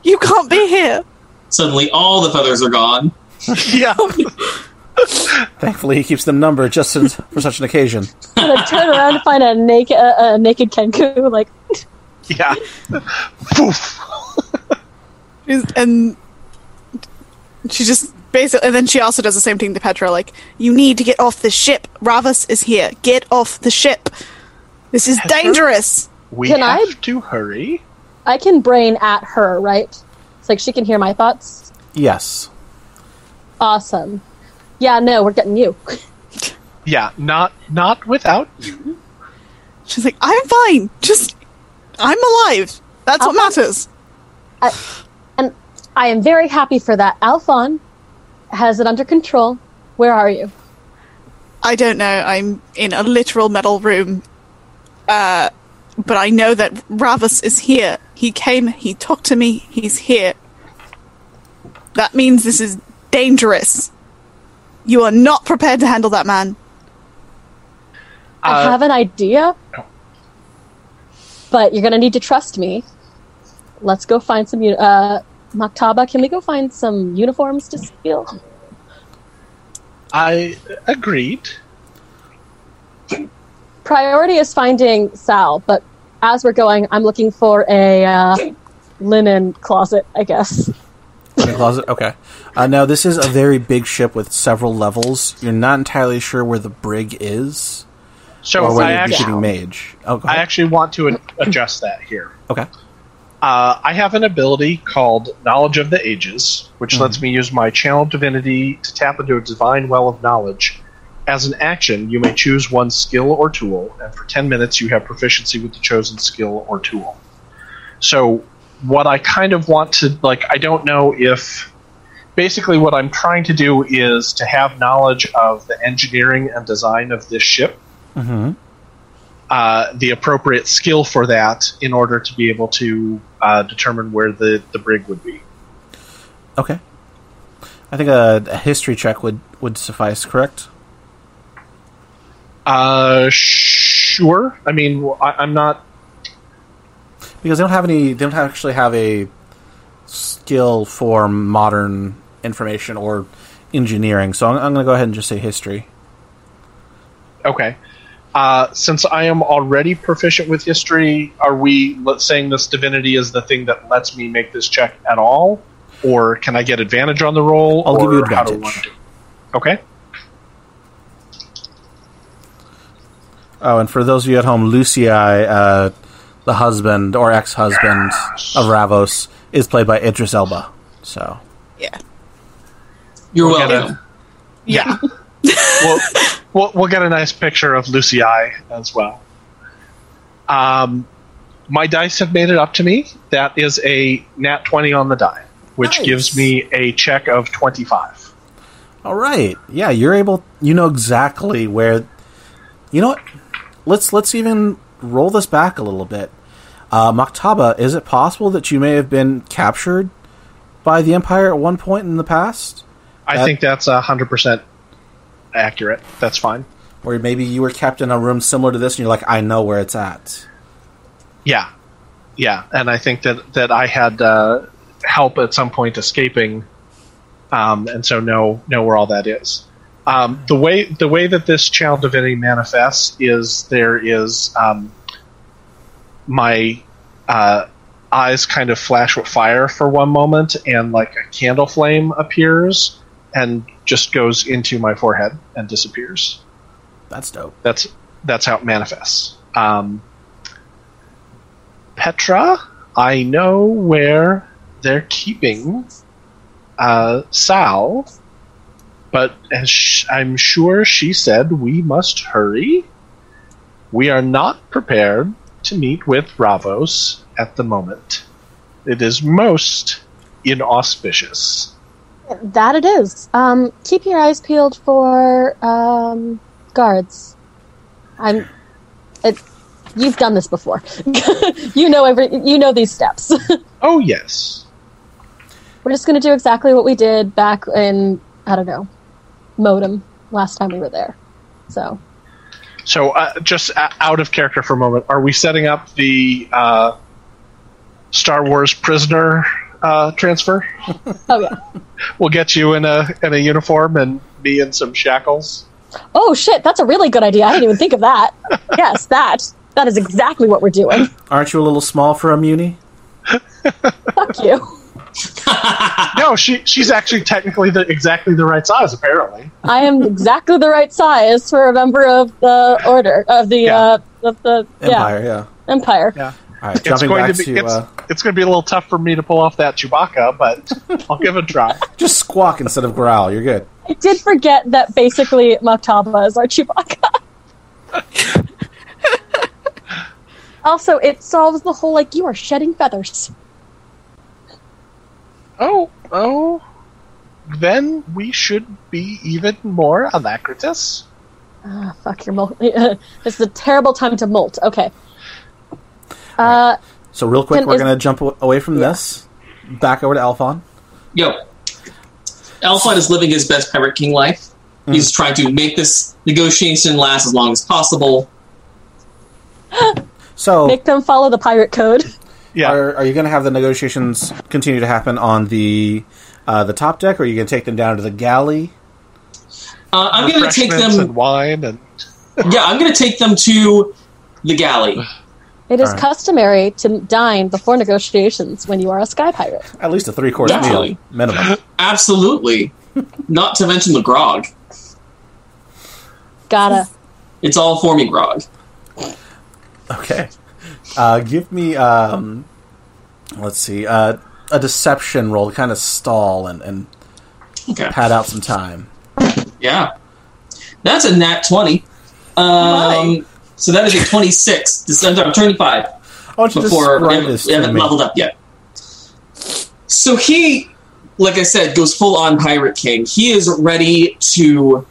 you can't be here." Suddenly, all the feathers are gone. Yeah. Thankfully, he keeps them numbered just in, for such an occasion. And I turn around and find a naked, a, a naked Kenku. [laughs] Like, yeah. Poof. She's- And she just basically, and then she also does the same thing to Petra, like, "You need to get off this ship. Ravas is here. Get off the ship. This is Petra? dangerous." We Can I- have to hurry. I can brain at her, right? It's like she can hear my thoughts. Yes. Awesome. Yeah, no, we're getting you. [laughs] Yeah, not not without you. She's like, "I'm fine. Just, I'm alive. That's what How- matters." And I am very happy for that. Alphon has it under control. Where are you? I don't know. I'm in a literal metal room. Uh, but I know that Ravus is here. He came, he talked to me, he's here. That means this is dangerous. You are not prepared to handle that man. I Uh, have an idea, but you're gonna need to trust me. Let's go find some. uni- Uh, Maktaba, can we go find some uniforms to steal? I agreed. Priority is finding Sal, but as we're going, I'm looking for a uh, linen closet, I guess. In the closet? Okay. Uh, now, this is a very big ship with several levels. You're not entirely sure where the brig is So or whether I you'd be shooting actually, mage. Oh, go I ahead. actually want to ad- adjust that here. okay. Uh, I have an ability called Knowledge of the Ages, which lets me use my Channel Divinity to tap into a divine well of knowledge. As an action, you may choose one skill or tool, and for 10 minutes you have proficiency with the chosen skill or tool. So, what I kind of want to, like, I don't know if. Basically, what I'm trying to do is to have knowledge of the engineering and design of this ship Mm-hmm. uh, the appropriate skill for that in order to be able to uh, determine where the, the brig would be. Okay. I think a, a history check would, would suffice, correct? Uh, sure. I mean, I, am not. Because they don't have any. They don't actually have a skill for modern information or engineering. So I'm, I'm going to go ahead and just say history. Okay. Uh, since I am already proficient with history, are we let, saying this divinity is the thing that lets me make this check at all? Or can I get advantage on the roll? I'll or give you how do I advantage. want to do it? Okay. Oh, and for those of you at home, Lucy, uh, the husband or ex-husband of Ravos, is played by Idris Elba. So Yeah. You're We'll get welcome. Yeah. [laughs] we'll, we'll, we'll get a nice picture of Lucy I as well. Um, my dice have made it up to me. That is a nat 20 on the die, which Nice. gives me a check of 25. All right. Yeah, you're able. You know exactly where. You know what? Let's let's even roll this back a little bit. Uh, Maktaba, is it possible that you may have been captured by the Empire at one point in the past? I That- think that's hundred percent accurate. That's fine. Or maybe you were kept in a room similar to this and you're like, I know where it's at. Yeah, yeah, and I think that that I had uh, help at some point escaping, um, and so know know where all that is. Um, the way the way that this child divinity manifests is there is um, my uh, eyes kind of flash with fire for one moment, and like a candle flame appears and just goes into my forehead and disappears That's dope. that's that's how it manifests. Um, Petra, I know where they're keeping uh, Sal, but as sh- I'm sure she said, we must hurry. We are not prepared to meet with Ravos at the moment. It is most inauspicious. That it is. Um, keep your eyes peeled for um, guards. I'm. It, you've done this before. [laughs] you know every. You know these steps. [laughs] Oh yes, we're just going to do exactly what we did back in I don't know, modem last time we were there. So So, uh, just o- out of character for a moment, are we setting up the uh, Star Wars prisoner uh, transfer? oh yeah. We'll get you in a in a uniform and me in some shackles. Oh shit, that's a really good idea. I didn't even think of [laughs] that. Yes, that that is exactly what we're doing. Aren't you a little small for a muni? Fuck you. No, she she's actually technically the exactly the right size. Apparently, I am exactly the right size for a member of the order of the Yeah. uh, of the Empire, yeah. yeah empire. yeah. All right, It's jumping going back to to, be it's, uh, it's going to be a little tough for me to pull off that Chewbacca, but I'll give it a try. just squawk instead of growl. You're good. I did forget that basically Maktaba is our [laughs] Chewbacca. also, it solves the whole like you are shedding feathers. Oh oh, then we should be even more alacritous. Ah, fuck your molt. [laughs] this is a terrible time to molt. Okay. Uh, So real quick, Then we're is- gonna jump aw- away from this, back over to Alphon. Yo. Alphon is living his best Pirate King life. Hmm. He's trying to make this negotiation last as long as possible. So make them follow the pirate code. Yeah, are, are you gonna have the negotiations continue to happen on the uh, the top deck, or are you gonna take them down to the galley? Uh, I'm going to take refreshments and them. wine and Yeah, I'm going to take them to the [sighs] galley. It is Alright. customary to dine before negotiations when you are a sky pirate. At least a three course meal Naturally. [laughs] minimum. [laughs] Absolutely. Not to mention the grog. Gotta. It's all for me grog. Okay, uh, give me um, let's see uh, a deception roll to kind of stall and, and Okay. pad out some time. Yeah. That's a nat 20. Um, so that is a 26. This, I'm 25. I want you to before we describe haven't, this we to haven't me. leveled up yet. So he, like I said, goes full on Pirate King. He is ready to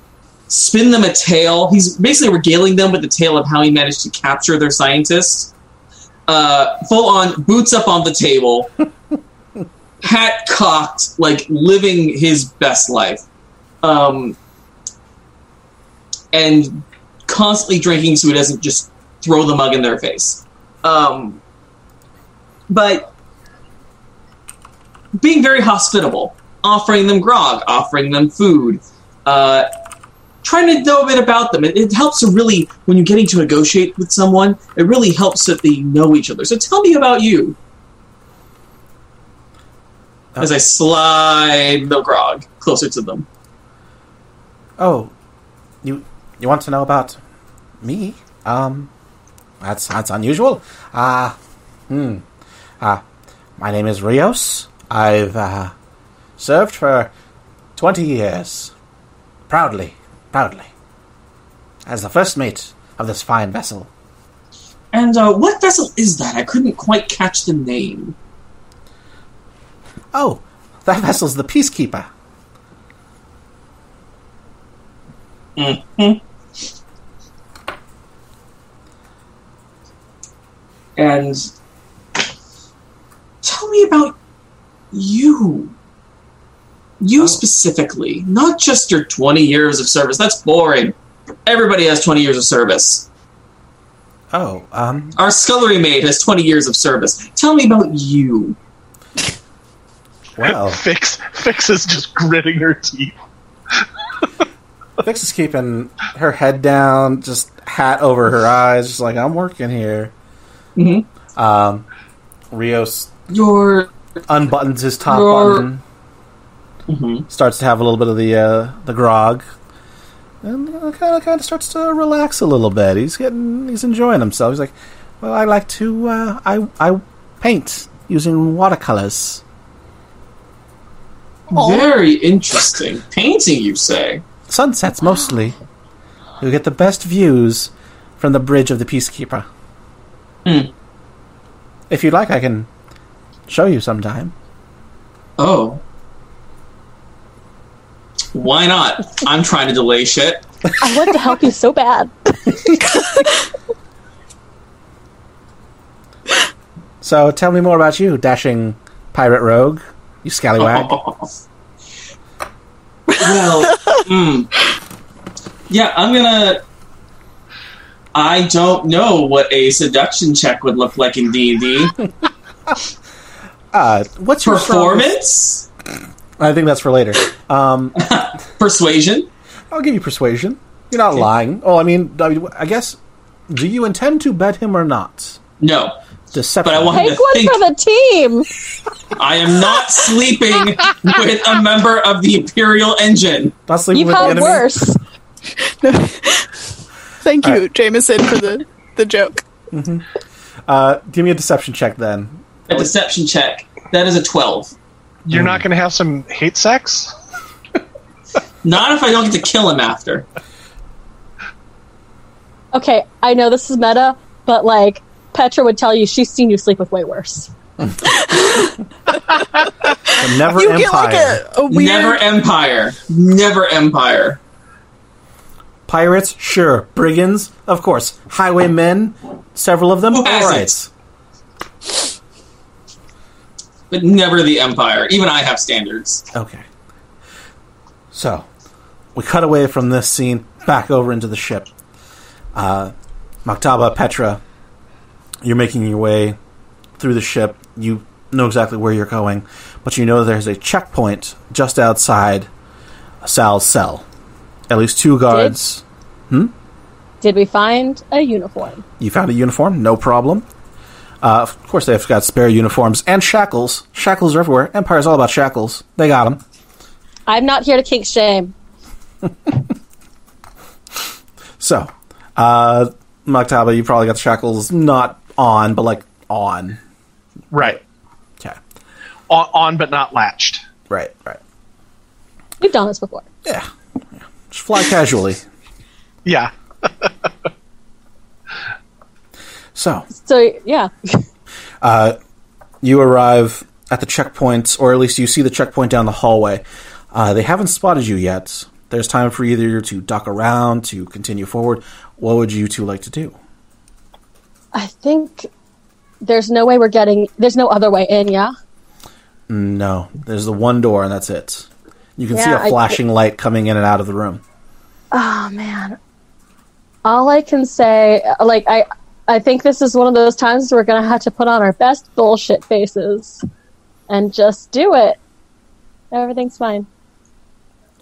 spin them a tale. He's basically regaling them with the tale of how he managed to capture their scientist. Uh, full on boots up on the table, hat cocked, like living his best life. Um, and constantly drinking so he doesn't just throw the mug in their face. Um, but being very hospitable, offering them grog, offering them food, uh, trying to know a bit about them. It, it helps to really, when you're getting to negotiate with someone, it really helps that they know each other. So tell me about you. As I slide the grog closer to them. Oh, you you want to know about me? Um, that's that's unusual. Ah, hmm. Ah, my name is Rios. I've uh, served for twenty years, proudly, proudly, as the first mate of this fine vessel. And uh, what vessel is that? I couldn't quite catch the name. Oh, that vessel's the Peacekeeper. and you. You Oh. specifically, not just your 20 years of service. That's boring. Everybody has 20 years of service. Oh, um, Our scullery maid has 20 years of service. Tell me about you. wow. [laughs] Fix Fix is just gritting her teeth. Vix is keeping her head down, just hat over her eyes, just like I'm working here. Mhm. Um, Rios Your unbuttons his top Roar. button, starts to have a little bit of the uh, the grog, and kind of kind of starts to relax a little bit. He's getting he's enjoying himself. He's like, well, I like to uh, I I paint using watercolors. very interesting painting, you say? Sunsets mostly. You get the best views from the bridge of the Peacekeeper. Hmm. If you'd like, I can show you sometime. Oh. Why not? I'm trying to delay shit. I want to help you so bad. So tell me more about you, dashing pirate rogue. You scallywag. [laughs] well, mm. yeah, I'm gonna. I don't know what a seduction check would look like in D and D Uh, what's your strongest- performance, I think that's for later. Um, persuasion. I'll give you persuasion. You're not lying. Oh, I mean, I, mean, I guess. Do you intend to bet him or not? No, Deception. But I want- Take one think- for the team. I am not sleeping with a member of the Imperial Engine. not sleeping You've with the had enemy. worse. Thank you, Jameson, for the, the joke. Uh, give me a deception check then. A deception check. That is a twelve. You're Mm. not going to have some hate sex? Not if I don't get to kill him after. Okay, I know this is meta, but like Petra would tell you, she's seen you sleep with way worse. The Never You Empire. get like a, a weird. Never Empire. Never Empire. Pirates, sure. Brigands, of course. Highwaymen, several of them. Who All has right. it? but never the Empire. Even I have standards. Okay. So, we cut away from this scene back over into the ship. Uh, Maktaba, Petra, you're making your way through the ship. You know exactly where you're going, but you know there's a checkpoint just outside Sal's cell. At least two guards. Did we find a uniform? You found a uniform, no problem. Uh, of course, they've got spare uniforms and shackles. Shackles are everywhere. Empire's all about shackles. They got them. I'm not here to kink shame. So, uh, Maktaba, you probably got the shackles not on, but like on. Right. Okay. On, on but not latched. Right, right. We've done this before. Yeah. Yeah. Just fly casually. Yeah. So, So yeah, [laughs] you arrive at the checkpoint, or at least you see the checkpoint down the hallway. Uh, they haven't spotted you yet. There's time for either to duck around, to continue forward. What would you two like to do? I think there's no way we're getting. There's no other way in. Yeah. No, there's the one door, and that's it. You can see Yeah, a I- flashing light coming in and out of the room. Oh man. All I can say, like I, I think this is one of those times we're gonna have to put on our best bullshit faces, and just do it. Everything's fine.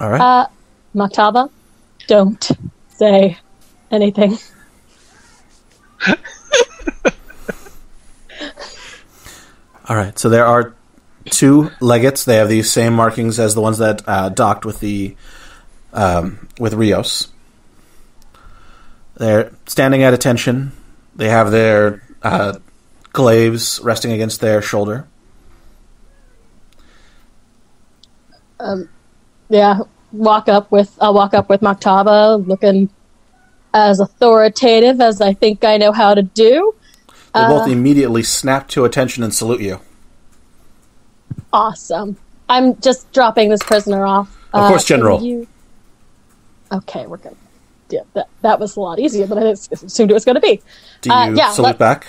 All right. Uh, Maktaba, don't say anything. All right. So there are two legates. They have these same markings as the ones that uh, docked with the um, with Rios. They're standing at attention. They have their uh, glaives resting against their shoulder. yeah walk up with i'll walk up with maktaba looking as authoritative as i think i know how to do They Uh. both immediately snap to attention and salute you. awesome i'm just dropping this prisoner off Of course, can General. you- okay we're good yeah that, that was a lot easier than i assumed it was going to be Do you Uh, yeah, salute let- back?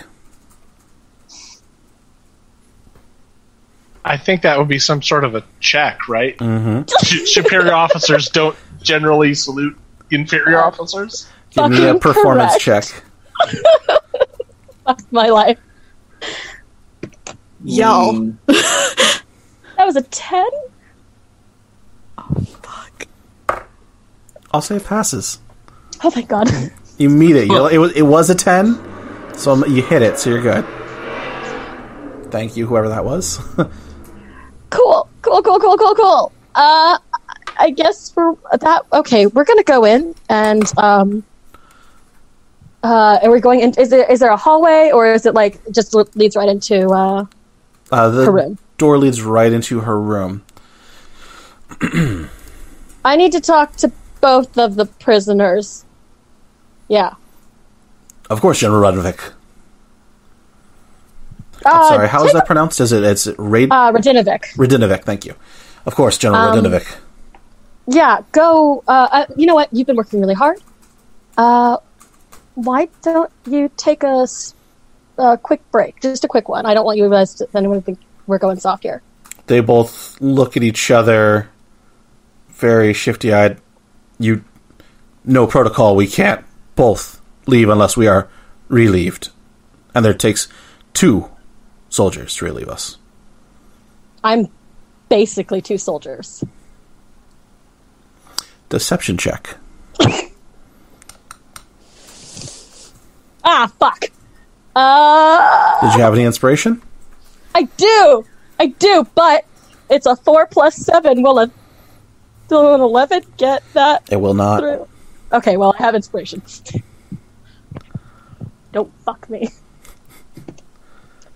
I think that would be some sort of a check, right? Mm-hmm. Su- Superior officers don't generally salute inferior officers. Give me a Fucking performance correct. check. Fuck my life. [laughs] Y'all. Mm. That was a 10? Fuck. I'll say it passes. Oh [laughs] my god. You meet it. You, it was it was a ten, so I'm- you hit it. So you're good. Thank you, whoever that was. [laughs] cool, cool, cool, cool, cool, cool. Uh, I guess for that, okay, we're gonna go in and um, uh, are we going in? Is there is there a hallway or is it like just l- leads right into? Uh, Uh, the Her room. door leads right into her room. I need to talk to both of the prisoners. Yeah. Of course, General Radovic. Uh, Sorry, how is take- that pronounced? Is it it's Rad- Uh, um, Radinovic. Radinovic? Thank you. Of course, General Radinovic. Yeah, go. Uh, uh, you know what? You've been working really hard. Uh, why don't you take a, s- a quick break? Just a quick one. I don't want you guys to anyone to think we're going soft here. They both look at each other, very shifty-eyed. You, no protocol. We can't both leave unless we are relieved, and there takes two soldiers to relieve us. I'm basically two soldiers. Deception check. Ah, fuck. Uh, Did you have any inspiration? I do. I do, but it's a 4 plus 7. Will, a, will an 11 get that It will not. through? Okay, well, I have inspiration. [laughs] Don't fuck me.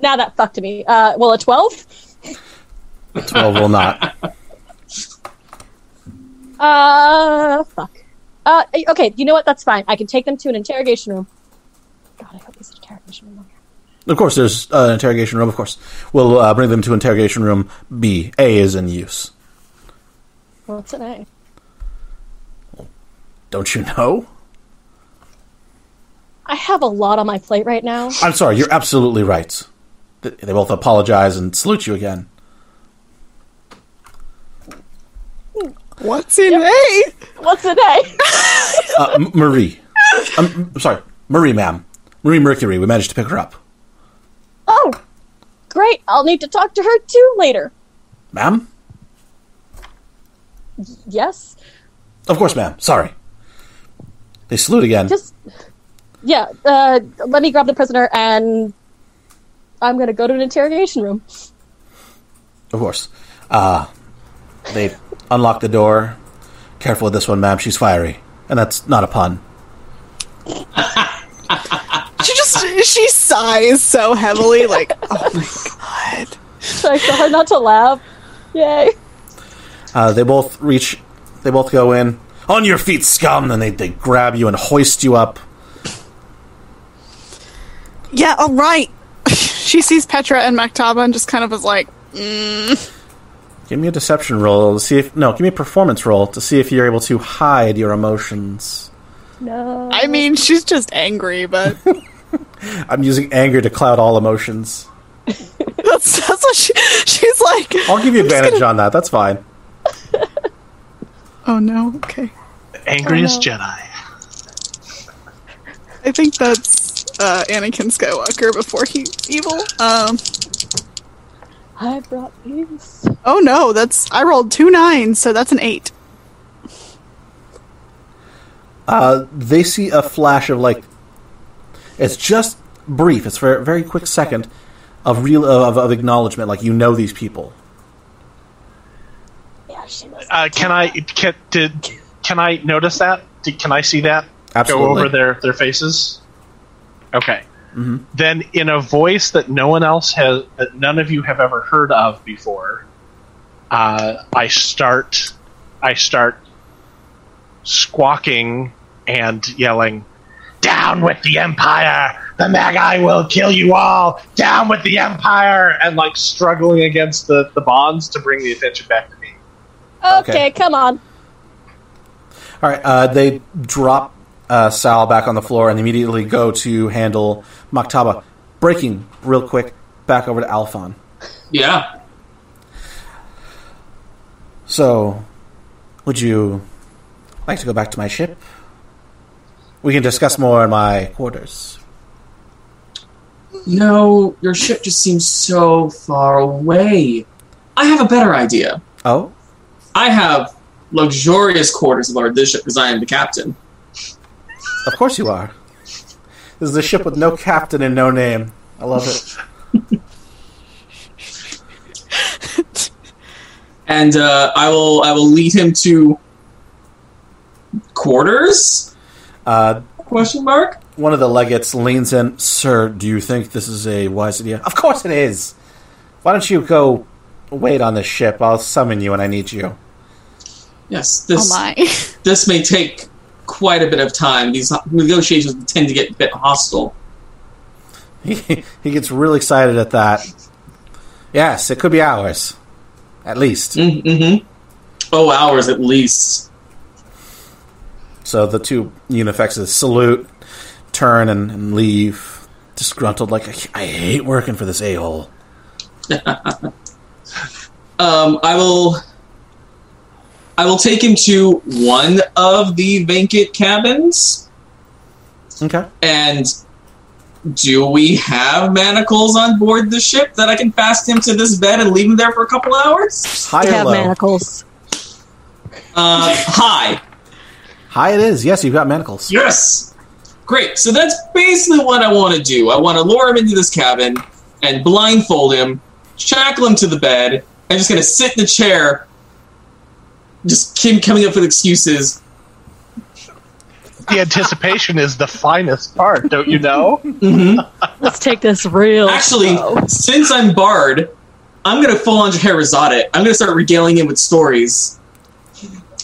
Now that fucked me. Uh, will a 12? Twelve will [laughs] not. Uh, fuck. Uh, okay, you know what? That's fine. I can take them to an interrogation room. God, I hope there's an interrogation room on here. Of course, there's uh, an interrogation room. Of course, we'll uh, bring them to interrogation room B. A is in use. What's an A? Don't you know? I have a lot on my plate right now. I'm sorry. You're absolutely right. Th- They both apologize and salute you again. What's in A? What's an A? [laughs] Uh, M- Marie. Um, m- sorry, Marie, ma'am. Marie Mercury. We managed to pick her up, Oh, great. I'll need to talk to her too later. ma'am. Yes. Of course, ma'am. Sorry. They salute again. Just, yeah, uh, let me grab the prisoner and I'm going to go to an interrogation room. [laughs] Of course. Uh, they unlock the door. Careful with this one, ma'am. She's fiery, and that's not a pun. She just she sighs so heavily, like, oh my god. So I tell her not to laugh. Yay. Uh, they both reach. They both go in. On your feet, scum! And they, they grab you and hoist you up. [laughs] Yeah, all right. [laughs] she sees Petra and Maktaba and just kind of is like, Give me a deception roll to see if no. Give me a performance roll to see if you're able to hide your emotions. No. I mean, she's just angry, but I'm using anger to cloud all emotions. that's, that's what she, she's like. I'll give you advantage on that. That's fine. Oh no, okay. Angriest Jedi. I think that's uh, Anakin Skywalker before he evil. Um, I brought peace. oh no, that's I rolled two nines, so that's an eight. They see a flash of like. It's just brief. It's for a very quick second of real of, of acknowledgement. Like you know these people. Yeah, she knows. Uh, can I can, did can I notice that? Did, can I see that? Absolutely. Go over their their faces. Okay. Then, in a voice that no one else has, that none of you have ever heard of before, uh, I start, I start squawking and yelling, "Down with the Empire! The Magi will kill you all! Down with the Empire!" And like struggling against the the bonds to bring the attention back to me. Okay, okay. come on. All right. Uh, they drop uh, Sal back on the floor and immediately go to handle Maktaba. Breaking real quick. Back over to Alphon. Yeah. So, would you like to go back to my ship? We can discuss more in my quarters. No, your ship just seems so far away. I have a better idea. Oh, I have luxurious quarters aboard this ship because I am the captain. of course you are. This is a ship with no captain and no name. I love it. and uh, I will I will lead him to quarters? Uh, Question mark. one of the legates leans in. Sir, do you think this is a wise idea? Of course it is. Why don't you go wait on this ship? I'll summon you when I need you. [laughs] Yes, this oh [laughs] my. this may take quite a bit of time. These ho- negotiations tend to get a bit hostile. He, he gets really excited at that. Yes, it could be hours, at least. Mm-hmm. Oh, hours at least. So the two Unifexes salute, turn, and, and leave, disgruntled. Like I hate working for this a hole. Um, I will. I will take him to one of the vacant cabins. Okay. And do we have manacles on board the ship that I can fast him to this bed and leave him there for a couple hours? High We or have low? manacles. Uh, hi. High it is. Yes, you've got manacles. Yes. Great. So that's basically what I want to do. I want to lure him into this cabin and blindfold him, shackle him to the bed. I'm just going to sit in the chair, just keep coming up with excuses. The anticipation is the finest part, don't you know? Let's take this real. Actually, slow. since I'm barred, I'm going to full on Scheherazade it. I'm going to start regaling him with stories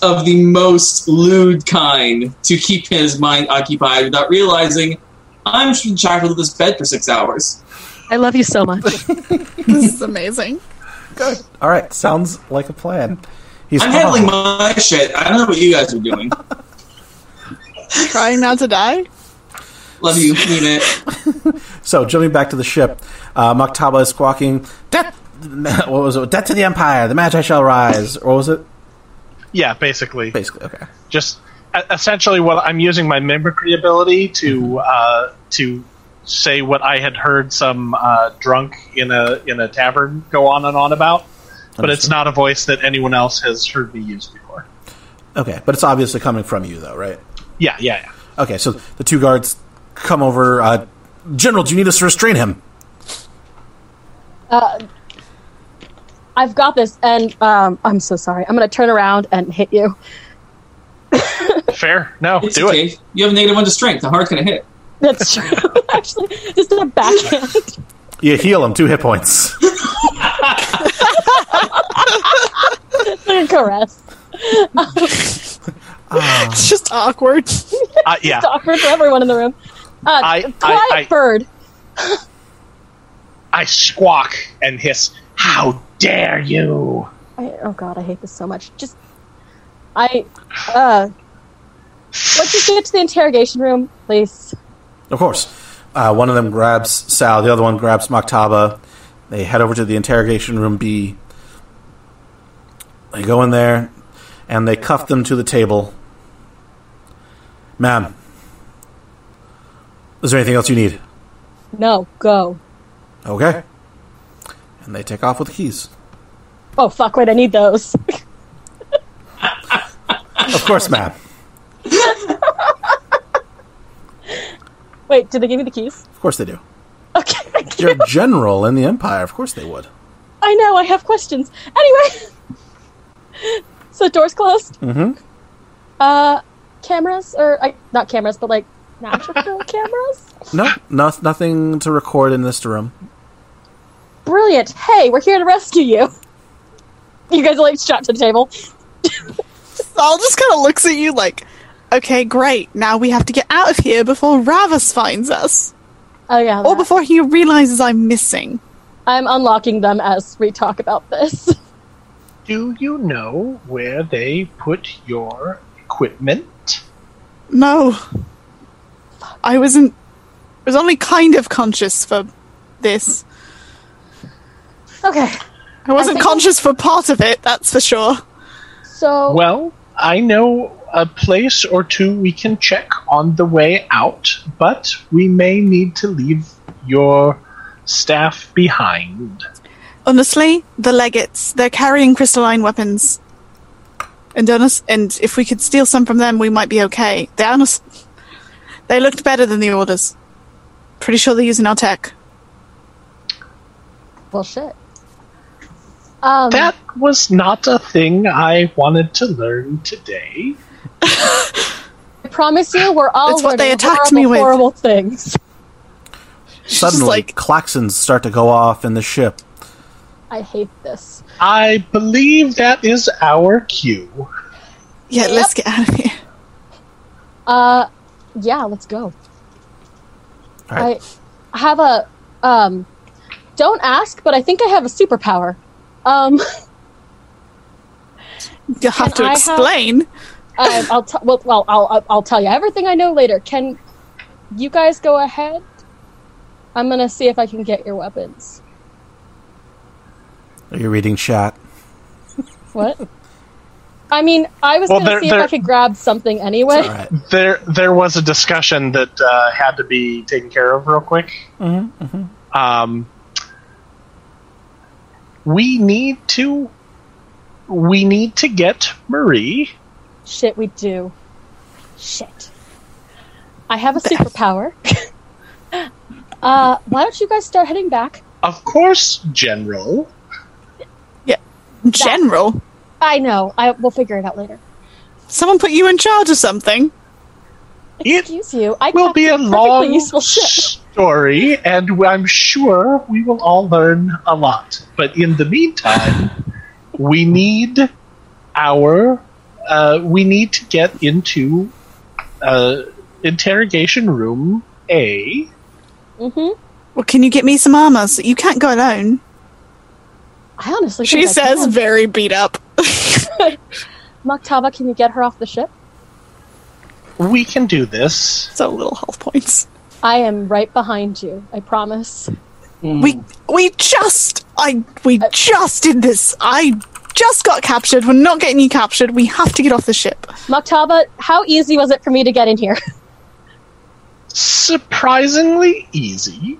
of the most lewd kind to keep his mind occupied without realizing I'm shackled to this bed for six hours. I love you so much. this is amazing. All right. Sounds like a plan. He's I'm handling fine. my shit. I don't know what you guys are doing. Trying not to die. Love you, mean it. So jumping back to the ship, uh, Maktaba is squawking. Death. [laughs] What was it? Death to the Empire. The Magi shall rise. Or what was it? yeah, basically. Basically, okay. just e- essentially what I'm using my mimicry ability to uh, to say what I had heard some uh, drunk in a in a tavern go on and on about, but it's Understood. not a voice that anyone else has heard me use before. Okay, but it's obviously coming from you, though, right? Yeah, yeah, yeah. Okay, so the two guards come over. Uh, General, do you need us to restrain him? I've got this, and um, I'm so sorry. I'm going to turn around and hit you. Fair. No, It's do okay. it. You have a negative one to strength. How hard can it hit? That's true. [laughs] Actually, just a backhand. [laughs] You heal him two hit points. caress. It's just awkward. [laughs] Uh, yeah. It's awkward for everyone in the room. Uh, I- I- quiet I- bird. I squawk and hiss. How dare you? I, oh god, I hate this so much. Just, I, uh, let's just get to the interrogation room, please. Of course. Uh, one of them grabs Sal, the other one grabs Maktaba. They head over to the interrogation room B. They go in there and they cuff them to the table. Ma'am, is there anything else you need? No, go. Okay. And they take off with the keys. Oh fuck, wait, I need those. [laughs] Of course, ma'am. wait, did they give you the keys? Of course they do. Okay, [laughs] I You're [laughs] a general in the Empire. Of course they would. I know, I have questions. Anyway, [laughs] so doors closed. Mhm. Uh, cameras or I, not cameras, but like natural cameras. No, no, nothing to record in this room. Brilliant. Hey, we're here to rescue you. [laughs] You guys are like strapped to the table. Saul just kind of looks at you like, okay, great. Now we have to get out of here before Ravus finds us. Oh yeah. Or that. before he realizes I'm missing. I'm unlocking them as we talk about this. [laughs] Do you know where they put your equipment? No. I wasn't. I was only kind of conscious for this. Okay. I wasn't think- conscious for part of it, that's for sure. So Well, I know a place or two we can check on the way out, but we may need to leave your staff behind. Honestly, the legates, they're carrying crystalline weapons. And honest, and if we could steal some from them, we might be okay. They honest, they looked better than the orders. Pretty sure they're using our tech. well, shit. Um, That was not a thing I wanted to learn today. I promise you, we're all That's what learning they attacked horrible, me with. horrible things. She's just Suddenly, like, klaxons start to go off in the ship. I hate this. I believe that is our cue. yeah, let's get out of here. [laughs] Uh, yeah, let's go. All right. I have a um, don't ask, but I think I have a superpower. Um, [laughs] You'll have Can I to have- explain. I, I'll t- well, well, I'll I'll- I'll tell you everything I know later. Can you guys go ahead? I'm gonna see if I can get your weapons. Are you reading chat? What? I mean, I was Well, gonna they're- see they're- if I could grab something anyway. All right. There, there was a discussion that uh, had to be taken care of real quick. Um, we need to, we need to get Marie. Shit, we do. Shit. I have a superpower. [laughs] uh, why don't you guys start heading back? Of course, General. General, I know. I we'll figure it out later. someone put you in charge of something. It Excuse you. I will kept be a perfectly long useful ship. story, and I'm sure we will all learn a lot. But in the meantime, we need our uh, we need to get into uh, interrogation room A. Mm-hmm. Well, can you get me some armor? So you can't go alone. I honestly. She think I says, can. very beat up. [laughs] "Maktaba, can you get her off the ship?" We can do this. so little health points. I am right behind you. I promise. We we just I we just did this. I just got captured. We're not getting you captured. We have to get off the ship. Maktaba, how easy was it for me to get in here? [laughs] Surprisingly easy.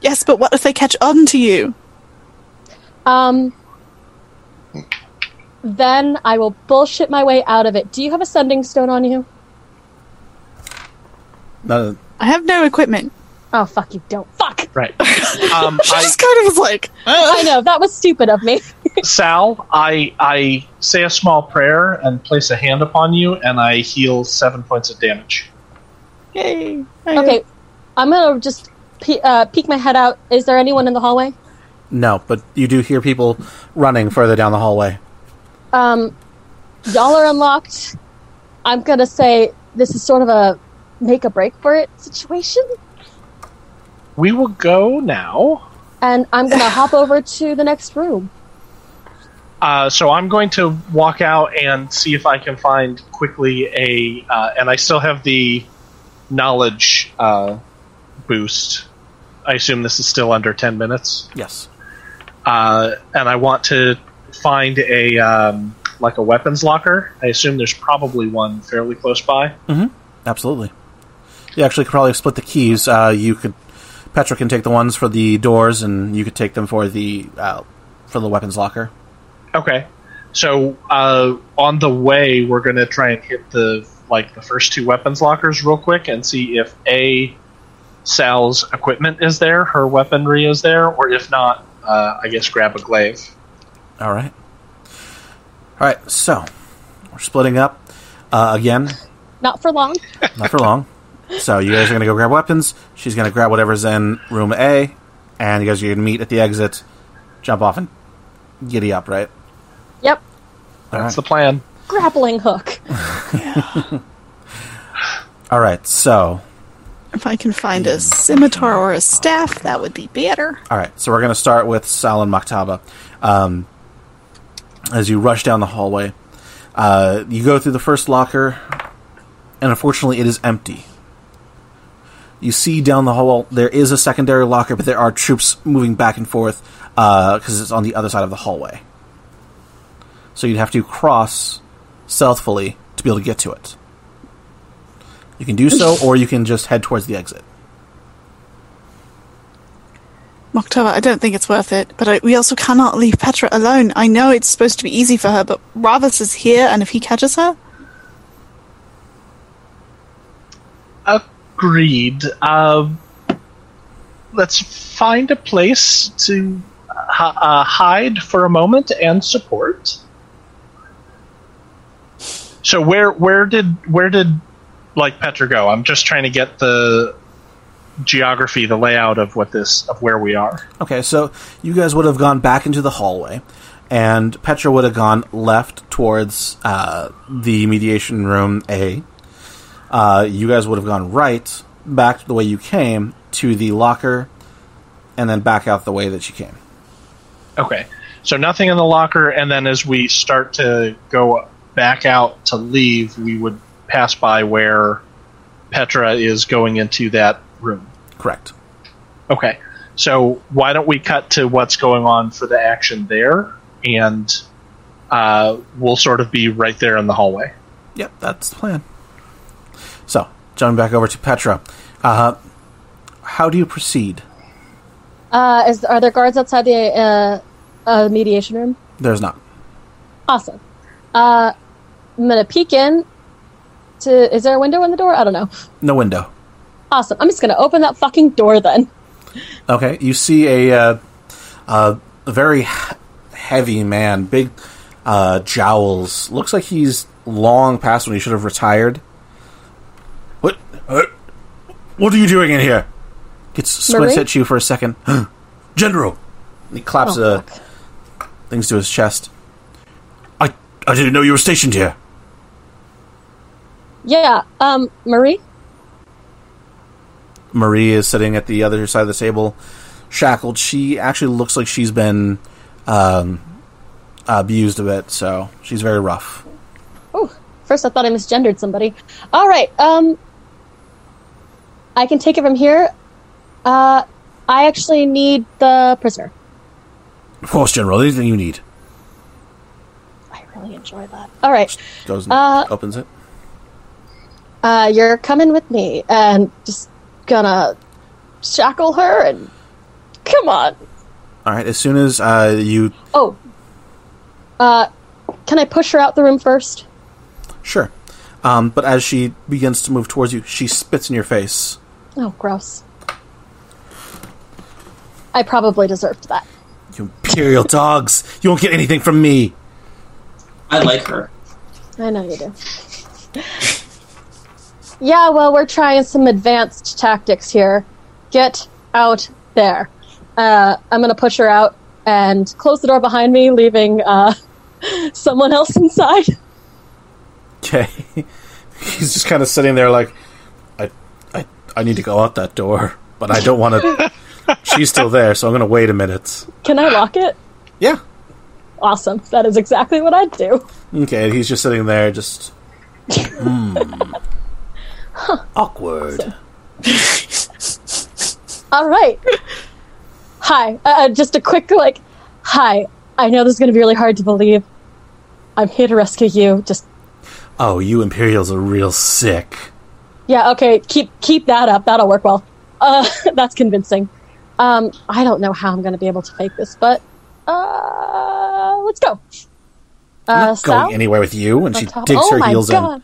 Yes, but what if they catch on to you? Um. Then I will bullshit my way out of it. Do you have a sending stone on you? No, I have no equipment. Oh fuck, you don't. Fuck. Right. [laughs] Um, She I, just kind of was like, [laughs] I know that was stupid of me. Sal, I I say a small prayer and place a hand upon you, and I heal seven points of damage. "Yay!" Okay, I'm gonna just pe- uh, peek my head out. Is there anyone in the hallway? no, but you do hear people running further down the hallway. Um, y'all are unlocked. I'm gonna say this is sort of a make a break for it situation, We will go now. and I'm gonna hop over to the next room. Uh, so I'm going to walk out and see if I can find quickly a, uh, and I still have the knowledge uh, boost. I assume this is still under ten minutes, Yes. uh, and I want to find a um, like a weapons locker. I assume there's probably one fairly close by. Absolutely. You actually could probably split the keys. Uh, you could, Petra can take the ones for the doors, and you could take them for the uh, for the weapons locker. Okay. So uh, on the way, we're gonna try and hit the like the first two weapons lockers real quick and see if a Sal's equipment is there, her weaponry is there, or if not, uh, I guess grab a glaive. All right. All right. So we're splitting up uh, again, Not for long. not for long. So you guys are going to go grab weapons. She's going to grab whatever's in room A, and you guys are going to meet at the exit, jump off, and giddy up. Right. Yep, All right. That's the plan. grappling hook. All right. So If I can find a scimitar or a staff, that would be better. All right, so we're going to start with Sal and Maktaba. Um, as you rush down the hallway, uh, you go through the first locker, and unfortunately, it is empty. You see down the hall there is a secondary locker, but there are uh, troops moving back and forth because it's on the other side of the hallway. so you'd have to cross southfully to be able to get to it. You can do so, or you can just head towards the exit. Moktova, I don't think it's worth it, but I, we also cannot leave Petra alone. I know it's supposed to be easy for her, but Ravas is here, and if he catches her, Agreed. Um, let's find a place to uh, uh, hide for a moment and support. So where where did where did like Petra go? I'm just trying to get the geography, the layout of what this of where we are. Okay, so you guys would have gone back into the hallway, and Petra would have gone left towards uh, the mediation room A. Uh, you guys would have gone right back the way you came to the locker, and then back out the way that you came. Okay. So nothing in the locker, and then as we start to go back out to leave, we would pass by where Petra is going into that room. Correct. Okay. So why don't we cut to what's going on for the action there, and uh, we'll sort of be right there in the hallway. Yep, that's the plan. So, jumping back over to Petra, uh, how do you proceed? Uh, is, are there guards outside the uh, uh, mediation room? There's not. Awesome. Uh, I'm gonna peek in. To is there a window in the door? I don't know. No window. Awesome. I'm just gonna open that fucking door then. Okay, you see a uh, uh, very he- heavy man, big uh, jowls. Looks like he's long past when he should have retired. What? Uh, what are you doing in here? Gets squints Marie? at you for a second. [gasps] General. He claps Oh, uh, things to his chest. I I didn't know you were stationed here. Yeah. Um, Marie. Marie is sitting at the other side of the table, shackled. She actually looks like she's been um, abused a bit, so she's very rough. Oh, first I thought I misgendered somebody. All right. Um, I can take it from here. Uh, I actually need the prisoner. Of course, General, anything you need. I really enjoy that. All right. Goes and Uh, opens it. Uh, you're coming with me, and just gonna shackle her and come on. All right. As soon as uh, you, Oh. Uh, can I push her out the room first? sure, um, but as she begins to move towards you, she spits in your face. Oh, gross. I probably deserved that. You imperial dogs! You won't get anything from me. I like her. I know you do. yeah, well, we're trying some advanced tactics here. Get out there. Uh, I'm going to push her out and close the door behind me, leaving uh, [laughs] someone else inside. [laughs] Okay. He's just kind of sitting there like, I, I, I need to go out that door, but I don't want [laughs] to. She's still there, so I'm going to wait a minute. Can I lock it? Yeah. Awesome. That is exactly what I'd do. Okay. and He's just sitting there, just. [laughs] Hmm. Awkward. All right. hi. Uh, just a quick, like, hi. I know this is going to be really hard to believe. I'm here to rescue you. Just, Oh, you Imperials are real sick. yeah, okay. Keep keep that up. That'll work well. Uh, [laughs] that's convincing. Um, I don't know how I'm going to be able to fake this, but uh, let's go. I'm Uh, not going Sal, anywhere with you, and she on top- digs oh her my heels God.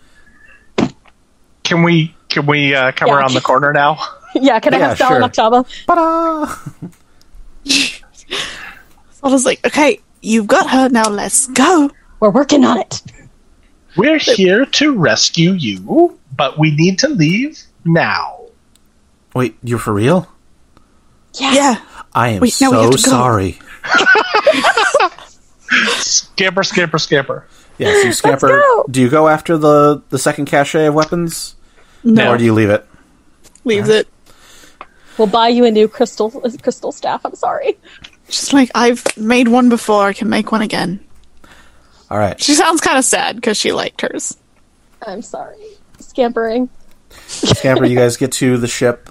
Can we can we uh, come Yeah. around the corner now? Yeah, can I Yeah, have Sal and sure. Octava? in. Ta-da! I was like, okay, you've got her now. Let's go. We're working on it. We're here to rescue you, but we need to leave now. Wait, you're for real? Yeah. I am Wait, no, we so have to go. sorry. Scamper, scamper, scamper. Yes, you scamper. go. Do you go after the the second cache of weapons, No. or do you leave it? Leaves it. We'll buy you a new crystal crystal staff. I'm sorry. She's like, I've made one before. I can make one again. All right. She sounds kind of sad because she liked hers. I'm sorry. Scampering. Scamper, you guys get to the ship.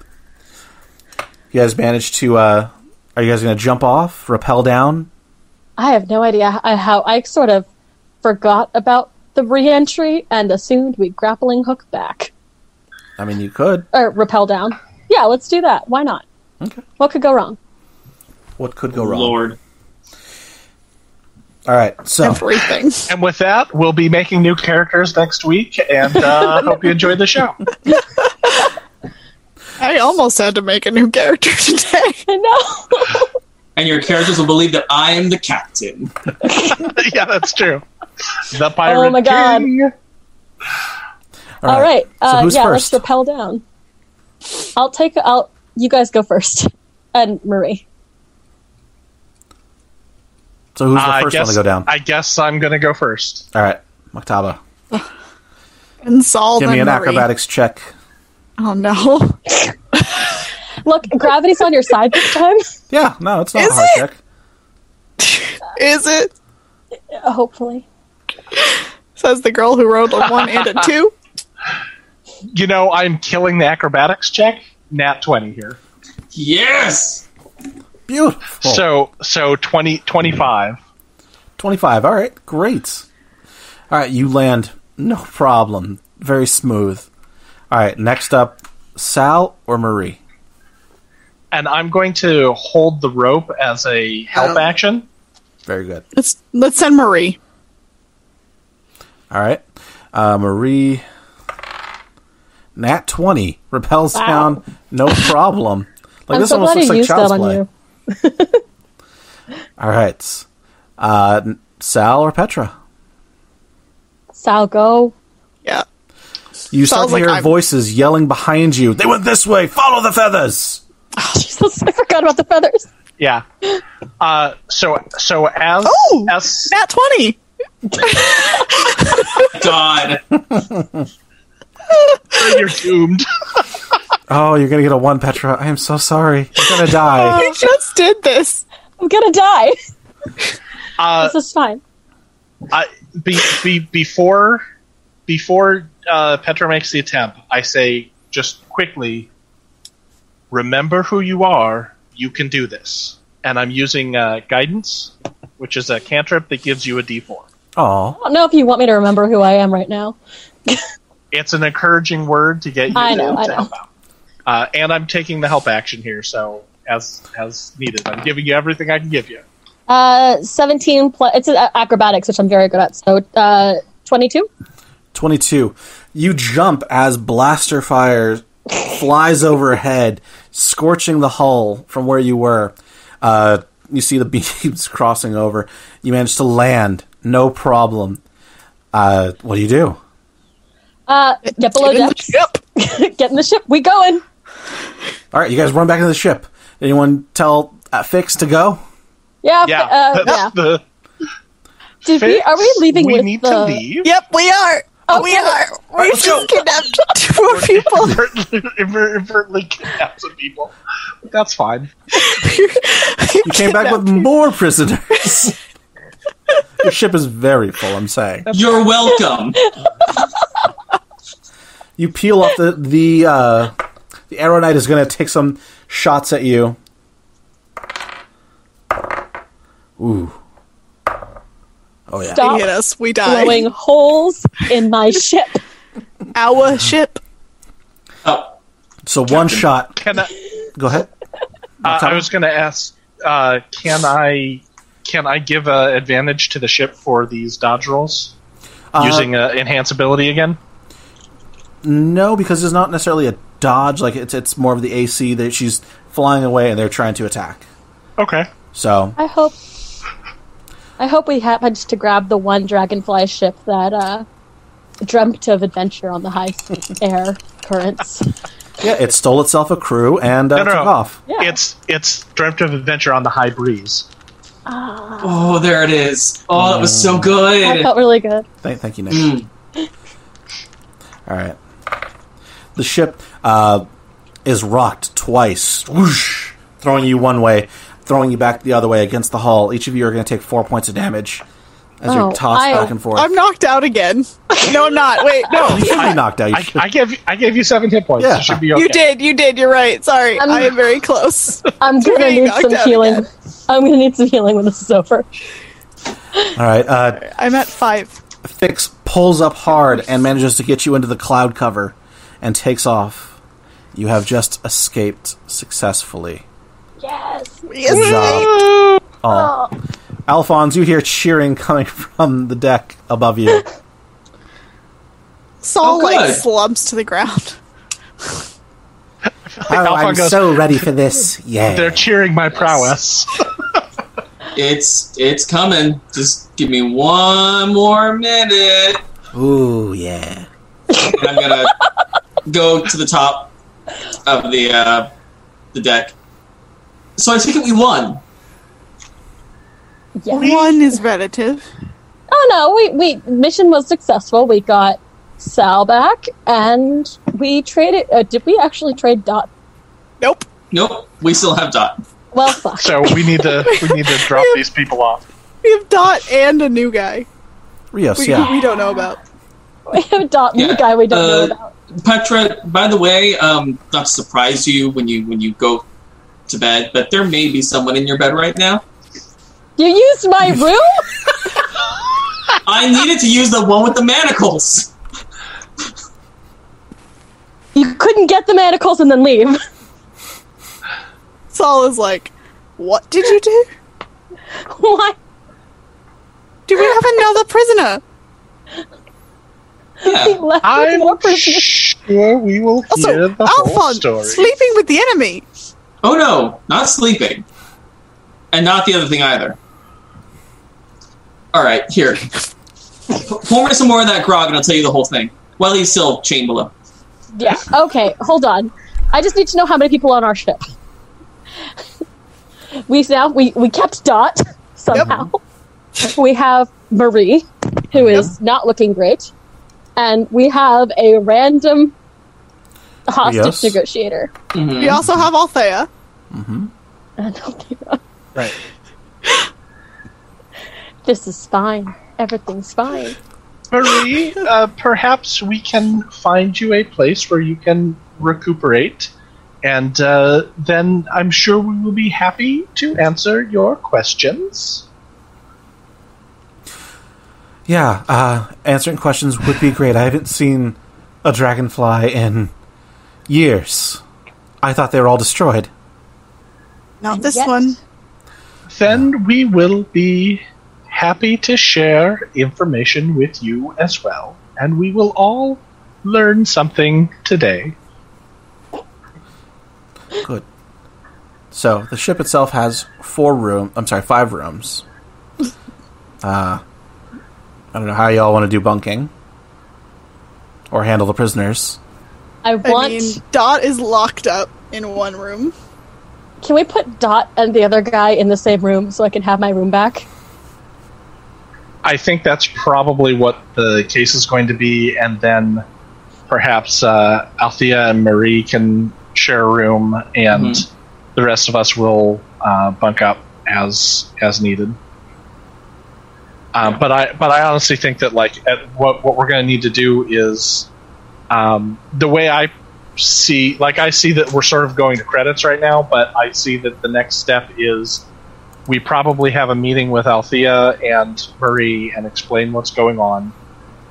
You guys manage to. uh Are you guys going to jump off, rappel down? I have no idea how I, how I sort of forgot about the reentry and assumed we grappling hook back I mean, you could. or rappel down. Yeah, let's do that. Why not? Okay. What could go wrong? [laughs] What could go wrong? Lord. All right. So Everything. [laughs] And with that, we'll be making new characters next week, [laughs] and uh, hope you enjoyed the show. I almost had to make a new character [laughs] today. I know. And your characters will believe that I am the captain. yeah, that's true. The pirate. oh my god. All right. So Uh, who's yeah, first? let's rappel down. I'll take. I'll. You guys go first, [laughs] and Marie. so who's the I first guess, one to go down? I guess I'm going to go first. All right, Maktaba. And Saul Give then me an Marie. acrobatics check. Oh no. Look, gravity's on your side this time. [laughs] Yeah. No, it's not Is a hard it? check. Is it? Oh, Hopefully, Says the girl who rolled a one [laughs] and a two. You know, I'm killing the acrobatics check. Nat 20 here. Yes! Beautiful. So so 20, 25. 25. All right, great. All right, you land. No problem. Very smooth. All right, next up, Sal or Marie? And I'm going to hold the rope as a help Oh. Um. action. Very good. Let's let's send Marie. All right. Uh, Marie, Nat 20, repels down. No [laughs] problem. Like, I'm so glad you used that on play. you. All right. Uh, n- Sal or Petra? Sal, go. [laughs] Yeah. You start Sal's to like, hear I'm- voices yelling behind you. They went this way. Follow the feathers. Jesus, I forgot about the feathers. [gasps] Yeah. Uh, so so as Oh! as Nat twenty. God. you're doomed. Oh, you're going to get a one, Petra. I am so sorry. You're going to die. [laughs] I just did this. I'm gonna die. Uh, this is fine. I, be, be, before before uh, Petra makes the attempt, I say just quickly, remember who you are. You can do this, and I'm using uh, guidance, which is a cantrip that gives you a D4. Oh, I don't know if you want me to remember who I am right now. It's an encouraging word to get you. I know, to I know. help out. Uh, and I'm taking the help action here, so as as needed, I'm giving you everything I can give you. Uh, 17 plus. It's uh, acrobatics, which I'm very good at. So, uh, 22. 22. You jump as blaster fire flies overhead, scorching the hull from where you were. Uh, you see the [laughs] beams crossing over. You manage to land, no problem. Uh, what do you do? Uh, get below Get in the decks. ship. get in the ship. We going. All right, you guys run back into the ship. Anyone tell uh, Fix to go? Yeah. Yeah, Uh, that's yeah. the Did we, are we fix. leaving We with need the? to leave. Yep, we are. Okay. We are. We let's just go. kidnapped two more people. [laughs] inadvertently, inadvertently kidnap some people. That's fine. [laughs] You came back with more prisoners. [laughs] Your ship is very full, I'm saying. You're welcome. You peel off the the uh, the arrow knight is going to take some shots at you. Ooh. Oh yeah. Stop They hit us. We die. blowing holes in my ship. Our ship. Oh, So one shot. Can I? Go ahead. Uh, I was going to ask. Uh, can I? Can I give uh, advantage to the ship for these dodge rolls using uh, enhance ability again? No, because it's not necessarily a dodge. Like it's it's more of the AC that she's flying away and they're trying to attack. Okay. So I hope. I hope we happened to grab the one dragonfly ship that uh, dreamt of adventure on the high air currents. yeah, it stole itself a crew and uh, No, no, took no. off. Yeah. It's it's dreamt of adventure on the high breeze. oh, there it is. Oh, that was so That good. felt really good. Thank, thank you, Nick. All right. The ship uh, is rocked twice, whoosh, throwing you one way, throwing you back the other way against the hull. Each of you are going to take four points of damage as Oh, you're tossed I- back and forth. I'm knocked out again. No, I'm not. Wait, [laughs] no. you should be knocked out. You I, should- I gave I gave you seven hit points. Yeah. It should be okay. You did. You did. You're right. Sorry. I'm- I am very close. I'm gonna getting need knocked some out healing. again. I'm gonna need some healing when this is over. All right. Uh, I'm at five. Fix pulls up hard and manages to get you into the cloud cover and takes off. You have just escaped successfully. Yes. Good job. Oh. Alphonse, you hear cheering coming [laughs] from the deck above you. Saul Oh, like good. slumps to the ground. Oh, [laughs] Alphonse I'm goes, so ready for [laughs] this. They're Yeah. cheering my prowess. It's it's coming. Just give me one more minute. Ooh, yeah. And I'm gonna go to the top of the uh, the deck. So I take it we won. yes. One is relative. Oh no, we, we mission was successful. We got Sal back, and we traded. Uh, did we actually trade Dot? Nope. Nope, we still have dot. Well, fuck. [laughs] So we need to we need to drop these people off. We have Dot and a new guy. Rios, We, yeah. [laughs] we don't know about. We have Dot, Yeah, the guy we don't know uh, about. Petra, by the way, um, not to surprise you when you when you go to bed, but there may be someone in your bed right now. You used [laughs] my room. I needed to use the one with the manacles. You couldn't get the manacles and then leave. [laughs] Saul is like, "What did you do? Why? Do we have another prisoner?" He Yeah, left with I'm more prisoners. sure we will hear Also, the whole Alphonse story. sleeping with the enemy. Oh no, not sleeping. And not the other thing either. Alright, here. P- Pour me some more of that grog and I'll tell you the whole thing. While he's still chained below. Yeah. Okay. Hold on. I just need to know how many people on our ship. [laughs] we now we we kept Dot [laughs] somehow. We have Marie, who is not looking great, and we have a random hostage Yes. negotiator. We also have Althea. And I'll be wrong. [laughs] Right. This is fine. Everything's fine. Marie, uh, perhaps we can find you a place where you can recuperate, and uh, then I'm sure we will be happy to answer your questions. Yeah, uh, answering questions would be great. I haven't seen a dragonfly in years. I thought they were all destroyed. Not this yet- one. Then we will be happy to share information with you as well, and we will all learn something today. Good. So the ship itself has four room. I'm sorry, five rooms. Uh, I don't know how y'all want to do bunking or handle the prisoners. I I want. mean, Dot is locked up in one room. can we put Dot and the other guy in the same room so I can have my room back? I think that's probably what the case is going to be, and then perhaps uh, Althea and Marie can share a room, and the rest of us will uh, bunk up as as needed. Uh, but I but I honestly think that like at what what we're going to need to do is um, the way I see like I see that we're sort of going to credits right now, but I see that the next step is we probably have a meeting with Althea and Marie and explain what's going on.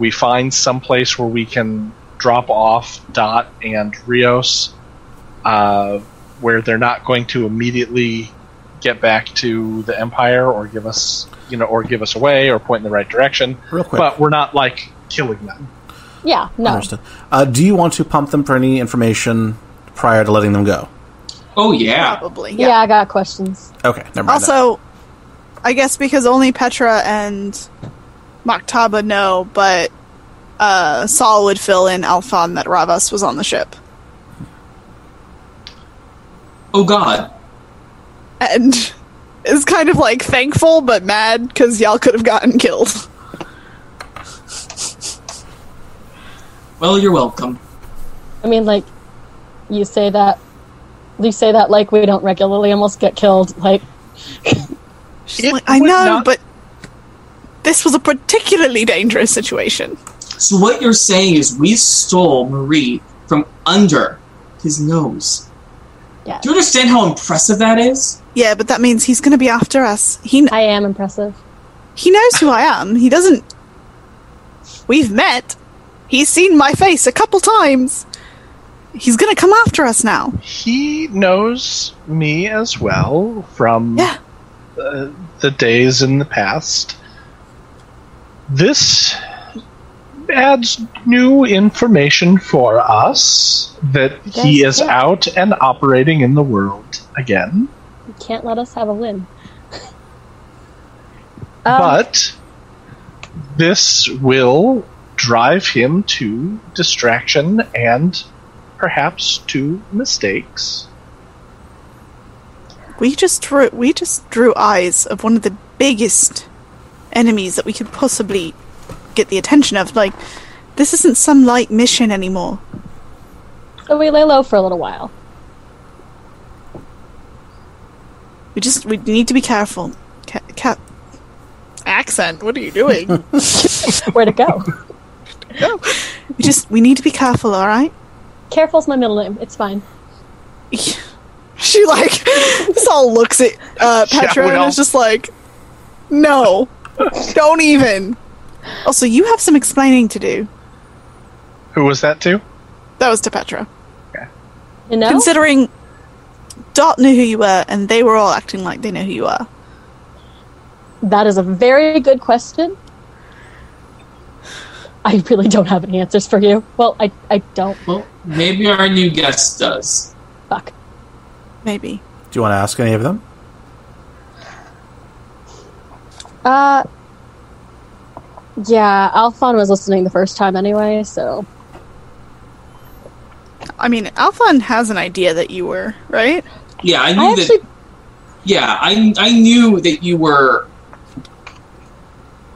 We find some place where we can drop off Dot and Rios, uh, where they're not going to immediately get back to the Empire or give us, you know, or give us away or point in the right direction. Real quick. But we're not like killing them. Yeah. No. Understood. Uh, do you want to pump them for any information prior to letting them go? Oh yeah. Probably. Yeah. I got questions. Okay, never mind. that. Also, I guess because only Petra and Maktaba know, but uh, Saul would fill in Alphon that Ravas was on the ship. Oh god. And [laughs] is kind of like thankful but mad because y'all could have gotten killed. Well you're welcome. I mean, like, you say that, you say that like we don't regularly almost get killed. Like, She's It like, I would know, not- but this was a particularly dangerous situation. So what you're saying is we stole Marie from under his nose. yeah, Do you understand how impressive that is? Yeah, but that means he's going to be after us. He kn- I am impressive. He knows who I am. He doesn't. We've met. He's seen my face a couple times. He's gonna come after us now. Hmm. He knows me as well from Yeah. uh, the days in the past. This adds new information for us that he does, is yeah. out and operating in the world again. You can't let us have a win. Um, but this will drive him to distraction and perhaps to mistakes. We just drew. We just drew eyes of one of the biggest enemies that we could possibly get the attention of. Like, this isn't some light mission anymore. so we lay low for a little while. We just we need to be careful. Ca- ca- accent. What are you doing? Where to go? [laughs] [laughs] we just we need to be careful. All right. Careful's my middle name. It's fine. She like [laughs] Saul looks at uh, Yeah, Petra and well. is just like, no, don't even. Also, you have some explaining to do. Who was that to? That was to Petra. You know? Considering Dot knew who you were, and they were all acting like they know who you are. That is a very good question. I really don't have any answers for you. Well, I, I don't. Well, maybe our new guest does. Fuck. Maybe. Do you want to ask any of them? Uh, yeah, Alphon was listening the first time anyway, so. I mean, Alphon has an idea that you were right. Yeah, I knew I that. actually. yeah, I I knew that you were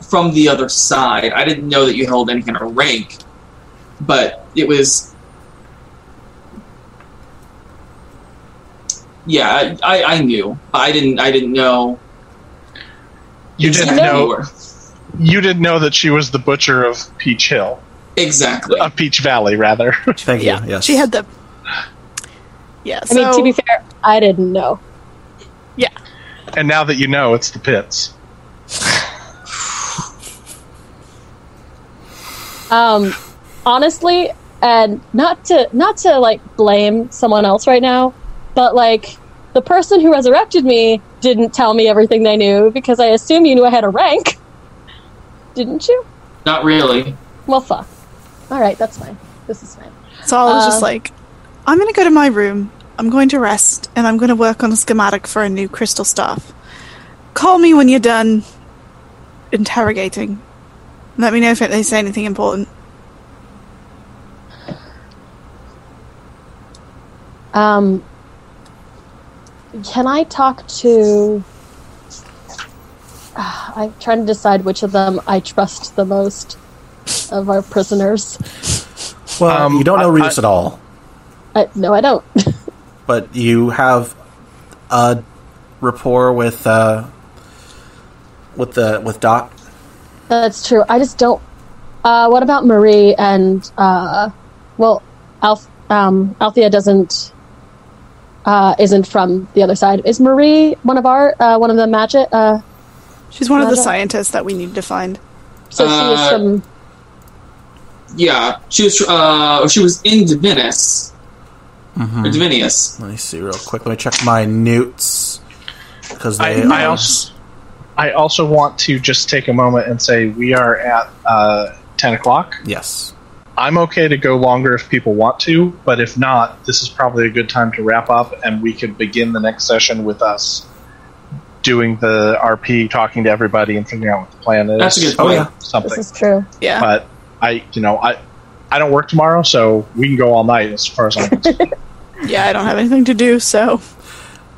from the other side. I didn't know that you held any kind of rank, but it was. Yeah, I, I knew. I didn't. I didn't know. You exactly didn't know- who you know. were. You didn't know that she was the butcher of Peach Hill, Exactly. of Peach Valley, rather. [laughs] Thank you. Yes. She had the. Yeah. I So, mean, to be fair, I didn't know. yeah. and now that you know, it's the pits. Um, honestly, and not to not to like blame someone else right now, but like the person who resurrected me didn't tell me everything they knew because I assume you knew I had a rank, didn't you? Not really. Well, fuck. All right, that's fine. This is fine. Saul was just Uh, like, I'm going to go to my room. I'm going to rest, and I'm going to work on a schematic for a new crystal staff. Call me when you're done interrogating. Let me know if they say anything important. Um, can I talk to? [sighs] Ah, I'm trying to decide which of them I trust the most of our prisoners. Well, Um, you don't know I- Reeves I- at all, I, no, I don't. [laughs] but you have a rapport with uh, with the with Doc. That's true. I just don't. Uh, what about Marie and uh, well, Alf, um, Althea doesn't uh, isn't from the other side. Is Marie one of our uh, one of the magic? Uh, She's one of the Roger. scientists that we need to find. so she is Uh, from. Yeah, she was. Uh, she was in Divinus. Or Divinius. Let me see real quick. Let me check my newts because I, they. I are- also, I also want to just take a moment and say we are at uh, ten o'clock. yes. I'm okay to go longer if people want to, but if not, this is probably a good time to wrap up, and we could begin the next session with us doing the RP, talking to everybody, and figuring out what the plan is. That's a good Oh, point. yeah. Something, This is true. Yeah. but I, you know, I, I don't work tomorrow, so we can go all night as far as I'm concerned. [laughs] yeah, I don't have anything to do, so.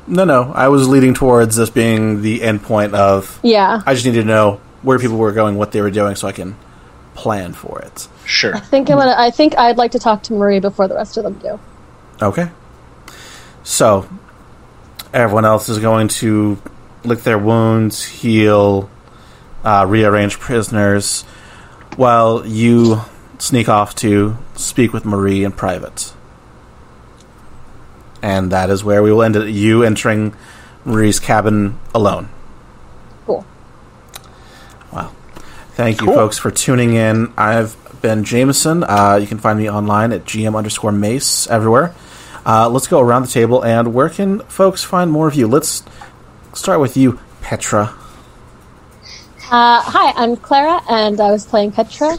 No, no. I was leading towards this being the end point of. Yeah, I just needed to know where people were going, what they were doing, so I can plan for it. sure. I think I'm gonna. I think I'd like to talk to Marie before the rest of them do. Okay. So, everyone else is going to lick their wounds, heal, uh, rearrange prisoners, while you sneak off to speak with Marie in private. And that is where we will end it. You entering Marie's cabin alone. Cool. Wow. Thank you, folks, for tuning in. I've been Jameson. Uh, you can find me online at GM underscore Mace everywhere. Uh, let's go around the table and where can folks find more of you? Let's start with you, Petra. Uh, hi, I'm Clara, and I was playing Petra.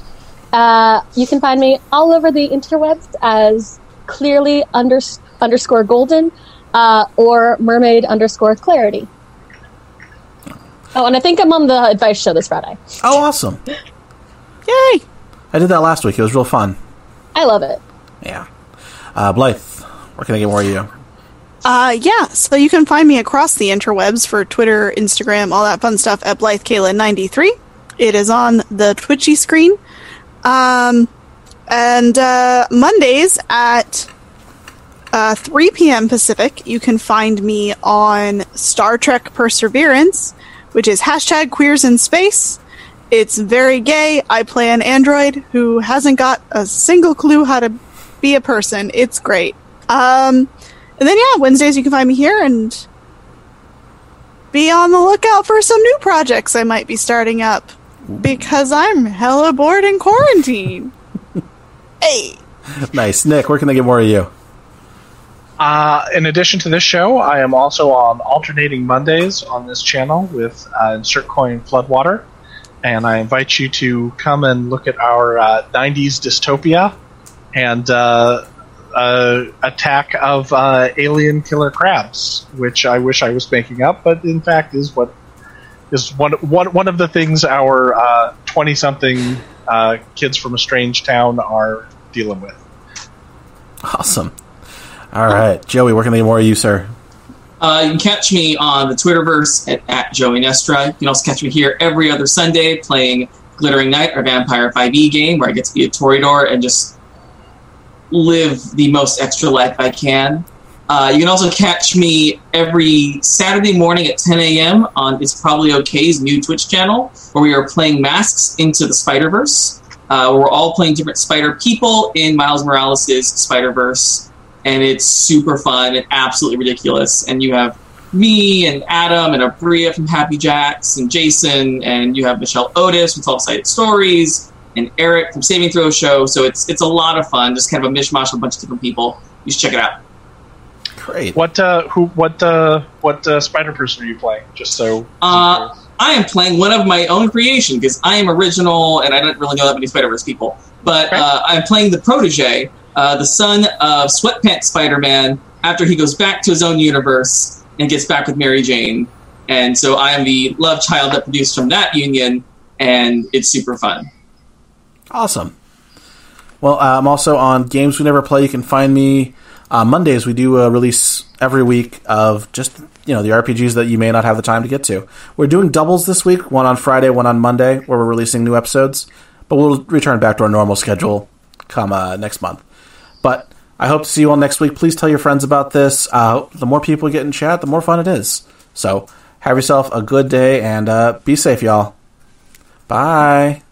Uh, you can find me all over the interwebs as clearly under, underscore golden uh, or mermaid underscore clarity. Oh, and I think I'm on the advice show this Friday. Oh, awesome. Yay! I did that last week. It was real fun. I love it. Yeah. Uh, Blythe, where can I get more of you? Uh, yeah, so you can find me across the interwebs for Twitter, Instagram, all that fun stuff at BlytheKayla93. It is on the Twitchy screen. Um, and uh, Mondays at uh, 3 p.m. Pacific, you can find me on Star Trek Perseverance, which is hashtag queers in space. It's very gay. I play an android who hasn't got a single clue how to be a person. It's great. Um, and then, yeah, Wednesdays you can find me here and be on the lookout for some new projects I might be starting up because I'm hella bored in quarantine. hey, nice. Nick, where can I get more of you? Uh, in addition to this show, I am also on alternating Mondays on this channel with uh, Insert Coin Floodwater, and I invite you to come and look at our uh, '90s dystopia and uh, uh, attack of uh, alien killer crabs, which I wish I was making up, but in fact is what is one one one of the things our twenty something uh, kids from a strange town are dealing with. Awesome. All right. Joey, where can I get more of you, sir? Uh, you can catch me on the Twitterverse at, at Joey Nestra. You can also catch me here every other Sunday playing Glittering Knight, our Vampire 5e game, where I get to be a Torridor and just live the most extra life I can. Uh, you can also catch me every Saturday morning at 10 a.m. on It's Probably OK's new Twitch channel, where we are playing Masks into the Spider Verse. Uh, where we're all playing different Spider people in Miles Morales' Spider Verse, and it's super fun and absolutely ridiculous. And you have me and Adam and Abria from Happy Jacks and Jason, and you have Michelle Otis from 12 Sided Stories and Eric from Saving Throw Show. So it's it's a lot of fun, just kind of a mishmash of a bunch of different people. You should check it out. Great. What uh, who what uh, what uh, spider person are you playing? Just so. Uh, I am playing one of my own creation because I am original and I don't really know that many Spider Verse people. But Okay. uh, I'm playing the protege, uh, the son of Sweatpants Spider Man, after he goes back to his own universe and gets back with Mary Jane. And so I am the love child that produced from that union, and it's super fun. Awesome. Well, uh, I'm also on Games We Never Play. You can find me uh, Mondays. We do a release every week of just you know the RPGs that you may not have the time to get to. We're doing doubles this week, one on Friday, one on Monday, where we're releasing new episodes. But we'll return back to our normal schedule come uh, next month. But I hope to see you all next week. Please tell your friends about this. Uh, the more people we get in chat, the more fun it is. So have yourself a good day and uh, be safe, y'all. Bye.